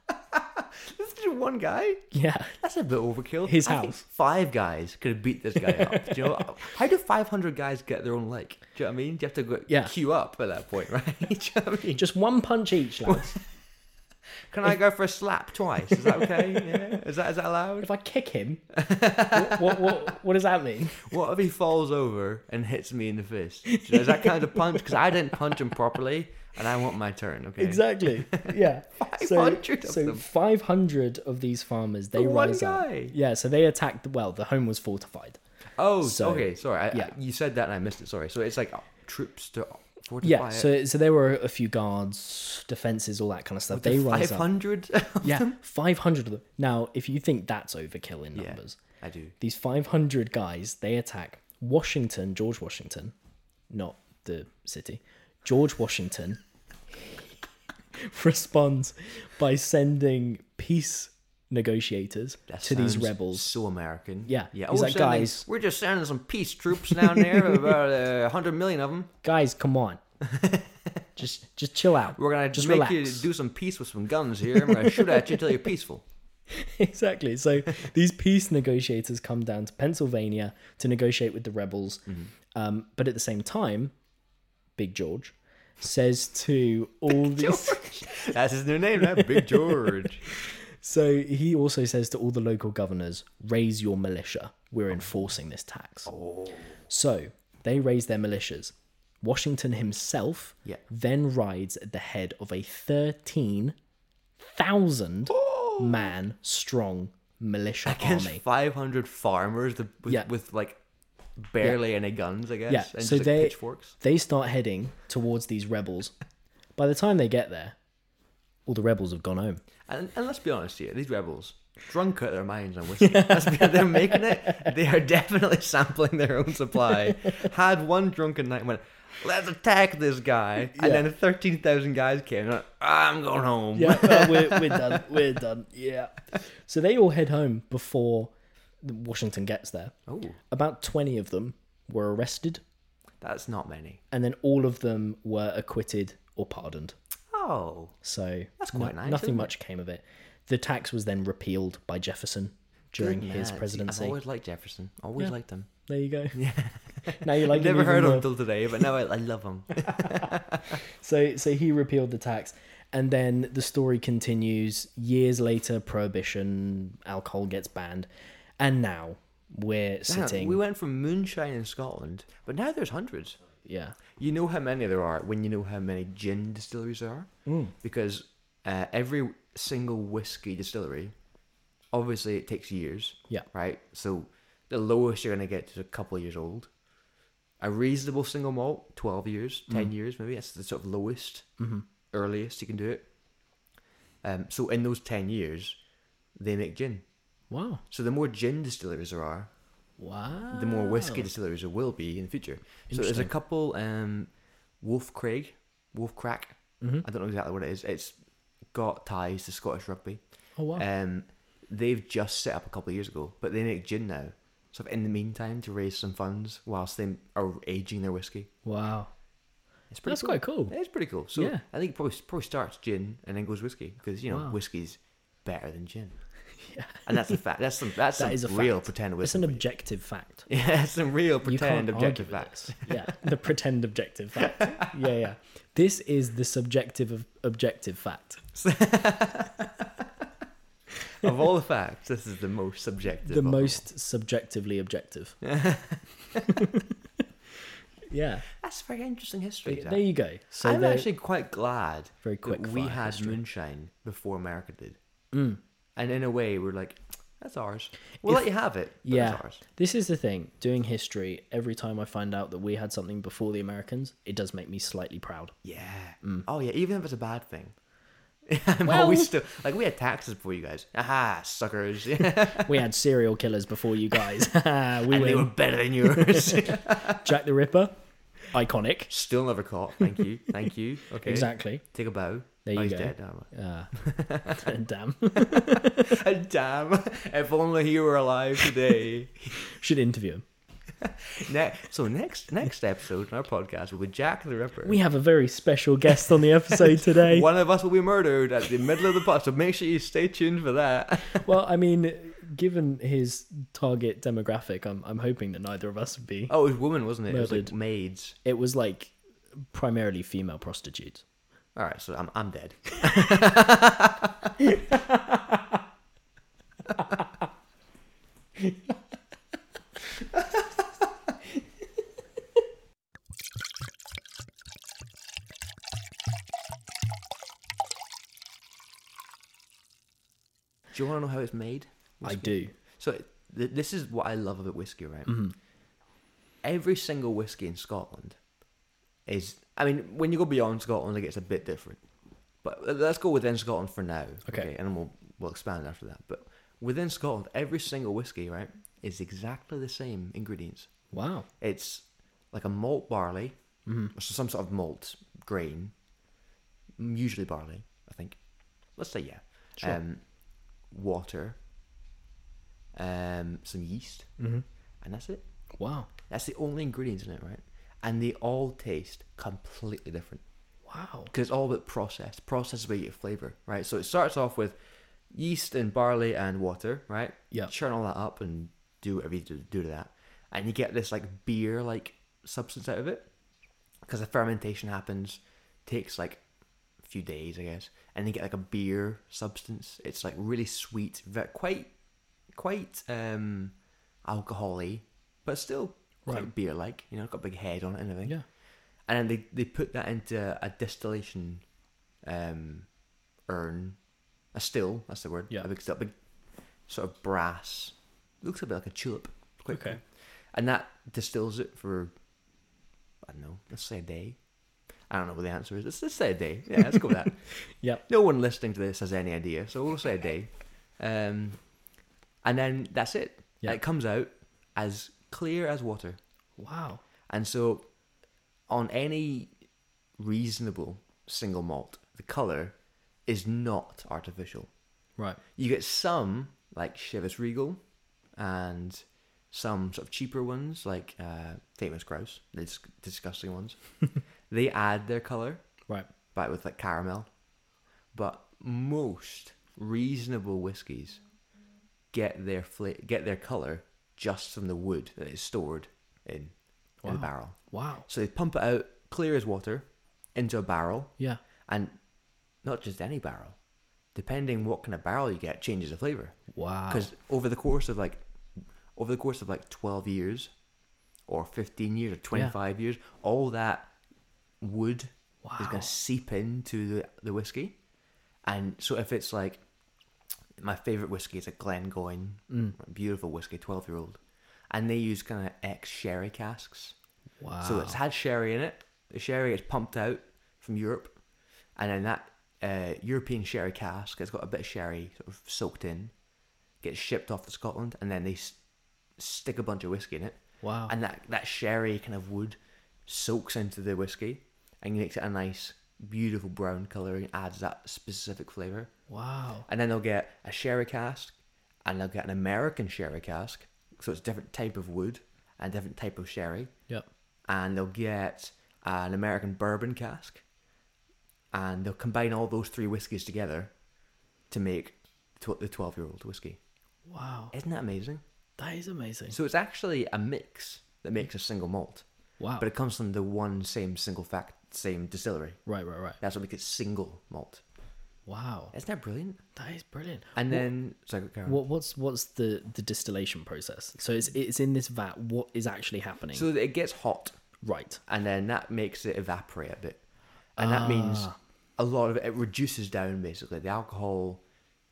[SPEAKER 1] This is just one guy.
[SPEAKER 2] Yeah.
[SPEAKER 1] That's a bit overkill.
[SPEAKER 2] His
[SPEAKER 1] I think
[SPEAKER 2] house.
[SPEAKER 1] Five guys could have beat this guy up. Do you know? How do 500 guys get their own lake? Do you know what I mean? You have to go
[SPEAKER 2] Yeah.
[SPEAKER 1] queue up at that point, right? Do you know what I mean?
[SPEAKER 2] Just one punch each, lads.
[SPEAKER 1] Can I go for a slap twice? Is that okay? Yeah. Is that is that allowed?
[SPEAKER 2] if I kick him, what, what, what, what does that mean?
[SPEAKER 1] What if he falls over and hits me in the fist? Do you know, Is that kind of punch? Because I didn't punch him properly, and I want my turn. Okay.
[SPEAKER 2] Exactly. Yeah.
[SPEAKER 1] 500
[SPEAKER 2] so,
[SPEAKER 1] of
[SPEAKER 2] so
[SPEAKER 1] them.
[SPEAKER 2] 500 of these farmers they
[SPEAKER 1] For one
[SPEAKER 2] rise
[SPEAKER 1] guy.
[SPEAKER 2] up. Yeah, so they attacked well, the home was fortified.
[SPEAKER 1] Oh,
[SPEAKER 2] So,
[SPEAKER 1] okay. Sorry, I,
[SPEAKER 2] yeah.
[SPEAKER 1] I, you said that and I missed it. Sorry. So it's like troops to fortify
[SPEAKER 2] Yeah,
[SPEAKER 1] it.
[SPEAKER 2] so so there were a few guards, defenses, all that kind of stuff. They rise
[SPEAKER 1] Five
[SPEAKER 2] up.
[SPEAKER 1] hundred.
[SPEAKER 2] Yeah, 500 of them. Now, if you think that's overkill in
[SPEAKER 1] yeah,
[SPEAKER 2] numbers,
[SPEAKER 1] I do.
[SPEAKER 2] these 500 guys, they attack Washington, George Washington, not the city. George Washington responds by sending peace negotiators
[SPEAKER 1] That
[SPEAKER 2] to these
[SPEAKER 1] sounds
[SPEAKER 2] rebels.
[SPEAKER 1] So American.
[SPEAKER 2] Yeah.
[SPEAKER 1] Yeah.
[SPEAKER 2] He's
[SPEAKER 1] we're
[SPEAKER 2] like,
[SPEAKER 1] sending-
[SPEAKER 2] "Guys."
[SPEAKER 1] we're just sending some peace troops down there, about uh, a hundred million of them.
[SPEAKER 2] Guys, come on. just just chill out.
[SPEAKER 1] We're gonna
[SPEAKER 2] just
[SPEAKER 1] make
[SPEAKER 2] relax.
[SPEAKER 1] you do some peace with some guns here. and We're gonna shoot at you until you're peaceful.
[SPEAKER 2] exactly. So these peace negotiators come down to Pennsylvania to negotiate with the rebels.
[SPEAKER 1] Mm-hmm.
[SPEAKER 2] Um, but at the same time, Big George says to all these
[SPEAKER 1] That's his new name, now, Big George.
[SPEAKER 2] So he also says to all the local governors, raise your militia. We're enforcing this tax. So they raise their militias. Washington himself
[SPEAKER 1] Yeah.
[SPEAKER 2] then rides at the head of a 13,000 man strong militia
[SPEAKER 1] Against
[SPEAKER 2] army.
[SPEAKER 1] five hundred farmers the, with,
[SPEAKER 2] Yeah.
[SPEAKER 1] with like barely any guns, I guess.
[SPEAKER 2] Yeah,
[SPEAKER 1] And just,
[SPEAKER 2] so
[SPEAKER 1] like,
[SPEAKER 2] they-
[SPEAKER 1] pitchforks.
[SPEAKER 2] They start heading towards these rebels. By the time they get there, all the rebels have gone home.
[SPEAKER 1] And, and let's be honest here, these rebels, drunk out of their minds on whiskey. Let's be- they're making it. They are definitely sampling their own supply. Had one drunken night and went, let's attack this guy. And then 13,000 guys came and went, I'm going home.
[SPEAKER 2] yeah, uh, we're, we're done. We're done. Yeah. So they all head home before Washington gets there.
[SPEAKER 1] Oh,
[SPEAKER 2] About 20 of them were arrested,
[SPEAKER 1] that's not many.
[SPEAKER 2] and then all of them were acquitted or pardoned.
[SPEAKER 1] Oh,
[SPEAKER 2] So that's
[SPEAKER 1] quite nice,
[SPEAKER 2] Nothing
[SPEAKER 1] isn't
[SPEAKER 2] much came of it. The tax was then repealed by Jefferson during
[SPEAKER 1] good
[SPEAKER 2] his
[SPEAKER 1] man. See,
[SPEAKER 2] presidency.
[SPEAKER 1] I've always liked Jefferson. Always liked him.
[SPEAKER 2] There you go. Yeah. now you like
[SPEAKER 1] I've never heard of
[SPEAKER 2] of
[SPEAKER 1] him till today, but now I, I love him.
[SPEAKER 2] So so he repealed the tax. And then the story continues. Years later, prohibition, alcohol gets banned, and now we're
[SPEAKER 1] Damn,
[SPEAKER 2] sitting.
[SPEAKER 1] we went from moonshine in Scotland, but now there's hundreds.
[SPEAKER 2] Yeah.
[SPEAKER 1] You know how many there are when you know how many gin distilleries there are? Mm. Because uh, every single whiskey distillery, obviously, it takes years.
[SPEAKER 2] Yeah.
[SPEAKER 1] Right? So the lowest you're going to get is a couple of years old. A reasonable single malt, 12 years, 10 years, maybe. That's the sort of lowest, earliest you can do it. Um, so in those 10 years, they make gin.
[SPEAKER 2] Wow.
[SPEAKER 1] So the more gin distilleries there are,
[SPEAKER 2] Wow.
[SPEAKER 1] the more whiskey distilleries there will be in the future. So there's a
[SPEAKER 2] Oh. Interesting.
[SPEAKER 1] couple, um, Wolf Craig, Wolf Crack.
[SPEAKER 2] Mm-hmm.
[SPEAKER 1] I don't know exactly what it is. It's got ties to Scottish rugby.
[SPEAKER 2] Oh wow.
[SPEAKER 1] Um, they've just set up a couple of years ago, but they make gin now. So in the meantime, to raise some funds whilst they are aging their whiskey,
[SPEAKER 2] wow.
[SPEAKER 1] it's pretty.
[SPEAKER 2] That's quite cool.
[SPEAKER 1] It's pretty cool. So
[SPEAKER 2] Yeah.
[SPEAKER 1] I think it probably probably starts gin and then goes whiskey because you know
[SPEAKER 2] Wow.
[SPEAKER 1] whiskey's better than gin. and that's a fact. That's some that's
[SPEAKER 2] That
[SPEAKER 1] some
[SPEAKER 2] is a
[SPEAKER 1] real
[SPEAKER 2] fact.
[SPEAKER 1] pretend
[SPEAKER 2] It's
[SPEAKER 1] wisdom.
[SPEAKER 2] an objective fact.
[SPEAKER 1] yeah, that's some real pretend
[SPEAKER 2] argue
[SPEAKER 1] objective
[SPEAKER 2] with
[SPEAKER 1] facts.
[SPEAKER 2] this. Yeah, the pretend objective fact. Yeah, yeah. This is the subjective of objective fact.
[SPEAKER 1] of all the facts, this is the most subjective.
[SPEAKER 2] the
[SPEAKER 1] of all.
[SPEAKER 2] most subjectively objective. yeah.
[SPEAKER 1] That's very interesting history. that.
[SPEAKER 2] There you go. So
[SPEAKER 1] I'm
[SPEAKER 2] there-
[SPEAKER 1] actually quite glad
[SPEAKER 2] Very
[SPEAKER 1] that
[SPEAKER 2] quick
[SPEAKER 1] we
[SPEAKER 2] fire
[SPEAKER 1] had
[SPEAKER 2] history. Mm.
[SPEAKER 1] moonshine before America did. And in a way, we're like, that's ours. We'll let you have it. But
[SPEAKER 2] yeah.
[SPEAKER 1] It's ours.
[SPEAKER 2] This is the thing. Doing history, every time I find out that we had something before the Americans, it does make me slightly proud.
[SPEAKER 1] Yeah. Oh, yeah. Even if it's a bad thing. I'm
[SPEAKER 2] Well-
[SPEAKER 1] always still like, we had taxes before you guys. Aha, suckers. and
[SPEAKER 2] we had serial killers before you guys. we
[SPEAKER 1] they
[SPEAKER 2] win.
[SPEAKER 1] were better than yours.
[SPEAKER 2] Jack the Ripper, iconic.
[SPEAKER 1] still never caught. Thank you. Thank you. Okay.
[SPEAKER 2] Exactly.
[SPEAKER 1] Take a bow.
[SPEAKER 2] There
[SPEAKER 1] oh,
[SPEAKER 2] you
[SPEAKER 1] he's
[SPEAKER 2] go.
[SPEAKER 1] dead. Never
[SPEAKER 2] Uh, damn.
[SPEAKER 1] mind. Damn. If only he were alive today.
[SPEAKER 2] Should interview him.
[SPEAKER 1] ne- so, next next episode in our podcast will be Jack the Ripper.
[SPEAKER 2] We have a very special guest on the episode today.
[SPEAKER 1] One of us will be murdered at the middle of the pot, so make sure you stay tuned for that.
[SPEAKER 2] Well, I mean, given his target demographic, I'm I'm hoping that neither of us would be.
[SPEAKER 1] Oh, it was women, wasn't it? It was
[SPEAKER 2] Murdered.
[SPEAKER 1] like maids.
[SPEAKER 2] It was like primarily female prostitutes.
[SPEAKER 1] All right, so I'm, I'm dead. Do you want to know how it's made?
[SPEAKER 2] I do.
[SPEAKER 1] So th- this is what I love about whiskey, right? Every single whiskey in Scotland is. I mean, when you go beyond Scotland, it gets a bit different. But uh, let's go within Scotland for now,
[SPEAKER 2] Okay.
[SPEAKER 1] And we'll we'll expand after that. But within Scotland, every single whiskey, right, is exactly the same ingredients.
[SPEAKER 2] Wow.
[SPEAKER 1] It's like a malt barley, so some sort of malt grain, m- usually barley, I think. Let's say yeah.
[SPEAKER 2] Sure.
[SPEAKER 1] Um, water, um, some yeast, mm-hmm. and that's it.
[SPEAKER 2] Wow.
[SPEAKER 1] That's the only ingredients in it, right? And they all taste completely different
[SPEAKER 2] Wow.
[SPEAKER 1] because it's all about process. Process is where you get flavor, right? So it starts off with yeast and barley and water, right?
[SPEAKER 2] Yeah.
[SPEAKER 1] Churn all that up and do whatever you do do to that, and you get this like beer like substance out of it because the fermentation happens, takes like a few days, I guess, and you get like a beer substance. It's like really sweet, ve- quite quite um alcoholy, but still quite
[SPEAKER 2] Right.
[SPEAKER 1] beer like. You know, got a big head on it and everything
[SPEAKER 2] Yeah.
[SPEAKER 1] and then they, they put that into a distillation um urn a still that's the word
[SPEAKER 2] Yeah.
[SPEAKER 1] a big, still, big sort of brass looks a bit like a tulip quite
[SPEAKER 2] Okay.
[SPEAKER 1] cool. and that distills it for i don't know let's say a day i don't know what the answer is let's, let's say a day yeah let's go with that
[SPEAKER 2] Yep.
[SPEAKER 1] no one listening to this has any idea so we'll say a day um and then that's it
[SPEAKER 2] Yeah.
[SPEAKER 1] it comes out as clear as water
[SPEAKER 2] Wow.
[SPEAKER 1] and so, on any reasonable single malt, the color is not artificial.
[SPEAKER 2] Right.
[SPEAKER 1] You get some like Chivas Regal, and some sort of cheaper ones like uh, Famous Grouse, the dis- disgusting ones. they add their color,
[SPEAKER 2] Right.
[SPEAKER 1] but with like caramel. But most reasonable whiskies get their fla- get their color just from the wood that is stored in, in the
[SPEAKER 2] Wow.
[SPEAKER 1] barrel.
[SPEAKER 2] Wow.
[SPEAKER 1] So they pump it out clear as water into a barrel,
[SPEAKER 2] Yeah.
[SPEAKER 1] and not just any barrel. Depending what kind of barrel you get, changes the flavor.
[SPEAKER 2] Wow.
[SPEAKER 1] Because over the course of like, over the course of like twelve years, or fifteen years, or twenty-five years, all that wood is
[SPEAKER 2] Wow.
[SPEAKER 1] going to seep into the the whiskey. And so if it's like my favorite whiskey is a Glengoyne,
[SPEAKER 2] Mm.
[SPEAKER 1] beautiful whiskey, twelve year old, and they use kind of ex sherry casks.
[SPEAKER 2] Wow.
[SPEAKER 1] So it's had sherry in it. The sherry is pumped out from Europe, and then that uh, European sherry cask has got a bit of sherry sort of soaked in, gets shipped off to Scotland, and then they s- stick a bunch of whiskey in it.
[SPEAKER 2] Wow.
[SPEAKER 1] And that that sherry kind of wood soaks into the whiskey and makes it a nice, beautiful brown color and adds that specific flavor.
[SPEAKER 2] wow.
[SPEAKER 1] And then they'll get a sherry cask, and they'll get an American sherry cask. So it's a different type of wood and different type of sherry
[SPEAKER 2] Yep.
[SPEAKER 1] and they'll get uh, an American bourbon cask, and they'll combine all those three whiskies together to make tw- the twelve-year-old whiskey.
[SPEAKER 2] Wow.
[SPEAKER 1] Isn't that amazing?
[SPEAKER 2] That is amazing.
[SPEAKER 1] So it's actually a mix that makes a single malt,
[SPEAKER 2] Wow.
[SPEAKER 1] but it comes from the one same single fact, same distillery.
[SPEAKER 2] right, right, right.
[SPEAKER 1] That's what makes it single malt.
[SPEAKER 2] Wow.
[SPEAKER 1] Isn't that brilliant?
[SPEAKER 2] That is brilliant.
[SPEAKER 1] And then sorry, carry on.
[SPEAKER 2] What what's what's the the distillation process? So it's it's in this vat. What is actually happening?
[SPEAKER 1] so it gets hot,
[SPEAKER 2] right.
[SPEAKER 1] and then that makes it evaporate a bit, and that means a lot of it, it reduces down basically. The alcohol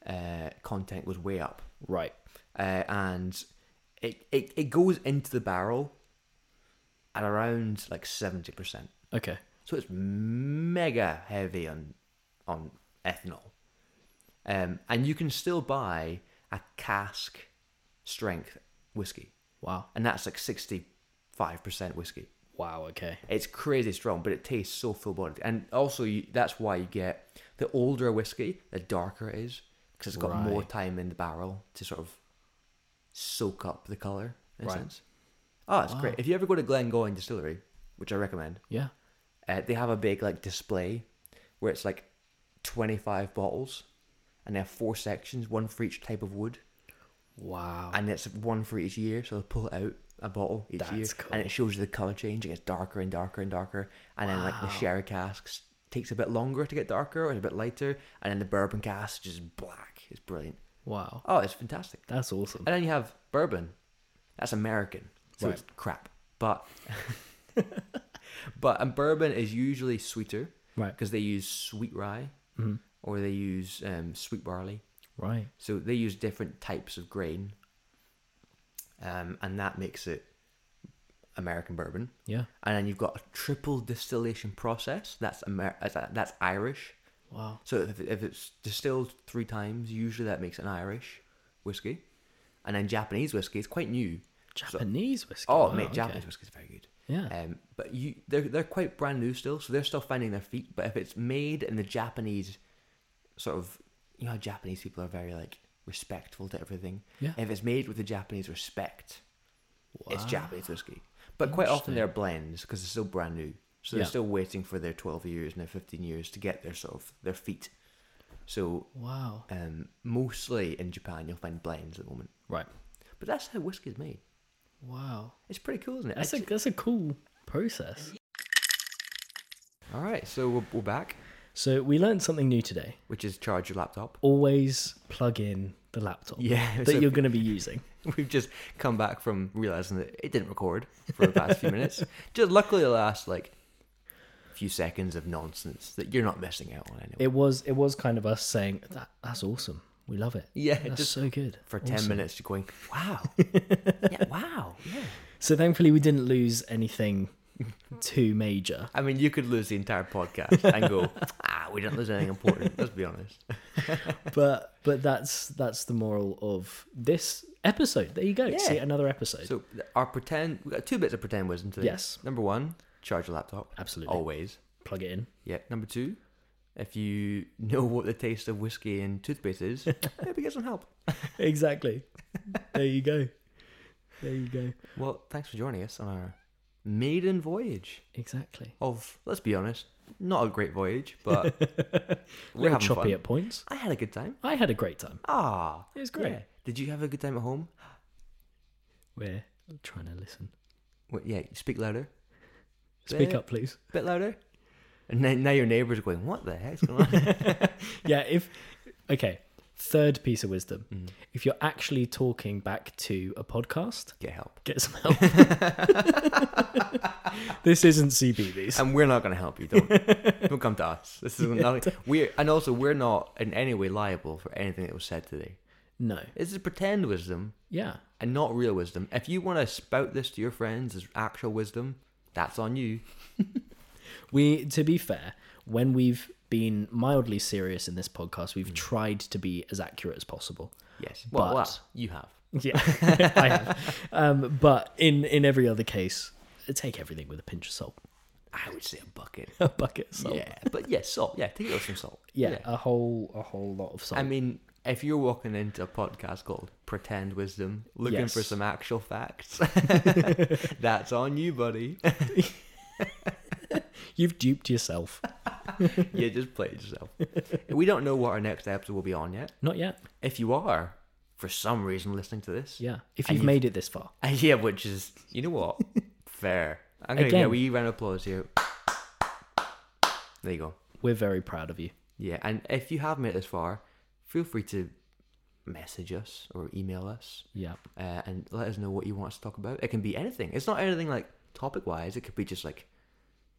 [SPEAKER 1] uh, content goes way up.
[SPEAKER 2] Right.
[SPEAKER 1] uh, and it, it it goes into the barrel at around like seventy percent.
[SPEAKER 2] Okay.
[SPEAKER 1] So it's mega heavy on on ethanol, um, and you can still buy a cask strength whiskey,
[SPEAKER 2] Wow.
[SPEAKER 1] and that's like sixty five percent whiskey.
[SPEAKER 2] Wow. Okay.
[SPEAKER 1] It's crazy strong, but it tastes so full bodied, and also you, that's why you get the older a whiskey, the darker it is, because it's got more
[SPEAKER 2] Right.
[SPEAKER 1] time in the barrel to sort of soak up the color. In
[SPEAKER 2] Right.
[SPEAKER 1] a sense. Oh, it's great. If you ever go to Glengoyne Distillery, which I recommend,
[SPEAKER 2] Yeah.
[SPEAKER 1] uh, they have a big like display where it's like twenty five bottles, and they have four sections, one for each type of wood
[SPEAKER 2] Wow.
[SPEAKER 1] and it's one for each year. So they pull it out a bottle each year,
[SPEAKER 2] That's
[SPEAKER 1] and it shows you the color change. It gets darker and darker and darker, and then like the sherry casks takes a bit longer to get darker, or it's a bit lighter, and then the bourbon cask is just black. It's brilliant.
[SPEAKER 2] wow.
[SPEAKER 1] Oh, it's fantastic.
[SPEAKER 2] That's awesome.
[SPEAKER 1] And then you have bourbon. That's American, so
[SPEAKER 2] Right.
[SPEAKER 1] it's crap. But but and bourbon is usually sweeter,
[SPEAKER 2] Right. Mm-hmm.
[SPEAKER 1] Because they use sweet rye, or they use um, sweet barley.
[SPEAKER 2] Right.
[SPEAKER 1] So they use different types of grain, um, and that makes it American bourbon.
[SPEAKER 2] Yeah.
[SPEAKER 1] And then you've got a triple distillation process. That's Amer- that's- that's Irish.
[SPEAKER 2] Wow.
[SPEAKER 1] So if, if it's distilled three times, usually that makes an Irish whiskey. And then Japanese whiskey is quite new.
[SPEAKER 2] Japanese whiskey.
[SPEAKER 1] Oh,
[SPEAKER 2] Wow,
[SPEAKER 1] mate,
[SPEAKER 2] okay.
[SPEAKER 1] Japanese whiskey is very good.
[SPEAKER 2] Yeah.
[SPEAKER 1] Um, but you, they're they're quite brand new still, so they're still finding their feet. But if it's made in the Japanese, sort of, you know, how Japanese people are very like respectful to everything.
[SPEAKER 2] Yeah.
[SPEAKER 1] If it's made with the Japanese respect, it's Japanese whiskey. But quite often they're blends because they're still brand new, so they're
[SPEAKER 2] Yeah.
[SPEAKER 1] still waiting for their twelve years and their fifteen years to get their sort of their feet. So,
[SPEAKER 2] Wow.
[SPEAKER 1] um, mostly in Japan you'll find blends at the moment.
[SPEAKER 2] Right.
[SPEAKER 1] But that's how whiskey is made.
[SPEAKER 2] Wow.
[SPEAKER 1] It's pretty cool, isn't it?
[SPEAKER 2] That's a
[SPEAKER 1] It's-
[SPEAKER 2] that's a cool process.
[SPEAKER 1] All right, so we're, we're back.
[SPEAKER 2] So we learned something new today.
[SPEAKER 1] which is charge your laptop.
[SPEAKER 2] Always plug in the laptop
[SPEAKER 1] Yeah,
[SPEAKER 2] that
[SPEAKER 1] so-
[SPEAKER 2] you're going to be using.
[SPEAKER 1] We've just come back from realizing that it didn't record for the past few minutes. Just luckily, the last like few seconds of nonsense that you're not missing out on anyway.
[SPEAKER 2] It was it was kind of us saying that that's awesome. We love it.
[SPEAKER 1] Yeah,
[SPEAKER 2] that's
[SPEAKER 1] just
[SPEAKER 2] so good.
[SPEAKER 1] for ten
[SPEAKER 2] Awesome.
[SPEAKER 1] minutes, you're going, wow, yeah, wow, yeah.
[SPEAKER 2] So thankfully we didn't lose anything too major.
[SPEAKER 1] I mean, you could lose the entire podcast and go, ah, we didn't lose anything important. Let's be honest.
[SPEAKER 2] But but that's that's the moral of this episode. There you go. See another episode.
[SPEAKER 1] So our pretend, we got two bits of pretend wisdom today.
[SPEAKER 2] Yes.
[SPEAKER 1] Number one, charge your laptop.
[SPEAKER 2] Absolutely.
[SPEAKER 1] Always.
[SPEAKER 2] plug it in.
[SPEAKER 1] Yeah. Number two, if you know what the taste of whiskey and toothpaste is, maybe get some help.
[SPEAKER 2] Exactly. there you go. There you go.
[SPEAKER 1] Well, thanks for joining us on our maiden voyage
[SPEAKER 2] Exactly.
[SPEAKER 1] of, let's be honest, not a great voyage, but we're having
[SPEAKER 2] Choppy
[SPEAKER 1] fun.
[SPEAKER 2] at points.
[SPEAKER 1] I had a good time.
[SPEAKER 2] I had a great time.
[SPEAKER 1] Ah,
[SPEAKER 2] It was great.
[SPEAKER 1] yeah. Did you have a good time at home?
[SPEAKER 2] We're trying to listen.
[SPEAKER 1] Wait, yeah, speak louder,
[SPEAKER 2] Speak
[SPEAKER 1] Yeah.
[SPEAKER 2] up, please.
[SPEAKER 1] a bit louder. And then now your neighbours are going, what the heck's going on?
[SPEAKER 2] Yeah, if okay. Third piece of wisdom. If you're actually talking back to a podcast,
[SPEAKER 1] Get help.
[SPEAKER 2] get some help. this isn't CBBS.
[SPEAKER 1] And we're not going to help you. Don't don't come to us. This is nothing. We and also we're not in any way liable for anything that was said today.
[SPEAKER 2] no.
[SPEAKER 1] This is pretend wisdom
[SPEAKER 2] Yeah.
[SPEAKER 1] and not real wisdom. If you want to spout this to your friends as actual wisdom, that's on you.
[SPEAKER 2] We to be fair, when we've been mildly serious in this podcast, we've tried to be as accurate as possible.
[SPEAKER 1] Yes. Well,
[SPEAKER 2] But-
[SPEAKER 1] well, you have.
[SPEAKER 2] Yeah, I have. Um, but in in every other case, take everything with a pinch of salt,
[SPEAKER 1] I would say a bucket.
[SPEAKER 2] a bucket of salt. Yeah,
[SPEAKER 1] Yeah, but yeah, salt. Yeah, take it with some salt.
[SPEAKER 2] a whole a whole lot of salt.
[SPEAKER 1] I mean, if you're walking into a podcast called Pretend Wisdom, looking for
[SPEAKER 2] Yes.
[SPEAKER 1] some actual facts, that's on you, buddy.
[SPEAKER 2] You've duped yourself.
[SPEAKER 1] you just played yourself. we don't know what our next episode will be on yet.
[SPEAKER 2] Not yet.
[SPEAKER 1] If you are, for some reason, listening to this,
[SPEAKER 2] Yeah. If
[SPEAKER 1] And
[SPEAKER 2] you've
[SPEAKER 1] you've-
[SPEAKER 2] made it this far,
[SPEAKER 1] Uh, yeah, which is you know what, fair. I'm gonna get
[SPEAKER 2] Again.
[SPEAKER 1] a wee round of applause here. There you go.
[SPEAKER 2] we're very proud of you.
[SPEAKER 1] Yeah, and if you have made it this far, feel free to message us or email us
[SPEAKER 2] Yeah.
[SPEAKER 1] uh, and let us know what you want us to talk about. It can be anything. It's not anything like topic wise. It could be just like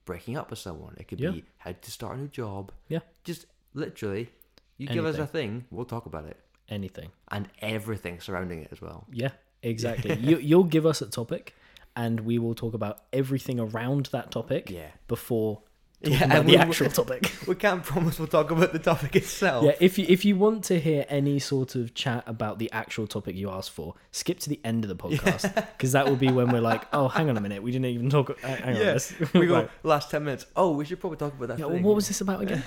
[SPEAKER 1] breaking up with someone. It could
[SPEAKER 2] Yeah.
[SPEAKER 1] be how to start a new job.
[SPEAKER 2] Yeah.
[SPEAKER 1] Just literally, you give us a thing, we'll talk about it
[SPEAKER 2] Anything.
[SPEAKER 1] and everything surrounding it as well.
[SPEAKER 2] Yeah, exactly. you, you'll give us a topic, and we will talk about everything around that topic
[SPEAKER 1] Yeah.
[SPEAKER 2] before talking
[SPEAKER 1] Yeah,
[SPEAKER 2] about
[SPEAKER 1] and
[SPEAKER 2] the
[SPEAKER 1] we-
[SPEAKER 2] actual topic.
[SPEAKER 1] We can't promise we'll talk about the topic itself.
[SPEAKER 2] yeah, if you if you want to hear any sort of chat about the actual topic you asked for, skip to the end of the podcast because that will be when we're like, oh, hang on a minute, we didn't even talk. Uh, hang on,
[SPEAKER 1] Yes,
[SPEAKER 2] let's-
[SPEAKER 1] we go
[SPEAKER 2] Right.
[SPEAKER 1] last ten minutes. Oh, we should probably talk about that
[SPEAKER 2] Yeah,
[SPEAKER 1] thing.
[SPEAKER 2] what was this about again?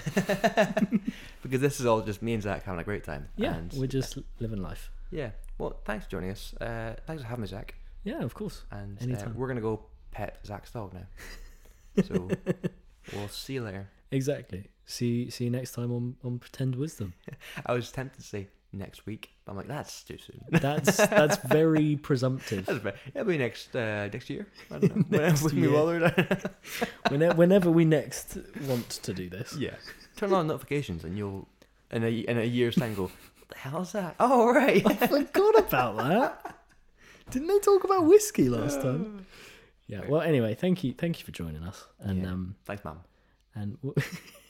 [SPEAKER 1] because this is all just me and Zach having a great time.
[SPEAKER 2] Yeah,
[SPEAKER 1] and
[SPEAKER 2] we're just living life.
[SPEAKER 1] yeah. Well, thanks for joining us. Uh, thanks for having me, Zach.
[SPEAKER 2] Yeah, of course.
[SPEAKER 1] And uh,
[SPEAKER 2] Anytime.
[SPEAKER 1] we're gonna go pet Zach's dog now. so we'll see you later.
[SPEAKER 2] Exactly. See see you next time on on Pretend Wisdom.
[SPEAKER 1] I was tempted to say next week, but I'm like, that's too soon.
[SPEAKER 2] That's that's very presumptive.
[SPEAKER 1] That's bad. It'll be next uh, next year. I don't know.
[SPEAKER 2] Next
[SPEAKER 1] Whenever we
[SPEAKER 2] year.
[SPEAKER 1] bothered.
[SPEAKER 2] Whenever, whenever we next want to do this.
[SPEAKER 1] yeah. Turn on notifications, and you'll in a in a year's time go. What the hell is that? Oh right.
[SPEAKER 2] I forgot about that. Didn't they talk about whiskey
[SPEAKER 1] Uh.
[SPEAKER 2] last time? Yeah. Well, anyway, thank you, thank you for joining us, and
[SPEAKER 1] Yeah.
[SPEAKER 2] um,
[SPEAKER 1] thanks, mum.
[SPEAKER 2] and w-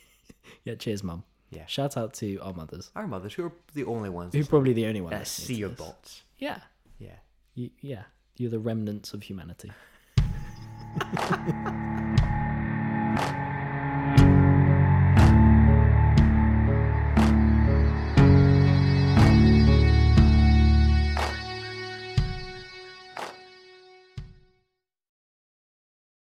[SPEAKER 2] yeah, cheers, mum.
[SPEAKER 1] Yeah.
[SPEAKER 2] Shout out to our mothers,
[SPEAKER 1] Our mothers, who are the only ones
[SPEAKER 2] who are
[SPEAKER 1] that
[SPEAKER 2] probably the only one.
[SPEAKER 1] that
[SPEAKER 2] listening
[SPEAKER 1] Uh, see
[SPEAKER 2] to
[SPEAKER 1] your
[SPEAKER 2] this.
[SPEAKER 1] bots.
[SPEAKER 2] Yeah.
[SPEAKER 1] Yeah.
[SPEAKER 2] You, yeah. You're the remnants of humanity.